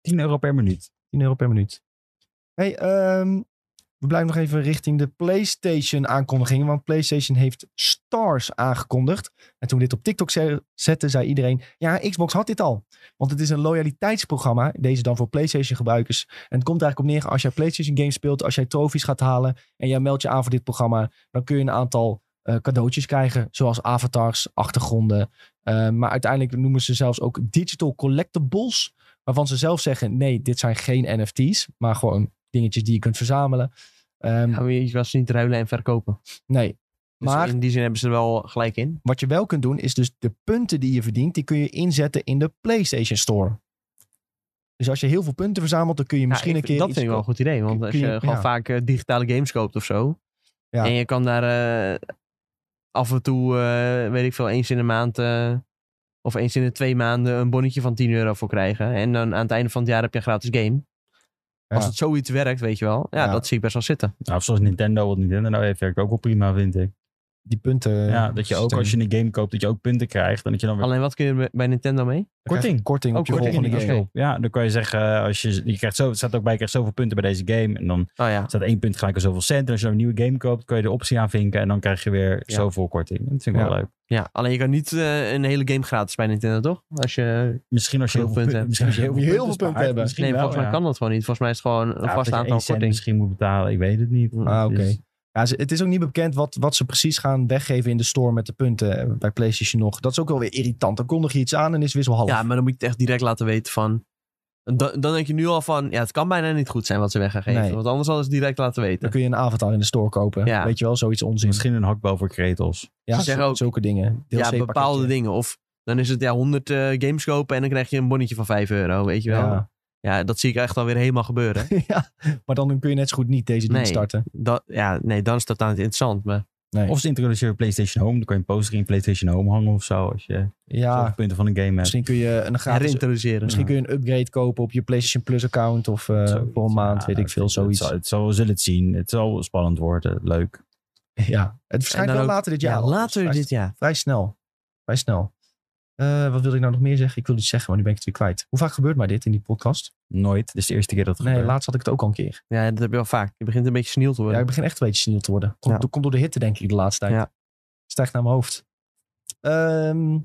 [SPEAKER 2] 10 euro per minuut.
[SPEAKER 1] 10 euro per minuut. hey, ehm, we blijven nog even richting de PlayStation aankondiging. Want PlayStation heeft Stars aangekondigd. En toen we dit op TikTok ze- zetten, zei iedereen... Ja, Xbox had dit al. Want het is een loyaliteitsprogramma. Deze dan voor PlayStation gebruikers. En het komt er eigenlijk op neer, als jij PlayStation games speelt... als jij trofies gaat halen en jij meldt je aan voor dit programma... dan kun je een aantal eh, cadeautjes krijgen. Zoals avatars, achtergronden. Eh, maar uiteindelijk noemen ze zelfs ook digital collectibles... waarvan ze zelf zeggen, nee, dit zijn geen NFT's... maar gewoon dingetjes die je kunt verzamelen. Ehm,
[SPEAKER 3] Gaan we iets was niet ruilen en verkopen.
[SPEAKER 1] Nee.
[SPEAKER 3] Dus
[SPEAKER 1] Maar
[SPEAKER 3] in die zin hebben ze er wel gelijk in.
[SPEAKER 1] wat je wel kunt doen, is dus de punten die je verdient, die kun je inzetten in de PlayStation Store. Dus als je heel veel punten verzamelt, dan kun je
[SPEAKER 3] Ja,
[SPEAKER 1] misschien
[SPEAKER 3] Nou, ik-
[SPEAKER 1] een keer.
[SPEAKER 3] Dat
[SPEAKER 1] iets
[SPEAKER 3] vind ik wel een
[SPEAKER 1] kopen.
[SPEAKER 3] goed idee. Want
[SPEAKER 1] kun
[SPEAKER 3] als je
[SPEAKER 1] je-
[SPEAKER 3] gewoon
[SPEAKER 1] ja.
[SPEAKER 3] vaak eh, digitale games koopt of zo.
[SPEAKER 1] Ja.
[SPEAKER 3] En je kan daar eh, af en toe, eh, weet ik veel, eens in de maand. eh, of eens in de twee maanden een bonnetje van 10 euro voor krijgen. En dan aan het einde van het jaar heb je een gratis game. Als
[SPEAKER 1] Ja.
[SPEAKER 3] het zoiets werkt, weet je wel. Ja,
[SPEAKER 1] Ja.
[SPEAKER 3] dat zie ik best wel zitten.
[SPEAKER 2] Nou, of zoals Nintendo, wat Nintendo nou heeft, werkt ook wel prima, vind ik.
[SPEAKER 1] Die punten.
[SPEAKER 2] Ja, dat je ook als je een game koopt, dat je ook punten krijgt. En dat je dan weer
[SPEAKER 3] Alleen wat kun je bij- bij Nintendo mee?
[SPEAKER 2] korting.
[SPEAKER 1] Korting op
[SPEAKER 3] Oh,
[SPEAKER 1] je
[SPEAKER 3] korting
[SPEAKER 1] volgende
[SPEAKER 3] in die
[SPEAKER 1] game.
[SPEAKER 3] game.
[SPEAKER 2] Ja, dan kan je zeggen, eh, als je, je krijgt zo, het staat ook bij, je krijgt zoveel punten bij deze game. En dan
[SPEAKER 3] Oh ja.
[SPEAKER 2] staat één punt gelijk aan zoveel cent. En als je dan een nieuwe game koopt, kan je de optie aanvinken. En dan krijg je weer
[SPEAKER 3] Ja.
[SPEAKER 2] zoveel korting. Dat vind ik wel
[SPEAKER 1] Ja.
[SPEAKER 2] leuk.
[SPEAKER 3] ja. Alleen je kan niet eh, een hele game gratis bij Nintendo, toch? Als je.
[SPEAKER 2] Misschien als je heel
[SPEAKER 3] Veel
[SPEAKER 2] veel punten
[SPEAKER 3] punten hebt.
[SPEAKER 2] misschien als je heel
[SPEAKER 1] Heel
[SPEAKER 2] veel
[SPEAKER 1] veel
[SPEAKER 2] punten
[SPEAKER 1] punten
[SPEAKER 2] spaart,
[SPEAKER 1] hebben.
[SPEAKER 2] misschien
[SPEAKER 3] Nee,
[SPEAKER 2] wel,
[SPEAKER 3] volgens mij
[SPEAKER 2] ja.
[SPEAKER 3] kan dat gewoon niet. Volgens mij is het gewoon een
[SPEAKER 2] Ja,
[SPEAKER 3] vast
[SPEAKER 2] dat je één
[SPEAKER 3] aantal
[SPEAKER 2] cent
[SPEAKER 3] korting.
[SPEAKER 2] misschien moet betalen, ik weet het niet.
[SPEAKER 1] Ah, oké.
[SPEAKER 2] Dus-
[SPEAKER 1] Ja, ze- het is ook niet bekend wat, wat ze precies gaan weggeven in de store met de punten eh, bij PlayStation nog. Dat is ook wel weer irritant. Dan kondig je iets aan en is wisselhalf.
[SPEAKER 3] Ja, maar dan moet je het echt direct laten weten van... Dan, dan denk je nu al van, ja, het kan bijna niet goed zijn wat ze weg gaan geven.
[SPEAKER 1] Nee.
[SPEAKER 3] Want anders hadden ze het direct laten
[SPEAKER 1] Dan
[SPEAKER 3] weten.
[SPEAKER 1] kun je een avatar in de store kopen.
[SPEAKER 3] Ja.
[SPEAKER 1] Weet je wel, zoiets onzin.
[SPEAKER 2] dus Misschien een hakbal voor Kretels.
[SPEAKER 1] ja,
[SPEAKER 3] Ze zeggen
[SPEAKER 1] zo-
[SPEAKER 3] ook-
[SPEAKER 1] zulke dingen.
[SPEAKER 3] Ja,
[SPEAKER 1] DLC-pakketje.
[SPEAKER 3] bepaalde dingen. Of dan is het ja, 100 eh, games kopen en dan krijg je een bonnetje van 5 euro, weet je wel. Ja,
[SPEAKER 1] Ja.
[SPEAKER 3] dat zie ik echt alweer helemaal gebeuren.
[SPEAKER 1] ja, maar dan kun je net zo goed niet deze dienst
[SPEAKER 3] Nee.
[SPEAKER 1] starten.
[SPEAKER 3] Dat, ja, nee, dan is dat dan niet interessant. Maar
[SPEAKER 2] Of ze introduceren PlayStation Home. Dan kan je een poster in PlayStation Home hangen of zo. Als je
[SPEAKER 1] Ja,
[SPEAKER 2] zoveel punten van een game hebt.
[SPEAKER 1] Misschien kun je een gratis...
[SPEAKER 3] herintroduceren.
[SPEAKER 1] Misschien kun je een upgrade kopen op je PlayStation Plus account. Of eh,
[SPEAKER 2] Zoiets,
[SPEAKER 1] voor een maand,
[SPEAKER 2] ja,
[SPEAKER 1] weet ik veel,
[SPEAKER 2] het-
[SPEAKER 1] zoiets.
[SPEAKER 2] Het zal, het zal- we zullen het zien. Het zal spannend worden. Leuk.
[SPEAKER 1] ja. Het verschijnt
[SPEAKER 3] En
[SPEAKER 1] wel
[SPEAKER 3] dan ook-
[SPEAKER 1] later dit
[SPEAKER 3] Ja,
[SPEAKER 1] jaar. al, dus
[SPEAKER 3] later
[SPEAKER 1] vrij,
[SPEAKER 3] dit jaar.
[SPEAKER 1] Vrij snel. Vrij snel. Eh, wat wilde ik nou nog meer zeggen? Ik wilde iets zeggen, maar nu ben ik het weer kwijt. Hoe vaak gebeurt mij dit in die podcast?
[SPEAKER 2] Nooit. Dit is de eerste keer dat het
[SPEAKER 1] Nee,
[SPEAKER 2] gebeurt.
[SPEAKER 1] laatst had ik het ook al een keer.
[SPEAKER 3] Ja, dat heb je wel vaak. Je begint een beetje sneeuw te
[SPEAKER 1] Ja,
[SPEAKER 3] worden.
[SPEAKER 1] ik begin echt een beetje sneeuw te worden. Komt,
[SPEAKER 3] Ja.
[SPEAKER 1] door- komt door de hitte, denk ik, de laatste tijd.
[SPEAKER 3] Ja.
[SPEAKER 1] Stijgt naar mijn hoofd. Ehm,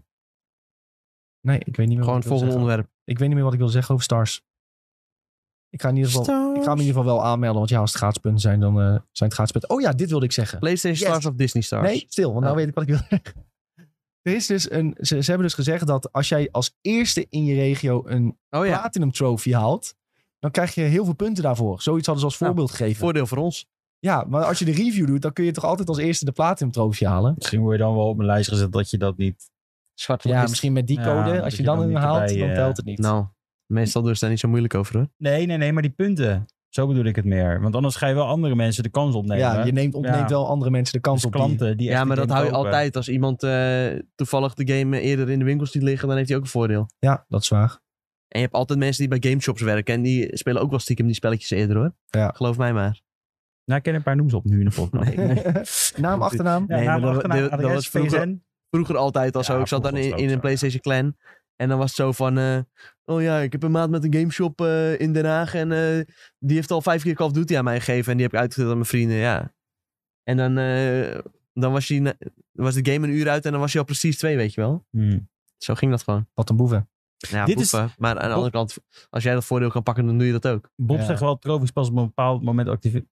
[SPEAKER 1] nee, ik weet niet meer
[SPEAKER 3] Gewoon
[SPEAKER 1] wat
[SPEAKER 3] het
[SPEAKER 1] ik wil
[SPEAKER 3] volgende
[SPEAKER 1] zeggen.
[SPEAKER 3] onderwerp.
[SPEAKER 1] Ik weet niet meer wat ik wil zeggen over Stars. Ik ga in ieder geval... Ik ga hem in ieder geval wel aanmelden, want ja, als het graadspunten zijn, dan eh, zijn het graadspunten. Oh ja, dit wilde ik zeggen.
[SPEAKER 3] PlayStation
[SPEAKER 1] Yes.
[SPEAKER 3] Stars of Disney Stars?
[SPEAKER 1] Nee, stil, want nou weet ik wat ik wil zeggen. Er is dus een, ze, ze hebben dus gezegd dat als jij als eerste in je regio een
[SPEAKER 3] Oh ja,
[SPEAKER 1] Platinum Trophy haalt, dan krijg je heel veel punten daarvoor. Zoiets hadden ze als
[SPEAKER 3] Nou,
[SPEAKER 1] voorbeeld gegeven.
[SPEAKER 3] voordeel voor ons.
[SPEAKER 1] Ja, maar als je de review doet, dan kun je toch altijd als eerste de Platinum Trophy halen.
[SPEAKER 2] Misschien word je dan wel op mijn lijst gezet dat je dat niet...
[SPEAKER 3] Zwart
[SPEAKER 1] Ja, misschien met die
[SPEAKER 2] Ja,
[SPEAKER 1] code,
[SPEAKER 2] dat
[SPEAKER 1] als je
[SPEAKER 2] je
[SPEAKER 1] dan
[SPEAKER 2] dan
[SPEAKER 1] een
[SPEAKER 2] niet
[SPEAKER 1] haalt,
[SPEAKER 2] erbij,
[SPEAKER 1] dan
[SPEAKER 2] eh,
[SPEAKER 1] telt het niet.
[SPEAKER 3] Nou, meestal doen ze daar niet zo moeilijk over, hoor.
[SPEAKER 2] Nee, nee, nee. Maar die punten. Zo bedoel ik het meer. Want anders ga je wel andere mensen de kans opnemen.
[SPEAKER 1] ja, je neemt, ontneemt
[SPEAKER 2] Ja.
[SPEAKER 1] wel andere mensen de kans
[SPEAKER 2] Dus
[SPEAKER 1] op die.
[SPEAKER 2] klanten die echt
[SPEAKER 3] Ja,
[SPEAKER 2] de
[SPEAKER 3] maar dat
[SPEAKER 2] game
[SPEAKER 3] hou je
[SPEAKER 2] kopen.
[SPEAKER 3] altijd. Als iemand eh, toevallig de game eh, eerder in de winkels ziet liggen, dan heeft hij ook een voordeel.
[SPEAKER 1] Ja, dat is waar.
[SPEAKER 3] En je hebt altijd mensen die bij gameshops werken. En die spelen ook wel stiekem die spelletjes eerder hoor.
[SPEAKER 1] Ja.
[SPEAKER 3] Geloof mij maar.
[SPEAKER 2] Nou, ik ken een paar noems op nu in de podcast.
[SPEAKER 3] Nee.
[SPEAKER 1] Naam, achternaam?
[SPEAKER 2] Ja,
[SPEAKER 3] Nee,
[SPEAKER 2] naam,
[SPEAKER 3] maar dat-
[SPEAKER 2] achternaam,
[SPEAKER 3] dat- dat
[SPEAKER 2] adres,
[SPEAKER 3] was vroeger-
[SPEAKER 2] PSN.
[SPEAKER 3] Vroeger altijd al
[SPEAKER 2] Ja,
[SPEAKER 3] zo. Ik zat dan
[SPEAKER 2] vroeger was het
[SPEAKER 3] in, in
[SPEAKER 2] ook
[SPEAKER 3] een
[SPEAKER 2] zo,
[SPEAKER 3] PlayStation Clan. En dan was het zo van... eh, oh ja, ik heb een maat met een gameshop eh, in Den Haag. En eh, die heeft al vijf keer Call of Duty aan mij gegeven. En die heb ik uitgedeeld aan mijn vrienden, ja. En dan, eh, dan was, die, na- was de game een uur uit. En dan was hij al precies twee, weet je wel.
[SPEAKER 2] Hmm.
[SPEAKER 3] Zo ging dat gewoon.
[SPEAKER 1] Wat een boeven.
[SPEAKER 3] Ja,
[SPEAKER 2] Dit is-
[SPEAKER 3] boeven. Maar aan de andere kant, als jij dat voordeel kan pakken, dan doe je dat ook.
[SPEAKER 2] Bob
[SPEAKER 1] Ja.
[SPEAKER 2] zegt wel, trofies pas op een bepaald moment activeren,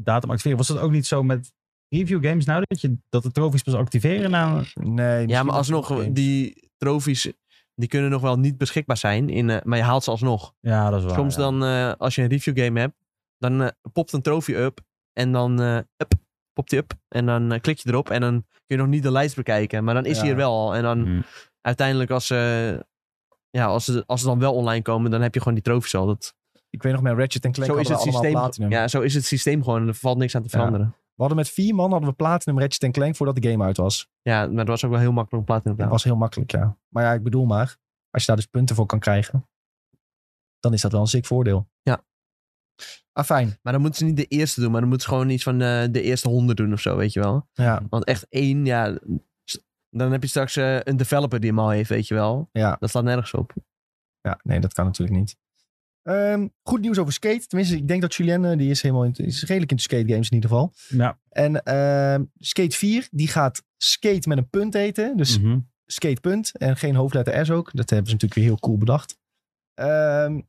[SPEAKER 2] datum activeren. Was dat ook niet zo met review games nou? Dat, je, dat de trofies pas activeren na...
[SPEAKER 1] Nee,
[SPEAKER 3] Ja,
[SPEAKER 1] misschien
[SPEAKER 3] maar alsnog, eh,
[SPEAKER 1] games.
[SPEAKER 3] die trofies, die kunnen nog wel niet beschikbaar zijn. In, eh, maar je haalt ze alsnog.
[SPEAKER 2] Ja, dat is waar.
[SPEAKER 3] Soms
[SPEAKER 2] ja.
[SPEAKER 3] dan, eh, als je een review game hebt, dan eh, popt een trofee up. En dan eh, up, popt die up. En dan eh, klik je erop en dan kun je nog niet de lijst bekijken. Maar dan is die
[SPEAKER 1] Ja.
[SPEAKER 3] er wel al. En dan
[SPEAKER 2] Hm.
[SPEAKER 3] uiteindelijk als ze, ja, als, ze, als ze dan wel online komen, dan heb je gewoon die trofies al. Dat,
[SPEAKER 1] Ik weet nog met Ratchet en Clank
[SPEAKER 3] zo, is
[SPEAKER 1] hadden
[SPEAKER 3] het
[SPEAKER 1] we allemaal
[SPEAKER 3] systeem,
[SPEAKER 1] platinum.
[SPEAKER 3] ja, zo is het systeem gewoon. Er valt niks aan te
[SPEAKER 1] Ja.
[SPEAKER 3] veranderen.
[SPEAKER 1] We hadden met vier man hadden we platinum Ratchet en Clank voordat de game uit was.
[SPEAKER 3] Ja, maar dat was ook wel heel makkelijk om platinum te
[SPEAKER 1] Dat
[SPEAKER 3] halen.
[SPEAKER 1] was heel makkelijk, ja. Maar ja, ik bedoel maar, als je daar dus punten voor kan krijgen, dan is dat wel een ziek voordeel.
[SPEAKER 3] Ja.
[SPEAKER 1] Ah, fijn.
[SPEAKER 3] Maar dan moeten ze niet de eerste doen, maar dan moeten ze gewoon iets van eh, de eerste honderd doen of zo, weet je wel.
[SPEAKER 1] Ja,
[SPEAKER 3] Want echt één, ja, s- dan heb je straks eh, een developer die hem al heeft, weet je wel.
[SPEAKER 1] ja,
[SPEAKER 3] Dat staat nergens op.
[SPEAKER 1] ja. Nee, dat kan natuurlijk niet. Ehm, goed nieuws over skate. Tenminste, ik denk dat Julien, eh, die is, helemaal in, is redelijk into skate games in ieder geval.
[SPEAKER 2] Ja.
[SPEAKER 1] En ehm, Skate 4, die gaat skate met een punt eten. Dus
[SPEAKER 2] mhm.
[SPEAKER 1] skatepunt en geen hoofdletter S ook. Dat hebben ze natuurlijk weer heel cool bedacht. Ehm,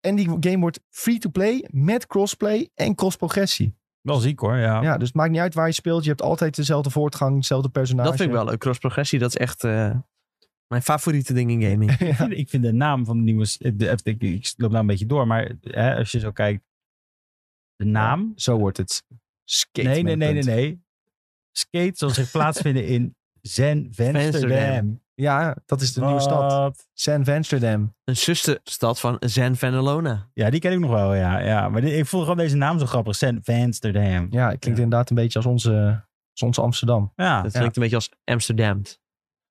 [SPEAKER 1] en die game wordt free-to-play met crossplay en crossprogressie.
[SPEAKER 2] Wel ziek hoor, ja.
[SPEAKER 1] Ja, dus het maakt niet uit waar je speelt. Je hebt altijd dezelfde voortgang, hetzelfde personage.
[SPEAKER 3] Dat vind ik wel leuk. Cross-progressie, dat is echt eh, mijn favoriete ding in gaming.
[SPEAKER 2] Ik vind- Ik vind de naam van de nieuwe... s- de- even- Ik, ik loop nou een beetje door, maar hè, als je zo kijkt... De naam?
[SPEAKER 1] Zo wordt het. Skate
[SPEAKER 2] Nee, nee,
[SPEAKER 1] met
[SPEAKER 2] nee,
[SPEAKER 1] een
[SPEAKER 2] nee,
[SPEAKER 1] punt.
[SPEAKER 2] nee. Skate zal zich plaatsvinden in Zen-Vensterdam.
[SPEAKER 3] Vensterdam.
[SPEAKER 1] Ja, dat is de nieuwe stad. San Amsterdam.
[SPEAKER 3] Een zusterstad van Zen Venelona.
[SPEAKER 2] Ja, die ken ik nog wel, ja. ja. Maar dit- ik vond gewoon deze naam zo grappig. Zen-Vensterdam.
[SPEAKER 1] Ja, het klinkt inderdaad een beetje als onze, als ons Amsterdam.
[SPEAKER 2] Ja.
[SPEAKER 3] Dat klinkt een beetje als Amsterdam.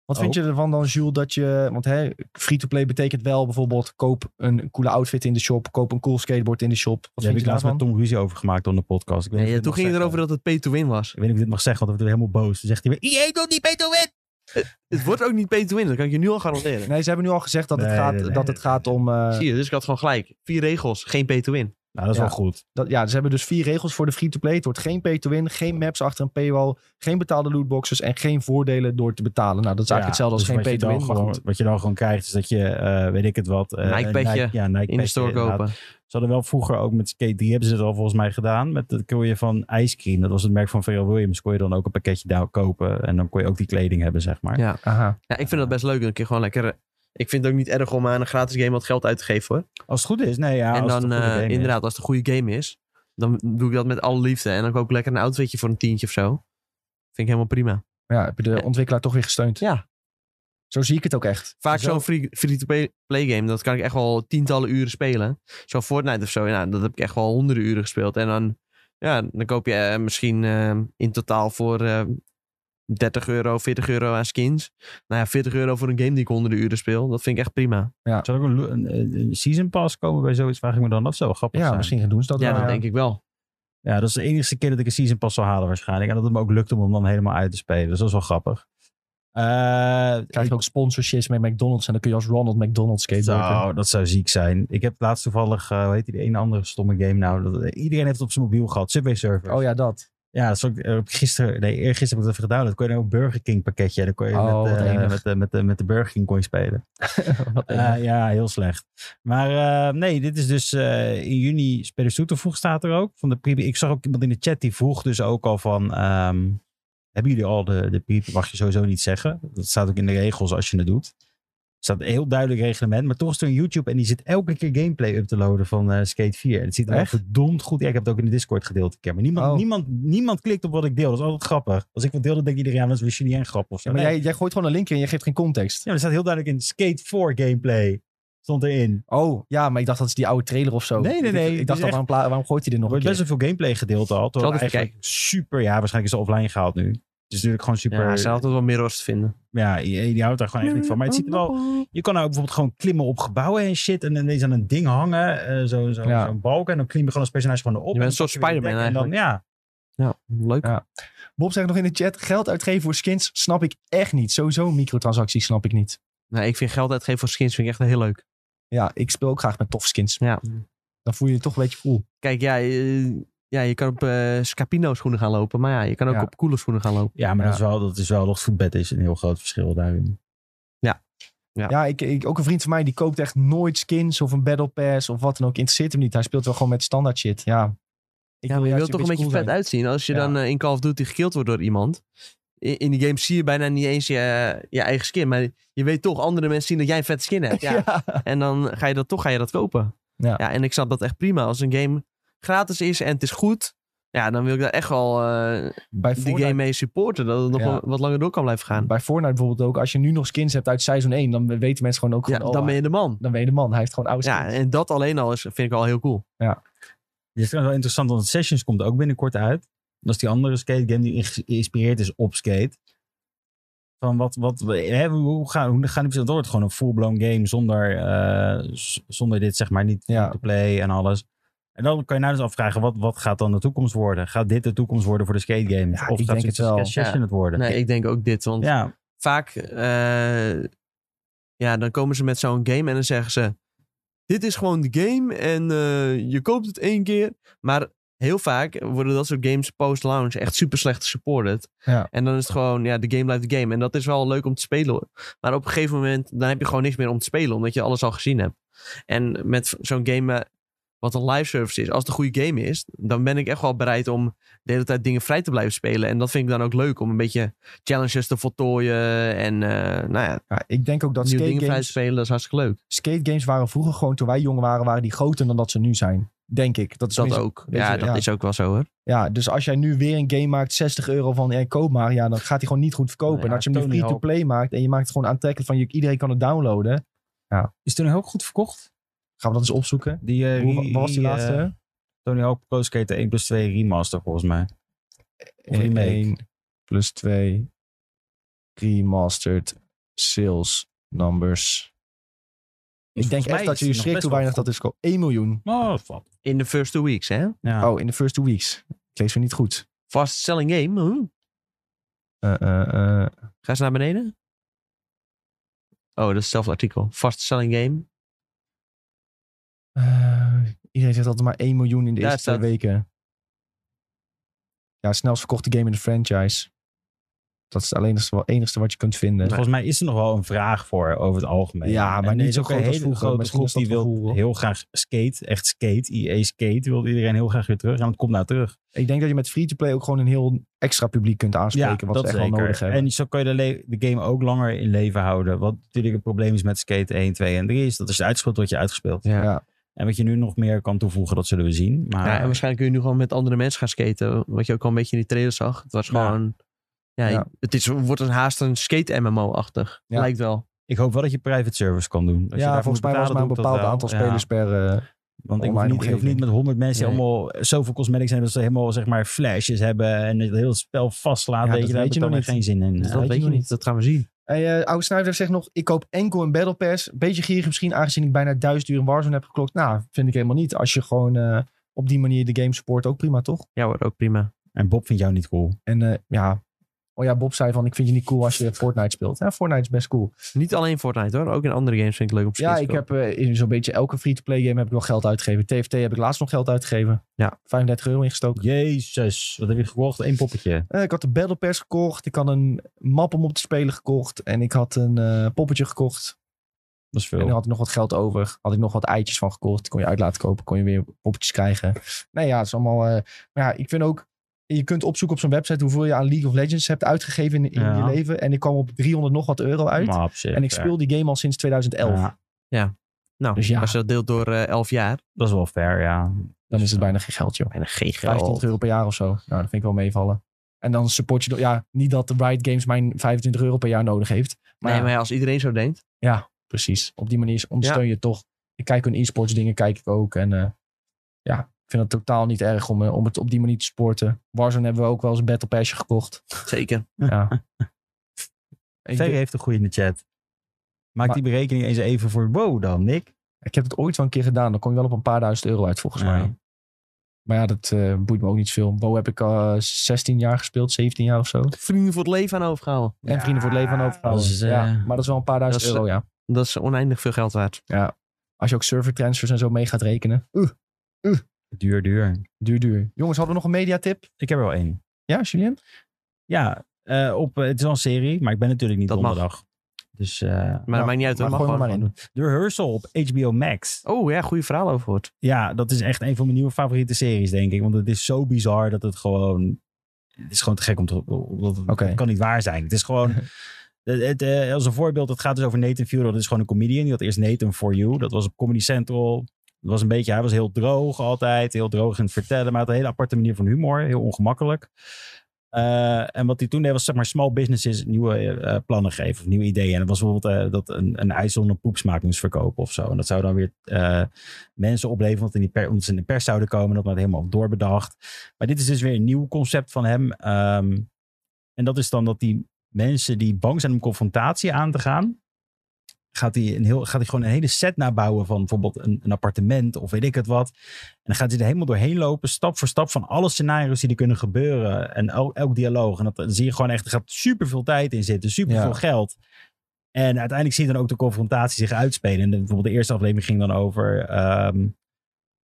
[SPEAKER 1] Wat
[SPEAKER 2] Oh.
[SPEAKER 1] vind je ervan dan, Jules, dat je... Want hè, free-to-play betekent wel bijvoorbeeld... koop een coole outfit in de shop. Koop een cool skateboard in de shop. Wat
[SPEAKER 2] Daar heb
[SPEAKER 1] vind
[SPEAKER 2] ik
[SPEAKER 1] je
[SPEAKER 2] laatst
[SPEAKER 1] daarvan?
[SPEAKER 2] met Tom ruzie over gemaakt op de podcast. Ik weet niet
[SPEAKER 3] Nee,
[SPEAKER 2] of ik
[SPEAKER 3] toen
[SPEAKER 2] dit
[SPEAKER 3] ging het
[SPEAKER 2] mag
[SPEAKER 3] erover
[SPEAKER 2] zeggen.
[SPEAKER 3] dat het pay-to-win was.
[SPEAKER 2] Ik weet niet of ik dit mag zeggen, want we werden helemaal boos. Toen zegt hij weer, EA doet niet pay-to-win!
[SPEAKER 3] Het wordt ook niet pay-to-win, dat kan ik je nu al garanderen.
[SPEAKER 1] Nee, ze hebben nu al gezegd dat het
[SPEAKER 2] Nee,
[SPEAKER 1] gaat,
[SPEAKER 2] nee, nee,
[SPEAKER 1] dat
[SPEAKER 2] nee.
[SPEAKER 1] het gaat om... eh,
[SPEAKER 3] Zie je, dus ik had gewoon gelijk. Vier regels, geen pay-to-win.
[SPEAKER 2] Nou, dat is
[SPEAKER 1] Ja.
[SPEAKER 2] wel goed.
[SPEAKER 1] dat, ja, ze hebben dus vier regels voor de free-to-play. Het wordt geen pay-to-win, geen maps achter een paywall, geen betaalde lootboxes en geen voordelen door te betalen. Nou, dat is eigenlijk
[SPEAKER 2] Ja,
[SPEAKER 1] hetzelfde als
[SPEAKER 2] dus
[SPEAKER 1] geen
[SPEAKER 2] wat je
[SPEAKER 1] pay-to-win,
[SPEAKER 2] dan
[SPEAKER 1] maar
[SPEAKER 2] gewoon-
[SPEAKER 1] goed.
[SPEAKER 2] Wat je dan gewoon krijgt, is dat je, eh, weet ik het wat... eh,
[SPEAKER 3] Nike
[SPEAKER 2] een
[SPEAKER 3] petje
[SPEAKER 2] ja, Nike
[SPEAKER 3] In de
[SPEAKER 2] petje,
[SPEAKER 3] store
[SPEAKER 2] inderdaad.
[SPEAKER 3] kopen.
[SPEAKER 2] Ze hadden wel vroeger ook met Skate 3 hebben ze het al volgens mij gedaan. Met dat kon je van Ice Cream, dat was het merk van Pharrell Williams, kon je dan ook een pakketje daar kopen. En dan kon je ook die kleding hebben, zeg maar.
[SPEAKER 3] Ja.
[SPEAKER 1] Aha.
[SPEAKER 3] Ja, ik vind dat best leuk. Dan kun je gewoon lekker... eh, Ik vind het ook niet erg om aan een gratis game wat geld uit te geven hoor.
[SPEAKER 2] Als het goed is, nee ja.
[SPEAKER 3] en
[SPEAKER 2] als het
[SPEAKER 3] dan
[SPEAKER 2] een goede
[SPEAKER 3] eh,
[SPEAKER 2] game is.
[SPEAKER 3] inderdaad, als het een goede game is, dan doe ik dat met alle liefde. En dan koop ik lekker een outfitje voor een tientje of zo. Vind ik helemaal prima.
[SPEAKER 1] Ja, heb je de ontwikkelaar toch weer gesteund.
[SPEAKER 3] Ja.
[SPEAKER 1] Zo zie ik het ook echt.
[SPEAKER 3] Vaak
[SPEAKER 1] Zo-
[SPEAKER 3] zo'n free- free-to-play play game, dat kan ik echt wel tientallen uren spelen. Zo'n Fortnite of zo, ja, dat heb ik echt wel honderden uren gespeeld. En dan, ja, dan koop je eh, misschien eh, in totaal voor eh, 30 euro, 40 euro aan skins. Nou ja, 40 euro voor een game die ik honderden uren speel, dat vind ik echt prima.
[SPEAKER 2] Zou er ook een, lo- een- een- een season pass komen bij zoiets, vraag ik me dan af. Zo grappig
[SPEAKER 1] Ja,
[SPEAKER 2] zijn.
[SPEAKER 1] misschien doen ze dat
[SPEAKER 3] ja,
[SPEAKER 1] wel,
[SPEAKER 3] dat denk ik wel.
[SPEAKER 2] Ja, dat is de enige keer dat ik een season pass zal halen waarschijnlijk. En dat het me ook lukt om hem dan helemaal uit te spelen. Dus dat is wel grappig. Eh,
[SPEAKER 1] Krijg je ook sponsorships met McDonald's en dan kun je als Ronald McDonald skateboarden.
[SPEAKER 2] Zo, Nou, dat zou ziek zijn. Ik heb laatst toevallig, eh, hoe heet die, de een andere stomme game nou. Dat, iedereen heeft het op zijn mobiel gehad. Subway Surfers.
[SPEAKER 1] Oh ja, dat.
[SPEAKER 2] Ja, dat is ook, eh, gisteren, nee, eergisteren heb ik dat even gedaan. Dat kon je dan ook Burger King pakketje. Dan kon je
[SPEAKER 1] Oh,
[SPEAKER 2] met,
[SPEAKER 1] wat
[SPEAKER 2] eh,
[SPEAKER 1] enig.
[SPEAKER 2] met, de- met, de- met de Burger King kon je spelen.
[SPEAKER 1] Wat
[SPEAKER 2] Eh,
[SPEAKER 1] enig.
[SPEAKER 2] ja, heel slecht. Maar eh, nee, dit is dus eh, in juni spelers toe te voegen staat er ook. Van de pre- ik zag ook iemand in de chat die vroeg dus ook al van... ehm, hebben jullie al de, de pre Mag je sowieso niet zeggen. Dat staat ook in de regels als je het doet. Er staat een heel duidelijk reglement. Maar toch is er een YouTube en die zit elke keer gameplay up te loaden van eh, Skate 4. En het ziet er wel
[SPEAKER 1] Echt?
[SPEAKER 2] verdomd goed uit. Ik heb het ook in de Discord gedeeld een keer. Maar niemand,
[SPEAKER 1] Oh.
[SPEAKER 2] niemand, niemand klikt op wat ik deel. Dat is altijd grappig. Als ik wat deel, dan denkt iedereen... Ja, maar dat is weer een grap of zo.
[SPEAKER 1] Ja, maar
[SPEAKER 2] Nee.
[SPEAKER 1] jij, jij gooit gewoon een link in en je geeft geen context.
[SPEAKER 2] Ja, maar er staat heel duidelijk in Skate 4 gameplay. Stond erin.
[SPEAKER 1] Oh, ja, maar ik dacht dat is die oude trailer of zo.
[SPEAKER 2] Nee, nee,
[SPEAKER 1] Ik-
[SPEAKER 2] nee,
[SPEAKER 1] Ik,
[SPEAKER 2] het
[SPEAKER 1] dacht,
[SPEAKER 2] is
[SPEAKER 1] dat,
[SPEAKER 2] echt-
[SPEAKER 1] waarom, pla- waarom gooit hij dit nog
[SPEAKER 2] Er
[SPEAKER 1] een
[SPEAKER 2] wordt best
[SPEAKER 1] keer?
[SPEAKER 2] wel veel gameplay gedeeld al. Toch?
[SPEAKER 3] Zal ik even
[SPEAKER 2] Eigenlijk Super, ja, waarschijnlijk is het offline gehaald nu. Het is natuurlijk gewoon super.
[SPEAKER 3] Ja, er zijn altijd wel mirrors te vinden.
[SPEAKER 2] Ja, je, je houdt daar gewoon echt niet van. Maar het ziet er wel. Je kan nou bijvoorbeeld gewoon klimmen op gebouwen en shit. En ineens aan een ding hangen. eh, zo, zo,
[SPEAKER 1] Ja.
[SPEAKER 2] Zo'n balk. En dan klim je gewoon als personage gewoon erop.
[SPEAKER 3] Je bent
[SPEAKER 2] En dan
[SPEAKER 3] een soort
[SPEAKER 2] pak je weer je
[SPEAKER 3] Spider-Man
[SPEAKER 2] dek en Dan, ja.
[SPEAKER 3] Ja, leuk.
[SPEAKER 1] Ja. Bob zegt nog in de chat, geld uitgeven voor skins snap ik echt niet. Sowieso microtransacties snap ik niet.
[SPEAKER 3] Nou, ik vind geld uitgeven voor skins vind ik echt heel leuk.
[SPEAKER 1] Ja, ik speel ook graag met tof skins.
[SPEAKER 3] Ja.
[SPEAKER 1] Dan voel je je toch een beetje cool.
[SPEAKER 3] Kijk, ja, eh, ja je kan op eh, Scapino schoenen gaan lopen. Maar ja, je kan ook
[SPEAKER 1] Ja.
[SPEAKER 3] op coole schoenen gaan lopen.
[SPEAKER 2] Ja, maar
[SPEAKER 1] Ja.
[SPEAKER 2] Dat, is wel, dat is wel. Dat voetbed is een heel groot verschil daarin.
[SPEAKER 1] Ja, ik, ik, ook een vriend van mij die koopt echt nooit skins of een battle pass of wat dan ook. Interesseert hem niet. Hij speelt wel gewoon met standaard shit. Ja, ik
[SPEAKER 3] ja, maar je
[SPEAKER 1] juist
[SPEAKER 3] wilt toch een beetje vet
[SPEAKER 1] cool zijn.
[SPEAKER 3] uitzien. Als je
[SPEAKER 1] Ja.
[SPEAKER 3] dan eh, in Call of Duty gekild wordt door iemand. In, in die game zie je bijna niet eens je, je eigen skin. Maar je weet toch, andere mensen zien dat jij een vet skin hebt. Ja.
[SPEAKER 1] Ja.
[SPEAKER 3] En dan ga je dat toch ga je dat kopen.
[SPEAKER 1] Ja.
[SPEAKER 3] en ik snap dat echt prima. Als een game gratis is en het is goed. Ja, dan wil ik daar echt wel eh,
[SPEAKER 1] Bij
[SPEAKER 3] die
[SPEAKER 1] Fortnite,
[SPEAKER 3] game mee supporten. Dat het nog
[SPEAKER 1] Ja.
[SPEAKER 3] wel wat langer door kan blijven gaan.
[SPEAKER 1] bij Fortnite bijvoorbeeld ook. Als je nu nog skins hebt uit seizoen 1, dan weten mensen gewoon ook...
[SPEAKER 3] Ja,
[SPEAKER 1] gewoon, oh,
[SPEAKER 3] dan ben je de man.
[SPEAKER 1] dan ben je de man. Hij heeft gewoon oude
[SPEAKER 3] Ja,
[SPEAKER 1] skins.
[SPEAKER 3] en dat alleen al is, vind ik al heel cool.
[SPEAKER 2] Het is trouwens wel interessant, want Sessions komt ook binnenkort uit. Dat is die andere skate game die ge- geïnspireerd is op skate. Van wat, wat hè, hoe gaan, hoe gaan die dat wordt gewoon een full-blown game zonder, eh, z- zonder dit, zeg maar, niet
[SPEAKER 1] Ja.
[SPEAKER 2] te play en alles. En dan kan je nou dus afvragen, wat, wat gaat dan de toekomst worden? Gaat dit de toekomst worden voor de skate game?
[SPEAKER 1] Ja,
[SPEAKER 2] of
[SPEAKER 1] ik denk
[SPEAKER 2] gaat
[SPEAKER 1] het
[SPEAKER 2] het
[SPEAKER 1] wel.
[SPEAKER 2] Session
[SPEAKER 3] Ja.
[SPEAKER 2] het worden?
[SPEAKER 3] Nee, ik denk ook dit. Want
[SPEAKER 2] Ja,
[SPEAKER 3] vaak, eh, ja, dan komen ze met zo'n game en dan zeggen ze: Dit is gewoon de game en eh, je koopt het één keer. Maar heel vaak worden dat soort games post-launch echt super slecht gesupported.
[SPEAKER 1] Ja.
[SPEAKER 3] En dan is het gewoon, ja, de game blijft de game. En dat is wel leuk om te spelen. hoor. Maar op een gegeven moment, dan heb je gewoon niks meer om te spelen, omdat je alles al gezien hebt. En met zo'n game. eh, wat een live service is. Als het een goede game is, dan ben ik echt wel bereid om de hele tijd dingen vrij te blijven spelen. En dat vind ik dan ook leuk om een beetje challenges te voltooien. En eh, nou ja,
[SPEAKER 1] Ja, ik denk ook dat
[SPEAKER 3] nieuwe
[SPEAKER 1] skate
[SPEAKER 3] dingen vrij te
[SPEAKER 1] games,
[SPEAKER 3] spelen, dat is hartstikke leuk.
[SPEAKER 1] skate games waren vroeger gewoon, toen wij jong waren, waren die groter dan dat ze nu zijn. Denk ik. Dat is
[SPEAKER 3] Dat
[SPEAKER 1] tenminste-
[SPEAKER 3] ook.
[SPEAKER 1] weet
[SPEAKER 3] Ja,
[SPEAKER 1] je,
[SPEAKER 3] dat
[SPEAKER 1] ja.
[SPEAKER 3] is ook wel zo hoor.
[SPEAKER 1] Ja, dus als jij nu weer een game maakt, 60 euro van eh, koop maar, ja, dan gaat hij gewoon niet goed verkopen.
[SPEAKER 2] Nou ja,
[SPEAKER 1] en als je hem nu
[SPEAKER 2] Tony Hawk.
[SPEAKER 1] free-to-play maakt en je maakt het gewoon aantrekkelijk van je, iedereen kan het downloaden,
[SPEAKER 2] is toen heel goed verkocht.
[SPEAKER 1] gaan we dat eens opzoeken.
[SPEAKER 2] Die, eh,
[SPEAKER 1] Hoe,
[SPEAKER 2] re-
[SPEAKER 1] wat was die
[SPEAKER 2] eh,
[SPEAKER 1] laatste?
[SPEAKER 2] Tony Hawk Pro Skater 1 plus 2 remaster volgens mij. Of remake.
[SPEAKER 1] 1 plus 2 remastered sales numbers.
[SPEAKER 2] Dus
[SPEAKER 1] Ik denk
[SPEAKER 2] volgens mij
[SPEAKER 1] echt dat
[SPEAKER 2] is
[SPEAKER 1] je
[SPEAKER 2] die
[SPEAKER 1] je
[SPEAKER 2] nog
[SPEAKER 1] schrikt
[SPEAKER 2] best
[SPEAKER 1] hoe
[SPEAKER 2] wel
[SPEAKER 1] weinig dat is. gekomen. 1 miljoen.
[SPEAKER 2] Oh, wat.
[SPEAKER 3] In de first two weeks, hè?
[SPEAKER 2] Ja.
[SPEAKER 1] Oh, in de first two weeks. Ik lees weer niet goed.
[SPEAKER 3] Fast selling game. hm?
[SPEAKER 1] Eh, eh, eh.
[SPEAKER 3] Ga eens naar beneden. Oh, dat is hetzelfde artikel. Fast selling game.
[SPEAKER 1] Eh, iedereen zegt altijd maar 1 miljoen in de
[SPEAKER 3] Daar
[SPEAKER 1] eerste twee
[SPEAKER 3] staat-
[SPEAKER 1] weken. Ja, snelst verkochte game in de franchise. Dat is het enigste, wel- enigste wat je kunt vinden.
[SPEAKER 2] Volgens mij is er nog wel een vraag voor over het algemeen.
[SPEAKER 1] Ja, maar
[SPEAKER 2] En
[SPEAKER 1] niet
[SPEAKER 2] er is
[SPEAKER 1] zo
[SPEAKER 2] ook een
[SPEAKER 1] groot als
[SPEAKER 2] hele
[SPEAKER 1] vroeger.
[SPEAKER 2] grote
[SPEAKER 1] Misschien
[SPEAKER 2] groep
[SPEAKER 1] is dat
[SPEAKER 2] die wil
[SPEAKER 1] gevoel.
[SPEAKER 2] heel graag skate, echt skate, EA skate, wil iedereen heel graag weer terug. En het komt nou terug.
[SPEAKER 1] Ik denk dat je met free-to-play ook gewoon een heel extra publiek kunt aanspreken. wat ze echt wel nodig hebben.
[SPEAKER 2] En zo kan je de, le- de game ook langer in leven houden. Wat natuurlijk het probleem is met skate 1, 2 en 3 is dat als je het uitgespeeld wordt, je uitgespeeld.
[SPEAKER 3] Ja.
[SPEAKER 1] Ja.
[SPEAKER 2] En wat je nu nog meer kan toevoegen, dat zullen we zien. Maar
[SPEAKER 3] Ja, en waarschijnlijk kun je nu gewoon met andere mensen gaan skaten. Wat je ook al een beetje in die trailer zag. Het was
[SPEAKER 2] Ja.
[SPEAKER 3] gewoon... Ja,
[SPEAKER 1] Ja.
[SPEAKER 3] Het is, wordt een haast een skate-MMO-achtig.
[SPEAKER 1] Ja.
[SPEAKER 3] Lijkt wel.
[SPEAKER 2] ik hoop wel dat je private service kan doen. Als je
[SPEAKER 1] ja,
[SPEAKER 2] daarvoor
[SPEAKER 1] volgens mij
[SPEAKER 2] moet
[SPEAKER 1] was maar een
[SPEAKER 2] betalen, doe
[SPEAKER 1] bepaald
[SPEAKER 2] ik dat
[SPEAKER 1] aantal
[SPEAKER 2] wel. Ja.
[SPEAKER 1] spelers per... eh,
[SPEAKER 2] Want ik hoef
[SPEAKER 1] online
[SPEAKER 2] niet, ik hoef niet
[SPEAKER 1] omgeving.
[SPEAKER 2] met honderd mensen
[SPEAKER 3] Nee.
[SPEAKER 2] allemaal zoveel cosmetics hebben dat ze helemaal zeg maar flashes hebben en het hele spel vastslaat.
[SPEAKER 1] Ja,
[SPEAKER 2] weet
[SPEAKER 1] dat
[SPEAKER 2] je, daar
[SPEAKER 1] weet
[SPEAKER 2] heb
[SPEAKER 1] je
[SPEAKER 2] ik dan
[SPEAKER 1] nog
[SPEAKER 2] weer geen zin in.
[SPEAKER 3] Dus
[SPEAKER 2] Ja.
[SPEAKER 3] dat
[SPEAKER 1] weet
[SPEAKER 3] weet
[SPEAKER 1] je
[SPEAKER 3] je
[SPEAKER 1] nog
[SPEAKER 3] niet. Dat gaan we zien.
[SPEAKER 1] Hey, eh Oude Snuiver zegt nog, ik koop enkel een Battle Pass. Beetje gierig misschien, aangezien ik bijna duizend uur in Warzone heb geklokt. Nou, vind ik helemaal niet. Als je gewoon eh, op die manier de game support, ook prima, toch?
[SPEAKER 3] Ja hoor, ook prima.
[SPEAKER 2] Eh, En Bob vindt jou niet cool.
[SPEAKER 1] En eh, ja, oh ja, Bob zei van, ik vind je niet cool als je Fortnite speelt. Ja, Fortnite is best cool.
[SPEAKER 3] Niet alleen Fortnite hoor. Ook in andere games vind ik het leuk om te
[SPEAKER 1] ja,
[SPEAKER 3] skaten.
[SPEAKER 1] ik heb eh, in zo'n beetje elke free-to-play game heb ik wel geld uitgegeven. TFT heb ik laatst nog geld uitgegeven.
[SPEAKER 3] Ja.
[SPEAKER 1] 35 euro ingestoken.
[SPEAKER 2] Jezus, wat heb je gekocht? Eén poppetje.
[SPEAKER 1] Eh, ik had de Battle Pass gekocht. Ik had een map om op te spelen gekocht. En ik had een eh, poppetje gekocht.
[SPEAKER 2] Dat is
[SPEAKER 1] En dan
[SPEAKER 2] veel.
[SPEAKER 1] had ik nog wat geld over. Had ik nog wat eitjes van gekocht. Kon je uit laten kopen. Kon je weer poppetjes krijgen. Nou ja, het is allemaal... eh, maar ja, ik vind ook... Je kunt opzoeken op zo'n website hoeveel je aan League of Legends hebt uitgegeven in, in
[SPEAKER 2] Ja.
[SPEAKER 1] je leven. En ik kwam op 300 nog wat euro uit.
[SPEAKER 2] Maar op zich,
[SPEAKER 1] en ik
[SPEAKER 2] ja.
[SPEAKER 1] speel die game al sinds 2011.
[SPEAKER 2] Ja,
[SPEAKER 3] Nou,
[SPEAKER 1] Dus ja.
[SPEAKER 3] als je dat deelt door eh, 11 jaar.
[SPEAKER 2] dat is wel fair, ja.
[SPEAKER 1] Dan is het bijna geen geld, joh.
[SPEAKER 3] Bijna geen geld.
[SPEAKER 1] 25 euro per jaar of zo. Nou, dat vind ik wel meevallen. En dan support je... door- Ja, niet dat de Riot Games mijn 25 euro per jaar nodig heeft. Maar,
[SPEAKER 3] nee, maar ja, als iedereen zo denkt.
[SPEAKER 1] precies. Op die manier ondersteun je toch. Ik kijk hun e-sports dingen, kijk ik ook. En eh, ja, ik vind het totaal niet erg om, eh, om het op die manier te sporten. Warzone hebben we ook wel eens een battle passje gekocht.
[SPEAKER 3] Zeker.
[SPEAKER 1] Ja. ik,
[SPEAKER 2] Ferry heeft een goede in de chat. Maak
[SPEAKER 1] Maar-
[SPEAKER 2] die berekening eens even voor wow dan, Nick.
[SPEAKER 1] ik heb het ooit wel een keer gedaan. Dan kom je wel op een paar duizend euro uit volgens
[SPEAKER 2] Ja.
[SPEAKER 1] mij. Maar ja, dat eh, boeit me ook niet veel. Bo heb ik eh 16 jaar gespeeld, 17 jaar of zo.
[SPEAKER 3] Vrienden voor het leven aan overgehouden.
[SPEAKER 1] En Vrienden voor het Leven aan overgehouden.
[SPEAKER 2] dat is, eh,
[SPEAKER 1] ja, maar dat is wel een paar duizend
[SPEAKER 3] dat is,
[SPEAKER 1] euro, ja.
[SPEAKER 3] Dat is oneindig veel geld waard.
[SPEAKER 1] Als je ook servertransfers en zo mee gaat rekenen. Oeh,
[SPEAKER 2] Duur, duur.
[SPEAKER 1] duur, duur. Jongens, hadden we nog een mediatip?
[SPEAKER 2] Ik heb er wel één.
[SPEAKER 1] Ja, Julien?
[SPEAKER 2] Ja, eh, op, eh, het is wel een serie, maar ik ben natuurlijk niet
[SPEAKER 3] Dat mag.
[SPEAKER 2] donderdag. Dus eh
[SPEAKER 3] Maar dat maakt niet uit. hoor.
[SPEAKER 1] Nou, Maar
[SPEAKER 3] Mag
[SPEAKER 1] gooi maar
[SPEAKER 3] gewoon.
[SPEAKER 1] in.
[SPEAKER 2] The Rehearsal op HBO Max.
[SPEAKER 3] Oh ja, goede verhaal over hoort.
[SPEAKER 2] Ja, dat is echt een van mijn nieuwe favoriete series, denk ik. Want het is zo bizar dat het gewoon... Het is gewoon te gek om te... Dat, dat
[SPEAKER 1] Oké.
[SPEAKER 2] kan niet waar zijn. Het is gewoon... Het, het, eh, als een voorbeeld, het gaat dus over Nathan Fielder. Dat is gewoon een comedian. Die had eerst Nathan For You. Dat was op Comedy Central. Het was een beetje, hij was heel droog altijd, heel droog in het vertellen, maar had een hele aparte manier van humor, heel ongemakkelijk. Eh, en wat hij toen deed was zeg maar small businesses nieuwe eh, plannen geven of nieuwe ideeën. En dat was bijvoorbeeld eh, dat een, een ijs zonder poepsmaak moest verkopen of zo. En dat zou dan weer eh, mensen opleveren, want in die per, omdat ze in de pers zouden komen. Dat werd helemaal doorbedacht. Maar dit is dus weer een nieuw concept van hem. Ehm, en dat is dan dat die mensen die bang zijn om confrontatie aan te gaan, gaat hij, een heel, gaat hij gewoon een hele set nabouwen van bijvoorbeeld een, een appartement of weet ik het wat. En dan gaat hij er helemaal doorheen lopen, stap voor stap, van alle scenario's die er kunnen gebeuren. En el- elk dialoog. En dat dan zie je gewoon echt, er gaat superveel tijd in zitten, superveel
[SPEAKER 1] Ja.
[SPEAKER 2] geld. En uiteindelijk zie je dan ook de confrontatie zich uitspelen. En de- bijvoorbeeld de eerste aflevering ging dan over ehm,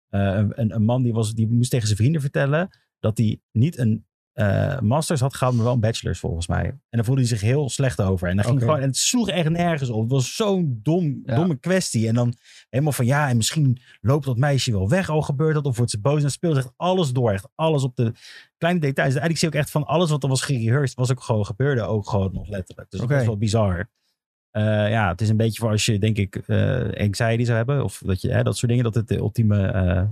[SPEAKER 2] eh, een, een man die, was, die moest tegen zijn vrienden vertellen dat hij niet een eh, masters had gehaald, maar wel een bachelors volgens mij. En daar voelde hij zich heel slecht over. En, dan ging
[SPEAKER 1] Oké.
[SPEAKER 2] gewoon, en het sloeg echt nergens op. Het was zo'n dom,
[SPEAKER 1] Ja.
[SPEAKER 2] domme kwestie. En dan helemaal van ja, en misschien loopt dat meisje wel weg, al gebeurt dat, of wordt ze boos. En dan speelde echt alles door, echt alles op de kleine details. En eigenlijk zie ik ook echt van alles wat er was gerehearsed, was ook gewoon gebeurde, ook gewoon nog letterlijk. Dus
[SPEAKER 1] Oké.
[SPEAKER 2] dat is wel bizar. Eh, ja, het is een beetje voor als je, denk ik, eh anxiety zou hebben. Of dat, je, hè, dat soort dingen. Dat het de ultieme, eh,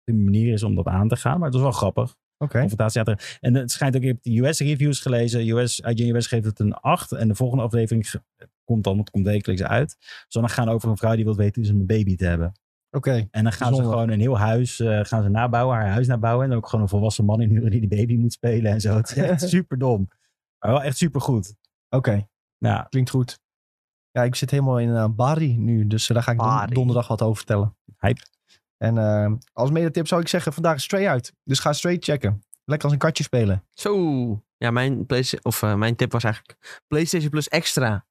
[SPEAKER 2] ultieme manier is om dat aan te gaan. Maar het was wel grappig.
[SPEAKER 1] Oké.
[SPEAKER 2] Confrontatie aan te- En het schijnt ook, ik heb de US-reviews gelezen. US, IGN US geeft het een 8. En de volgende aflevering ge- komt dan, het komt wekelijks uit. Zal dan gaan over een vrouw die wil weten hoe ze een baby te hebben.
[SPEAKER 1] Oké.
[SPEAKER 2] En dan gaan
[SPEAKER 1] Bijzonder.
[SPEAKER 2] ze gewoon een heel huis eh, gaan ze nabouwen, haar huis nabouwen. En ook gewoon een volwassen man inhuren die die baby moet spelen en zo. Het is echt super dom. Maar wel echt super goed.
[SPEAKER 1] Oké.
[SPEAKER 2] Ja,
[SPEAKER 1] Klinkt goed. Ja, ik zit helemaal in eh, Bari nu, dus eh, daar ga ik don-
[SPEAKER 3] Bari.
[SPEAKER 1] donderdag wat over vertellen.
[SPEAKER 2] Hype.
[SPEAKER 1] En eh, als medetip zou ik zeggen, vandaag is Stray uit. Dus ga Stray checken. Lekker als een katje spelen.
[SPEAKER 3] Zo. Ja, mijn, Playsta- of, eh, mijn tip was eigenlijk PlayStation Plus Extra.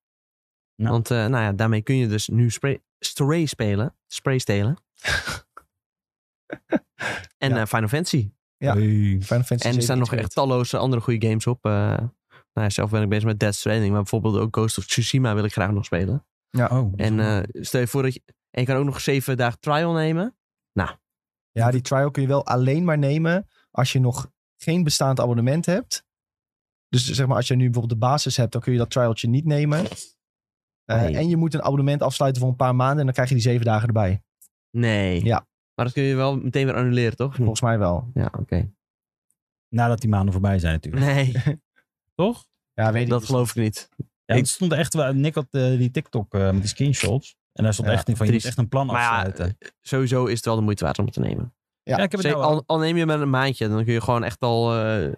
[SPEAKER 2] Ja.
[SPEAKER 3] Want eh, nou ja, daarmee kun je dus nu spray, Stray spelen. Spray stelen. en
[SPEAKER 1] Ja.
[SPEAKER 3] eh, Final Fantasy.
[SPEAKER 1] Ja.
[SPEAKER 2] Hey.
[SPEAKER 1] Final Fantasy
[SPEAKER 3] en er
[SPEAKER 1] 17
[SPEAKER 3] staan nog echt talloze andere goede games op. eh nou ja, zelf ben ik bezig met Death Stranding. Maar bijvoorbeeld ook Ghost of Tsushima wil ik graag nog spelen.
[SPEAKER 2] Oh,
[SPEAKER 3] En eh, stel je voor dat je... En je kan ook nog zeven dagen trial nemen.
[SPEAKER 1] Ja, die trial kun je wel alleen maar nemen als je nog geen bestaand abonnement hebt. Dus zeg maar, als je nu bijvoorbeeld de basis hebt, dan kun je dat trialtje niet nemen. Eh,
[SPEAKER 3] Nee.
[SPEAKER 1] En je moet een abonnement afsluiten voor een paar maanden en dan krijg je die zeven dagen
[SPEAKER 3] Hm.
[SPEAKER 1] erbij.
[SPEAKER 3] Nee.
[SPEAKER 1] Ja.
[SPEAKER 3] Maar dat kun je wel meteen weer annuleren, toch?
[SPEAKER 1] Volgens mij wel.
[SPEAKER 3] Ja, oké.
[SPEAKER 2] Nadat die maanden voorbij zijn natuurlijk.
[SPEAKER 3] Nee,
[SPEAKER 2] Toch?
[SPEAKER 1] Ja, weet ik dus
[SPEAKER 3] dat
[SPEAKER 2] dus-
[SPEAKER 1] niet.
[SPEAKER 3] geloof ik niet.
[SPEAKER 2] Ja,
[SPEAKER 3] Ik-
[SPEAKER 2] het stond echt, wel- Nick had eh, die TikTok eh, met die screenshots. En daar stond
[SPEAKER 1] Ja,
[SPEAKER 2] echt in van, je moet
[SPEAKER 3] triest.
[SPEAKER 2] echt een plan
[SPEAKER 3] Maar ja,
[SPEAKER 2] afsluiten. Ja,
[SPEAKER 3] Sowieso is het wel de moeite waard om het te nemen.
[SPEAKER 1] ja,
[SPEAKER 2] ik heb het
[SPEAKER 3] Zee-
[SPEAKER 2] nou al...
[SPEAKER 3] al, al neem je maar een maandje, dan kun je gewoon echt al... eh,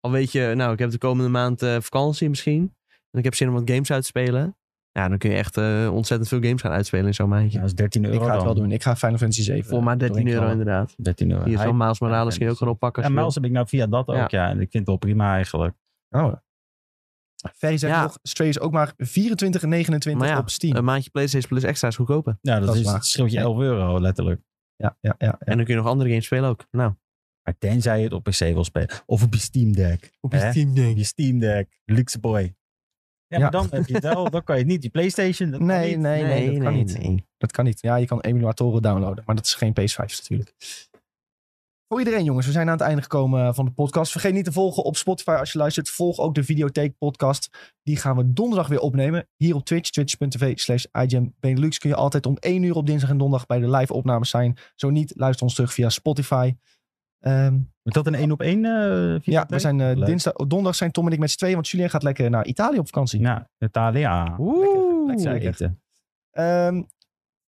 [SPEAKER 3] al weet je, nou, ik heb de komende maand eh, vakantie misschien. En ik heb zin om wat games uit te spelen. Ja, dan kun je echt eh, ontzettend veel games gaan uitspelen in zo'n maandje.
[SPEAKER 2] Ja, dat is 13 euro
[SPEAKER 1] Ik ga het
[SPEAKER 2] dan.
[SPEAKER 1] wel doen. Ik ga Final Fantasy 7.
[SPEAKER 3] Voor maar 13
[SPEAKER 1] doorheen
[SPEAKER 3] euro
[SPEAKER 1] knallen.
[SPEAKER 3] inderdaad.
[SPEAKER 2] 13 euro.
[SPEAKER 3] Hier
[SPEAKER 2] Hij-
[SPEAKER 3] zal Miles Morales
[SPEAKER 2] Ja,
[SPEAKER 3] kun je ook gaan oppakken.
[SPEAKER 2] Ja,
[SPEAKER 3] als je
[SPEAKER 2] Miles heb ik nou via dat ook,
[SPEAKER 3] Ja.
[SPEAKER 2] ja. En ik vind het wel prima eigenlijk.
[SPEAKER 1] Oh. Ferry zegt
[SPEAKER 3] Ja.
[SPEAKER 1] nog, Stray is ook maar 24,29
[SPEAKER 3] Maar ja, ehm,
[SPEAKER 1] op
[SPEAKER 3] wil.
[SPEAKER 1] Steam.
[SPEAKER 3] Een maandje PlayStation Plus extra is goedkoper.
[SPEAKER 2] Ja, dat,
[SPEAKER 1] Dat is
[SPEAKER 2] is,
[SPEAKER 1] waar.
[SPEAKER 2] het scheelt je 11 euro letterlijk.
[SPEAKER 1] ja, ja, ja, ja.
[SPEAKER 3] En dan kun je nog andere games spelen ook. Nou,
[SPEAKER 2] Maar tenzij je het op PC wil spelen. Of op je Steam Deck.
[SPEAKER 3] op
[SPEAKER 2] Hè? Je Steam Deck. Luxe boy. Ja,
[SPEAKER 1] Ja.
[SPEAKER 2] maar dan heb je het wel. Dan kan je het niet. Die Playstation. dat kan
[SPEAKER 1] Nee,
[SPEAKER 2] niet.
[SPEAKER 3] Né,
[SPEAKER 1] nee, nee, dat kan niet.
[SPEAKER 3] nee.
[SPEAKER 1] Dat kan niet. Ja, je kan emulatoren downloaden, maar dat is geen PS5 natuurlijk. Voor iedereen jongens, we zijn aan het einde gekomen van de podcast. Vergeet niet te volgen op Spotify als je luistert. Volg ook de Videotheek podcast. Die gaan we donderdag weer opnemen. Hier op Twitch, twitch.tv slash IGN Benelux. Kun je altijd om 1 uur op dinsdag en donderdag bij de live opnames zijn. Zo niet, luister ons terug via Spotify. Ehm,
[SPEAKER 2] Moet dat een één op één? eh
[SPEAKER 1] ja, we
[SPEAKER 2] videotheek?
[SPEAKER 1] zijn, eh,
[SPEAKER 2] Leuk.
[SPEAKER 1] dinsdag, donderdag zijn Tom en ik met z'n tweeën, want Julien gaat lekker naar Italië op vakantie.
[SPEAKER 2] Ja, Natalia.
[SPEAKER 1] Oeh,
[SPEAKER 2] Lekker
[SPEAKER 1] lekker.
[SPEAKER 2] eten.
[SPEAKER 1] Ehm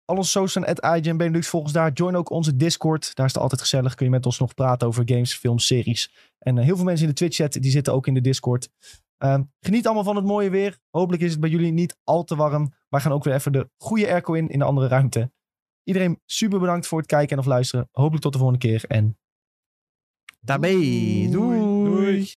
[SPEAKER 1] al onze socials at IGN Benelux volgens daar. Join ook onze Discord. Daar is het altijd gezellig. Kun je met ons nog praten over games, films, series. En eh, heel veel mensen in de Twitch-chat die zitten ook in de Discord. Ehm, geniet allemaal van het mooie weer. Hopelijk is het bij jullie niet al te warm. Wij gaan ook weer even de goede airco in in de andere ruimte. Iedereen
[SPEAKER 3] Tá
[SPEAKER 1] super bedankt voor het kijken en of luisteren. Hopelijk tot de volgende keer en
[SPEAKER 3] Daarbij. Doei.